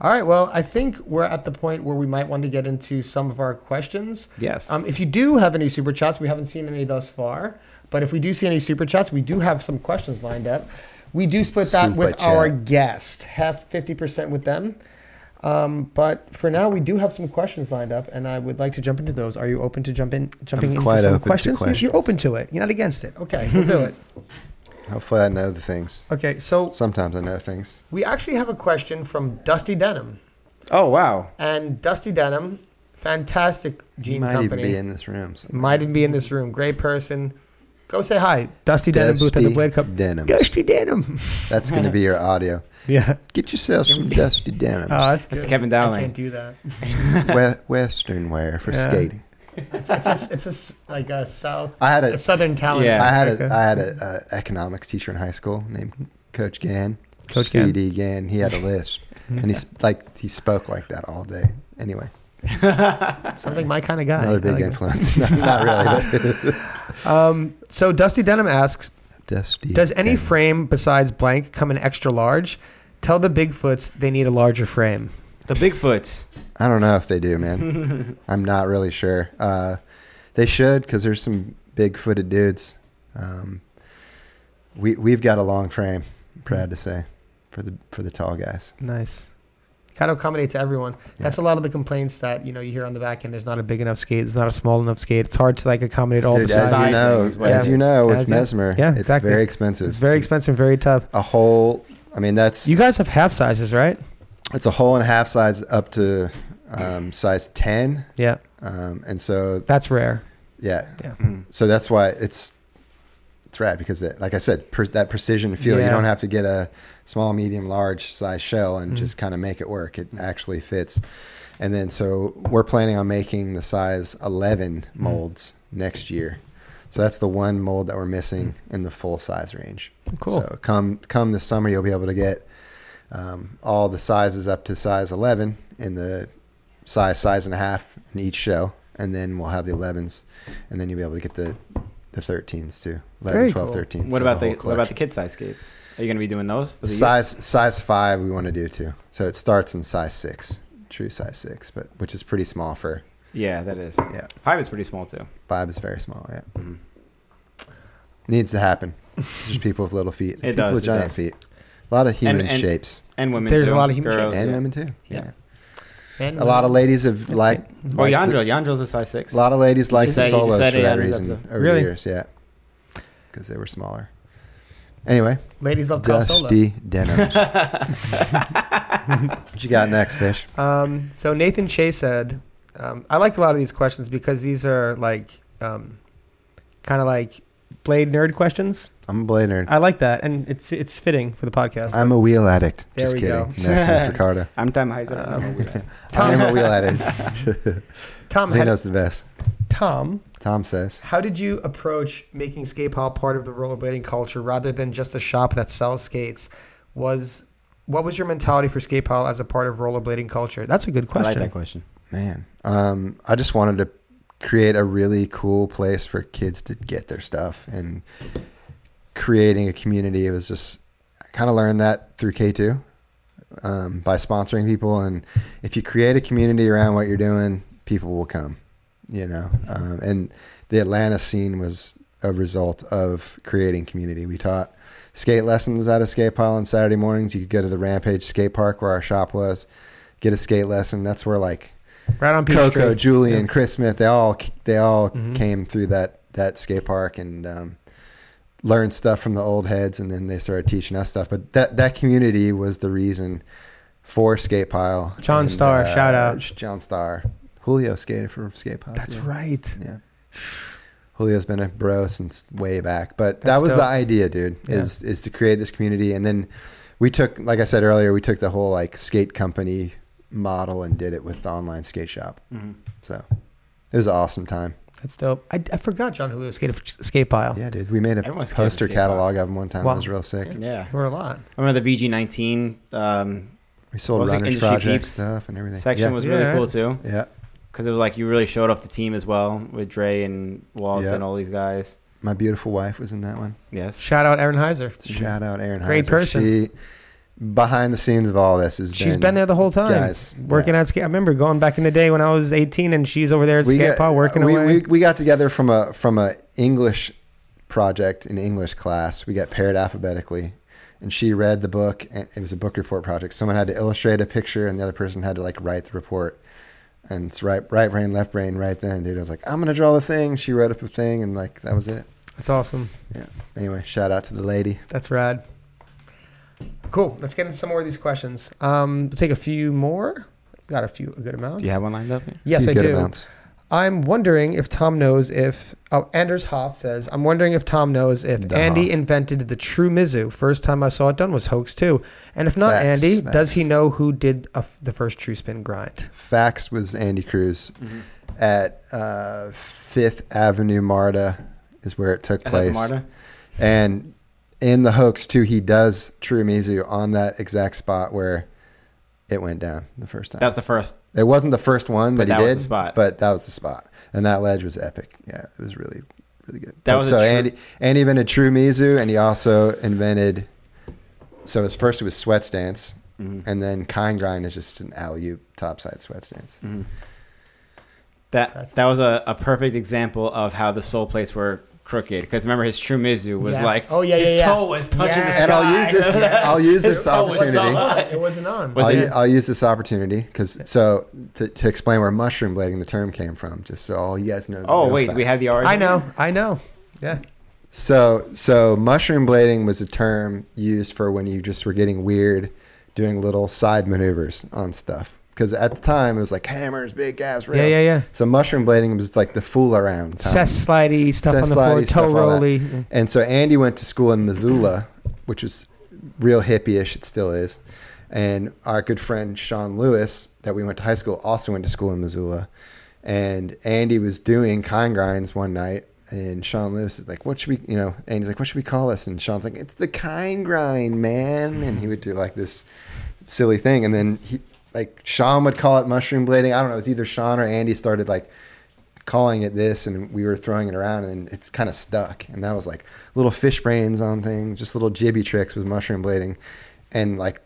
All right. Well, I think we're at the point where we might want to get into some of our questions. Yes. Um, if you do have any super chats, we haven't seen any thus far. But if we do see any super chats, we do have some questions lined up. We do split that Super with our chat. guest, half fifty percent with them. Um, but for now, we do have some questions lined up, and I would like to jump into those. Are you open to jump in, jumping into quite some open to questions? You- You're questions. open to it. You're not against it. Okay, we'll do it. Hopefully, I know the things. Okay, so Sometimes I know things. we actually have a question from Dusty Denim. Oh wow. And Dusty Denim, fantastic He jean might company. even be in this room. so- Might even be in this room. Great person. Go say hi. Dusty Denim booth at the Dusty Blade Cup. Denim. Dusty Denim. That's going to be your audio. yeah. Get yourself some dusty denims. Oh, that's, That's good. Kevin I Dowling. can't do that. we- Western wear for Yeah. skating. It's a, it's a s- like a south, I had a a southern talent. Yeah. I had Okay. a I had a, a economics teacher in high school named Coach Gann. Coach Gann. CD Gann. He had a list, and he's like he spoke like that all day. Anyway, Sounds like my kind of guy. another I big like influence. No, not really. But it. Um, so Dusty Denim asks, dusty. does any denim. frame besides blank come in extra large? Tell the Bigfoots they need a larger frame. The Bigfoots. I don't know if they do, man. I'm not really sure. Uh, they should because there's some big-footed dudes. Um, we we've got a long frame. I'm proud to say, for the for the tall guys. Nice. Kind of accommodates everyone. That's a lot of the complaints that you know you hear on the back end. There's not a big enough skate. It's not a small enough skate. It's hard to like accommodate all Dude, the as you sizes. know, sizes, as yeah. you know, with As you- mesmer, yeah, it's exactly. very expensive. It's very expensive and very tough. a whole. I mean, that's You guys have half sizes, right? it's a whole and a half size up to um, size ten, Yeah, um, and so that's rare. yeah, Yeah. so that's why it's it's rad because it, like I said, per, that precision feel. You Yeah. don't have to get a small, medium, large size shell and just Mm-hmm. kind of make it work. It actually fits. And then so we're planning on making the size eleven Mm-hmm. molds next year. So that's the one mold that we're missing in the full size range. Mm. Cool. So come come this summer, you'll be able to get um, all the sizes up to size 11 in the size size and a half in each shell, and then we'll have the 11s, and then you'll be able to get the the 13s too. 11, Very 12, cool. 13. What so about the, whole what about the collection. kid size skates? Are you gonna be doing those? for the year? size size five? We want to do too. So it starts in size six, true size six, but which is pretty small for Yeah, that is. yeah. Five is pretty small too. Five is very small. Yeah, needs to happen. It's just people with little feet. It people does, with it giant does. feet. A lot of human and- shapes And women. There's a too. lot of human Girls, and yeah. women too. Yeah. And A lot of ladies have liked. Oh, liked the- Yandro. Yandro's a size six. a lot of ladies liked said- the you just solos said for it that on this reason episode. over Really? the years, yeah, because they were smaller. Anyway, ladies love tall solo. dusty denims. what you got next, fish? Um, so Nathan Shea said, um, I like a lot of these questions because these are like um, kind of like blade nerd questions. I'm a blade nerd. I like that, and it's it's fitting for the podcast. I'm a wheel addict. There just we kidding. go. That's Miss Ricardo. I'm Tom Heiser. Uh, Um, I am Tom, a wheel addict. Tom, He how, knows the best. Tom, Tom says. how did you approach making skate hop part of the rollerblading culture rather than just a shop that sells skates? Was what was your mentality for skate hop as a part of rollerblading culture? That's a good I like question. that question. Man, um, I just wanted to create a really cool place for kids to get their stuff and creating a community. It was just, I kind of learned that through K2 um, by sponsoring people. And if you create a community around what you're doing, people will come, you know. Um, and the Atlanta scene was a result of creating community. We taught skate lessons out of skate pile on Saturday mornings. You could go to the Rampage Skate Park where our shop was, get a skate lesson. That's where like Right on Peachtree. Coco, Julie, and Chris Smith. They all they all Mhm. came through that that skate park and um, learned stuff from the old heads, and then they started teaching us stuff. But that that community was the reason for Skate Pile. John And, uh, Starr, shout out. John Starr. Julio skated for Skate Pile. That's too. right. Yeah. Julio's been a bro since way back, but That's that was dope. the idea, dude. Is is to create this community, and then we took, like I said earlier, we took the whole like skate company model and did it with the online skate shop. So it was an awesome time. That's dope. I, I forgot John Julio skated for skate pile. Yeah, dude. We made a Everyone skated poster skate pile. catalog of him one time. Wow. That was real sick. Yeah. There were a lot. I remember the VG19 um, We What sold was it, Runners Industry Project Peeps stuff and everything. section yeah. was really Yeah. cool too yeah. because it was like you really showed off the team as well with Dre and Walt Yeah. and all these guys. My beautiful wife was in that one. Yes. Shout out Aaron Heiser. Shout out Aaron. Mhm. Great Heiser. person. She, behind the scenes of all this has She's been there the whole time, Guys, working at skate. I remember going back in the day when I was 18, and she's over there at We skate got- pod working we, away. We, we got together from a from a English project in English class. We got paired alphabetically, and she read the book. And it was a book report project. Someone had to illustrate a picture, and the other person had to like write the report. And it's right right brain, left brain, right then, dude. I was like, I'm gonna draw the thing. She wrote up a thing, and like that was it. That's awesome. Anyway, shout out to the lady. That's rad. Cool. Let's get into some more of these questions. Um, let's take a few more. Got a few, a good amount. Do you have one lined up? Yes, Few I good do. amounts. I'm wondering if Tom knows if. Oh, Anders Hoff says, I'm wondering if Tom knows if The Andy Hoff. invented the true Mizu. First time I saw it done was hoax too. And if not, Facts, Andy, does facts. he know who did a f the first true spin grind? Fax was Andy Cruz Mm-hmm. at uh, Fifth Avenue Marta is where it took Is that the place. Marta? And in the hoax too, he does True Mizu on that exact spot where it went down the first time. That's the first. it wasn't the first one But that, that he was did, the spot. but that was the spot, and that ledge was epic. Yeah, it was really, really good. That But was a so true- Andy. Andy invented True Mizu, and he also invented. So his first was sweat stance, Mm-hmm. and then kind grind is just an alley oop topside sweat stance. Mm-hmm. That that was a, a perfect example of how the soul plates were crooked. Because remember, his true Mizu was Yeah. like, Oh, yeah, his yeah, yeah. toe was touching the Yeah. sky. and I'll use this. I'll use this That was so opportunity. hot. It wasn't on. Was I'll, it- u- I'll use this opportunity because so to, to explain where mushroom blading the term came from, just so all you guys know. the Oh real wait, we facts. had the origin. I know. I know. Yeah. So so mushroom blading was a term used for when you just were getting weird, doing little side maneuvers on stuff. Because at the time it was like hammers, big gas, Yeah, rails. yeah, yeah. So mushroom blading was like the fool around. Time. Cess slidey stuff on the Cess floor, slidey, stuff, toe all that. rolly. And so Andy went to school in Missoula, which was real hippie-ish. It still is. And our good friend Sean Lewis, that we went to high school, also went to school in Missoula. And Andy was doing kind grinds one night, and Sean Lewis is like, "What should we?" You know, Andy's like, "What should we call this?" And Sean's like, "It's the kind grind, man." And he would do like this silly thing, and then he, like, Sean would call it mushroom blading. I don't know. It was either Sean or Andy started like calling it this and we were throwing it around and it's kind of stuck and that was like little fish brains on things just little jibby tricks with mushroom blading and like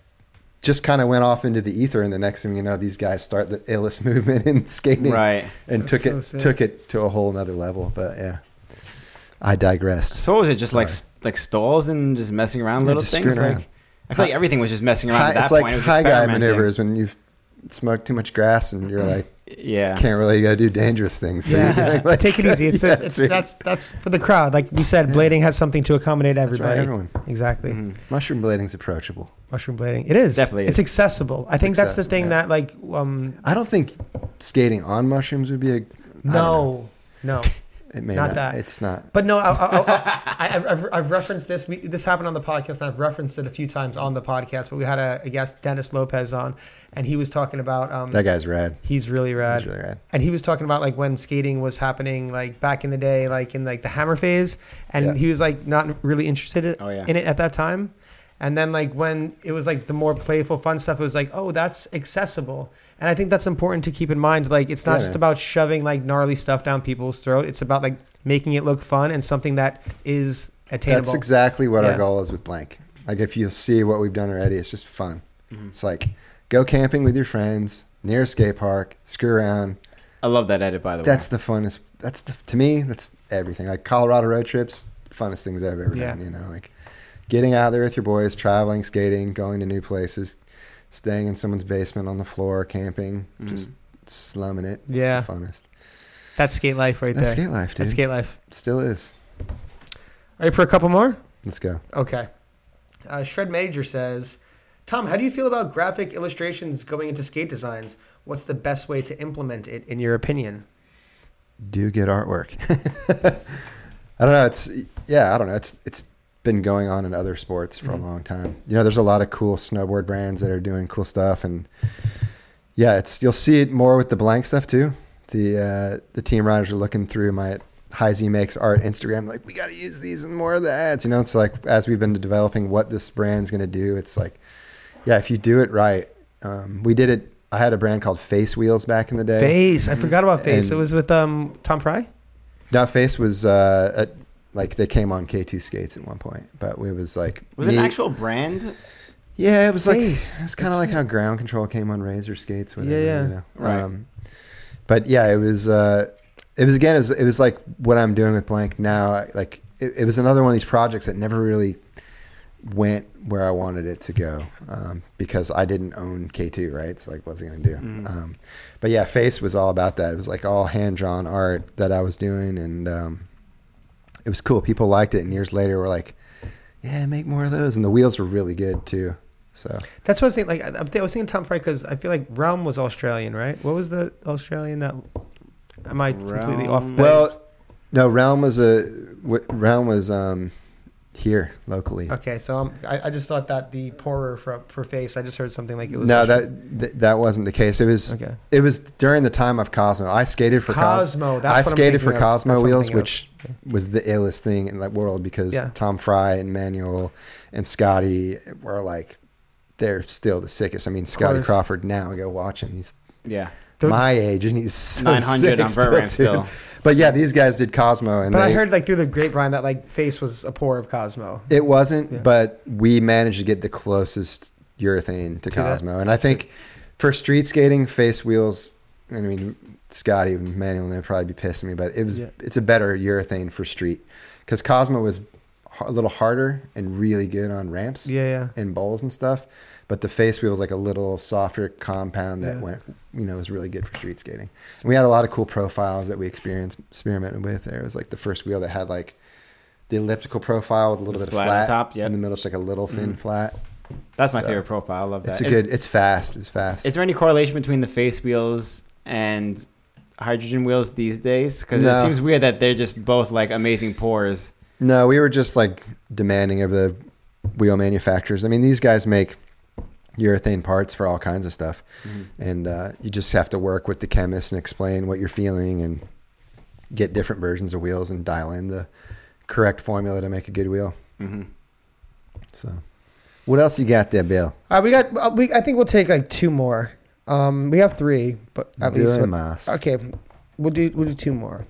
just kind of went off into the ether and the next thing you know these guys start the illest movement in skating Right. and That's took so it sick. took it to a whole nother level but yeah i digressed So what was it just like s- like stalls and just messing around Yeah, little just things? screwing Like I feel like everything was just messing around Hi- at that it's point. like it was high guy experimenting. maneuvers when you've smoked too much grass and you're like Yeah. can't really go do dangerous things so you're Yeah. doing, like, Take it easy. It's, Yeah, it's, dude. that's that's for the crowd. Like we said, blading has something to accommodate that's everybody. right everyone Mm-hmm. Exactly. mushroom blading's approachable Mushroom blading. It is. Definitely It's is. accessible. I think that's the accessible, thing yeah. that like um I don't think skating on mushrooms would be a I don't know. no. No. It may not not, that. It's not. But no, I, I, I, I, I've- I've, I've referenced this. We, this happened on the podcast, and I've referenced it a few times on the podcast. But we had a, a guest, Dennis Lopez, on, and he was talking about um, That guy's rad. he's really rad. He's really rad. and he was talking about like when skating was happening like back in the day like in like the hammer phase and Yeah. he was like not really interested in, Oh, yeah. in it at that time and then like when it was like the more playful fun stuff it was like oh that's accessible and i think that's important to keep in mind like it's not Yeah, just man. about shoving like gnarly stuff down people's throat it's about like making it look fun and something that is attainable That's exactly what Yeah. our goal is with blank. Like if you see what we've done already, it's just fun. Mm-hmm. It's like go camping with your friends near a skate park, screw around. I love that edit by the That's way. the funnest. That's the, to me. That's everything. Like Colorado road trips, funnest things I've ever Yeah. done. You know, like getting out there with your boys, traveling, skating, going to new places, staying in someone's basement on the floor, camping, just slumming it. Mm. It's Yeah. the funnest. that's skate life right That's there skate life, dude. that's skate life Still is. all right for a couple more Let's go. Okay. Uh, Shred Major says, Tom, how do you feel about graphic illustrations going into skate designs? What's the best way to implement it, in your opinion? Do good artwork. I don't know. It's yeah. I don't know. It's it's been going on in other sports for Mhm. a long time. You know, there's a lot of cool snowboard brands that are doing cool stuff, and yeah, it's you'll see it more with the blank stuff too. The uh, the team riders are looking through my Heisey makes art Instagram, like we got to use these and more of the ads. You know, it's like as we've been developing what this brand's going to do. It's like yeah, if you do it right, um, we did it. I had a brand called Face Wheels back in the Uh, day. Face. I forgot about Face. it And- was with um, Tom Fry? Now Face was uh, at, like they came on K2 skates at one point, but it was like Was it an me- actual brand? Yeah, it was like Face. it's kind of like how ground control came on Razor skates. Whatever, Yeah, yeah. You know? Right. Um, but yeah, it was. Uh, it was again. It was, it was like what I'm doing with blank now. Like it, it was another one of these projects that never really went where I wanted it to go um, because I didn't own K2. Right. It's like what's it going to do? Um, but yeah, face was all about that. It was like all hand drawn art that I was doing and. Um, it was cool. People liked it, and years later, we're like, yeah, make more of those. And the wheels were really good too. So That's what I was thinking. Like I, I was thinking Tom Fry because I feel like Realm was Australian, right? What was the Australian that? Am I completely off? Realm. base? well, no, Realm was a w- Realm was um here locally. okay. So um, I, I just thought that the pourer for for face. I just heard something like it was No, Austral- that th- that wasn't the case. It was Okay. it was during the time of Cosmo. I skated for Cos- Cosmo, that's I what I'm thinking skated for of. Cosmo That's what I'm wheels, thinking of. which was the illest thing in the world because Yeah. Tom Fry and Manuel and Scotty were like they're still the sickest. I mean, Scotty course. Crawford now go watch him. He's Yeah. They're- my age and he's so 900 sick on vert ramp still. too. But yeah, these guys did Cosmo, and But I they- heard like through the grapevine that like face was a pour of Cosmo. It wasn't, but we managed to get the closest urethane to that? Cosmo. And I think for street skating, face wheels, I mean, Scotty and Manuel, they'd probably be pissing me, but it was Yeah. it's a better urethane for street because Cosmo was har- a little harder and really good on ramps Yeah, yeah. and bowls and stuff. But the face wheel was like a little softer compound that Yeah. went, you know, was really good for street skating. And we had a lot of cool profiles that we experienced experimented with. There it was like the first wheel that had like the elliptical profile with a little The bit flat of on flat top, yep. in the middle, just like a little thin flat. That's my So, favorite profile. I love that. It's a Is- good. It's fast. It's fast. Is there any correlation between the face wheels and hydrogen wheels these days? Because it No. seems weird that they're just both like amazing pours. no, we were just like demanding of the wheel manufacturers. I mean, these guys make urethane parts for all kinds of stuff, and uh, you just have to work with the chemist and explain what you're feeling and get different versions of wheels and dial in the correct formula to make a good wheel. So, what else you got there, Bill? All right, we got. uh, We I think we'll take like two more. Um, we have three, but at least. Dumas. Okay, we'll do we'll do two more.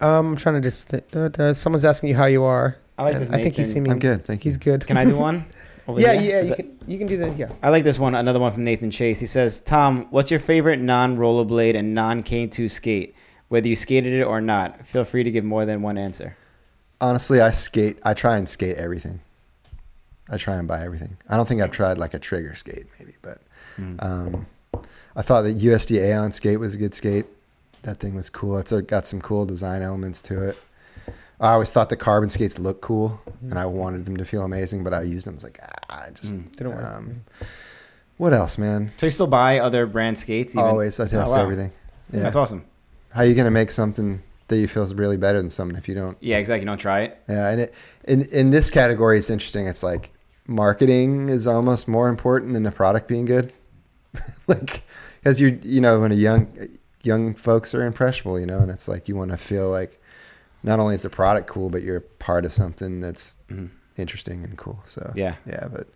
Um, I'm trying to just. Uh, uh, someone's asking you how you are. I like and this I think he's Nathan. seen me. I'm good. Thank you. He's good. Can I do one? Over yeah, here? yeah. Is You that- can, you can do the yeah. I like this one. Another one from Nathan Chase. He says, "Tom, what's your favorite non-rollerblade and non-K2 skate? Whether you skated it or not, feel free to give more than one answer." Honestly, I skate. I try and skate everything. I try and buy everything. I don't think I've tried like a trigger skate, maybe, but Hmm. um, I thought that USDA on skate was a good skate. That thing was cool. It's uh, got some cool design elements to it. I always thought the carbon skates looked cool, and I wanted them to feel amazing, but I used them. I was like, ah, I Hmm. just Didn't work. Um, what else, man? So you still buy other brand skates? even- Always, I test Oh, wow. everything. Yeah. That's awesome. How you gonna make something that you feel is really better than something if you don't Yeah, exactly. You don't try it. Yeah, and it, in in this category, it's interesting. It's like marketing is almost more important than the product being good. like, as you you know, when a young young folks are impressionable, you know, and it's like you want to feel like not only is the product cool, but you're part of something that's Mm-hmm. Mhm. interesting and cool. So Yeah. yeah, but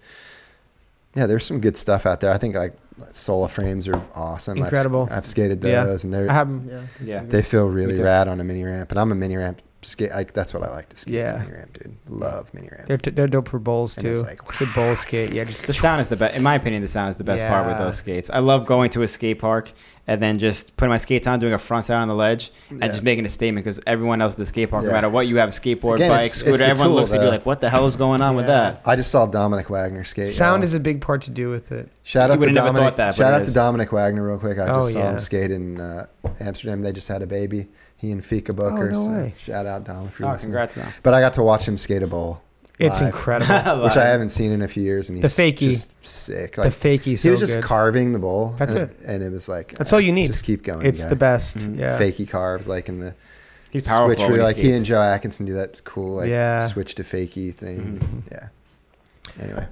yeah, there's some good stuff out there. I think like Solar frames are awesome. I've- Incredible. I've, skated those, Yeah. and they're I have 'em, Yeah. Yeah. they feel really too. rad on a mini ramp, and I'm a mini ramp skate. Like that's what I like to skate. Yeah. Yeah, mini ramp, dude. Love mini ramp. They're, t- they're dope for bowls And too. it's It's like- the bowl skate. Yeah, just The sound is the best, in my opinion. The sound is the best part with Yeah. those skates. I love going to a skate park and then just putting my skates on, doing a front side on the ledge, and Yeah. just making a statement because everyone else at the skate park, Yeah. no matter what you have, skateboard, Again, bike, it's- scooter, it's the everyone tool, looks at you though. like, "What the hell is going on with Yeah. that?" I just saw Dominic Wagner skate. sound y'all. is a big part to do with it. shout You out to would've never Dominic. thought that, but shout it out to is. Dominic Wagner real quick. I Oh, just saw yeah. him skate in uh, Amsterdam. They just had a baby. He and Fika Booker. Oh, no so way. Shout out Dom if you're Oh, listening. congrats! Now. But I got to watch him skate a bowl, It's Live. incredible. which I haven't seen in a few years, and The he's fakie. just sick. the Like fakey. So he was just good. carving the bowl. That's and, it. and it was like uh, That's all you need. Just keep going. it's guy. the best. Mm-hmm. Yeah. Fakey carves like in the He's powerful. switcheroo, when he like he skates. and Joe Atkinson do that cool like Yeah. switch to fakey thing. Mm-hmm. Yeah. Anyway,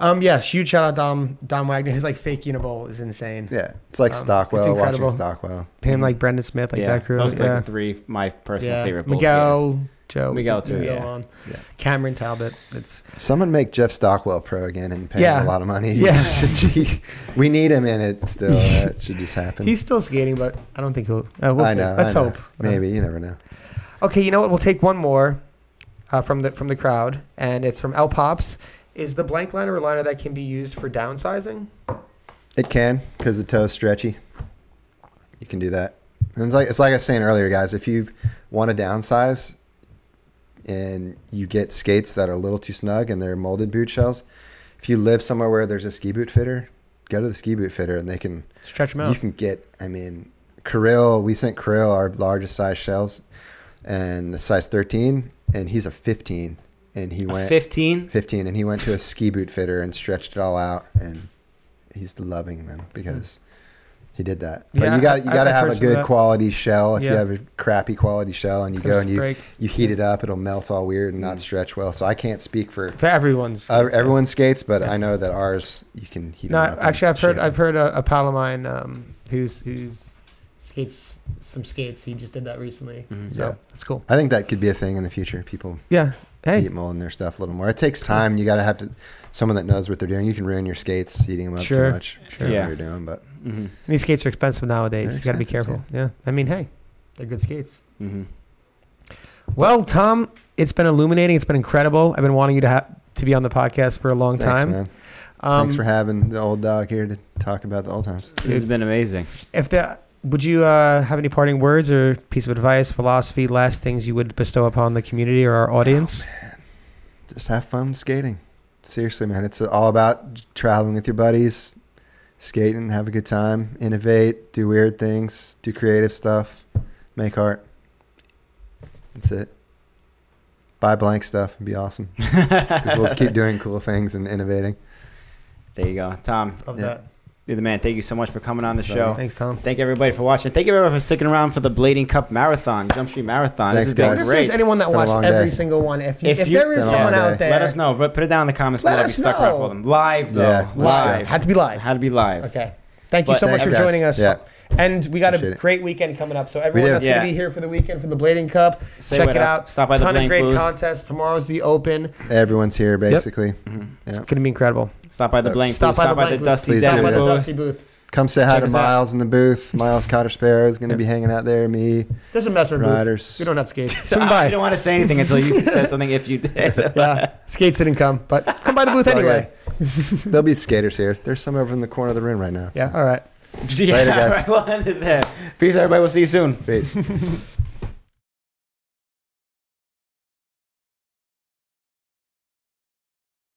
Um. Yeah. Huge shout out Dom Dom Wagner. His like fakey in a bowl is insane. yeah, it's like Um, it's Stockwell watching incredible. Stockwell. Him like Brendan Smith like yeah, that crew. those are yeah. like the three my personal yeah. favorite. Bulls skaters. Miguel, Joe, Miguel too, we could go yeah. on. Yeah. Cameron Talbot. It's Someone make Jeff Stockwell pro again and pay Yeah. him a lot of money. Yeah. Gee, we need him in it still. That should just happen. he's still skating, but I don't think he'll. Uh, we'll I see. know. Let's I know. hope. Maybe you never know. Okay, you know what? We'll take one more uh, from the from the crowd, and it's from L Pops. Is the blank liner a liner that can be used for downsizing? It can because the toe's stretchy. You can do that. And it's like it's like I was saying earlier, guys. If you want to downsize, and you get skates that are a little too snug and they're molded boot shells, if you live somewhere where there's a ski boot fitter, go to the ski boot fitter and they can Stretch them you can get. I mean, Krill. We sent Krill our largest size shells. and the size 13, and he's a 15, and he went 15. 15, and he went to a ski boot fitter and stretched it all out, and he's loving them because he did that. But Yeah, you got you I- got to I've have heard a some of good that. quality shell. If you Yeah. have a crappy quality shell and you gonna go and you break. Mm. you heat it up, it'll melt all weird and not stretch well. So I can't speak for For everyone's. uh, everyone skates, but I know that ours you can heat. No, them up and actually, I've heard shape I've heard a, a pal of mine um, who's who's skates some skates. He just did that recently, so Mm-hmm. yeah. that's cool. I think that could be a thing in the future. People Yeah. Hey. heat molding their stuff a little more. It takes time. You got to have to someone that knows what they're doing. You can ruin your skates heating them up Sure. too much. Sure. What Yeah. you're doing, but Mm-hmm. These skates are expensive nowadays. They're you got to be expensive, careful. Yeah. I mean, hey, they're good skates. Mm-hmm. Well, Tom, it's been illuminating. It's been incredible. I've been wanting you to ha- to be on the podcast for a long thanks, time. man. Um, thanks for having the old dog here to talk about the old times. This has been amazing. if the would you uh, have any parting words or piece of advice, philosophy, last things you would bestow upon the community or our audience? Just have fun skating. Seriously, man, it's all about traveling with your buddies, skating, have a good time, innovate, do weird things, do creative stuff, make art. That's it. Buy blank stuff and be awesome. 'Cause we'll keep doing cool things and innovating. There you go. Tom, Love Yeah. that. you're the man. Thank you so much for coming on the Thanks, show. Oh. Thanks, Tom. Thank everybody for watching. Thank you everybody for sticking around for the Blading Cup Marathon, Jump Street Marathon. this Thanks, has guys. been If great. there's anyone that It's been a watched long every day. single one, if, you, If if, you- there It's is been a long someone out day. there, Let us know. Put put it down in the comments Let below. us Be stuck around know. for them. Live though. Yeah, let's go. live. Had to be live. Had to be live. Okay. Thank you But so much thanks, for guys. joining us. Yeah. And we got Appreciate a it. great weekend coming up. So everyone do. that's Yeah. going to be here for the weekend for the Blading Cup, Say check what it up. out. Stop by the Ton Blading of great booth. contests. Tomorrow's the Open. Everyone's here, basically. Mm-hmm. Yeah. It's going to be incredible. Stop by the Stop- blank. Stop, by, the blank booth. dusty Please Stop do, by demo the booth. Dusty booth. Come say hi Check to us out. Miles in the booth. Miles Cotter Sparrow is going to be hanging out there. Me, There's a mess with booth. Riders. We don't have skates. Swing Ah, You by. don't want to say anything until you said something. If you did, Yeah. Skates didn't come, but come by the booth It's all anyway. good. There'll be skaters here. There's some over in the corner of the room right now. Yeah. All right. yeah, Later, guys. We'll end it there. Peace, everybody. We'll see you soon. Peace.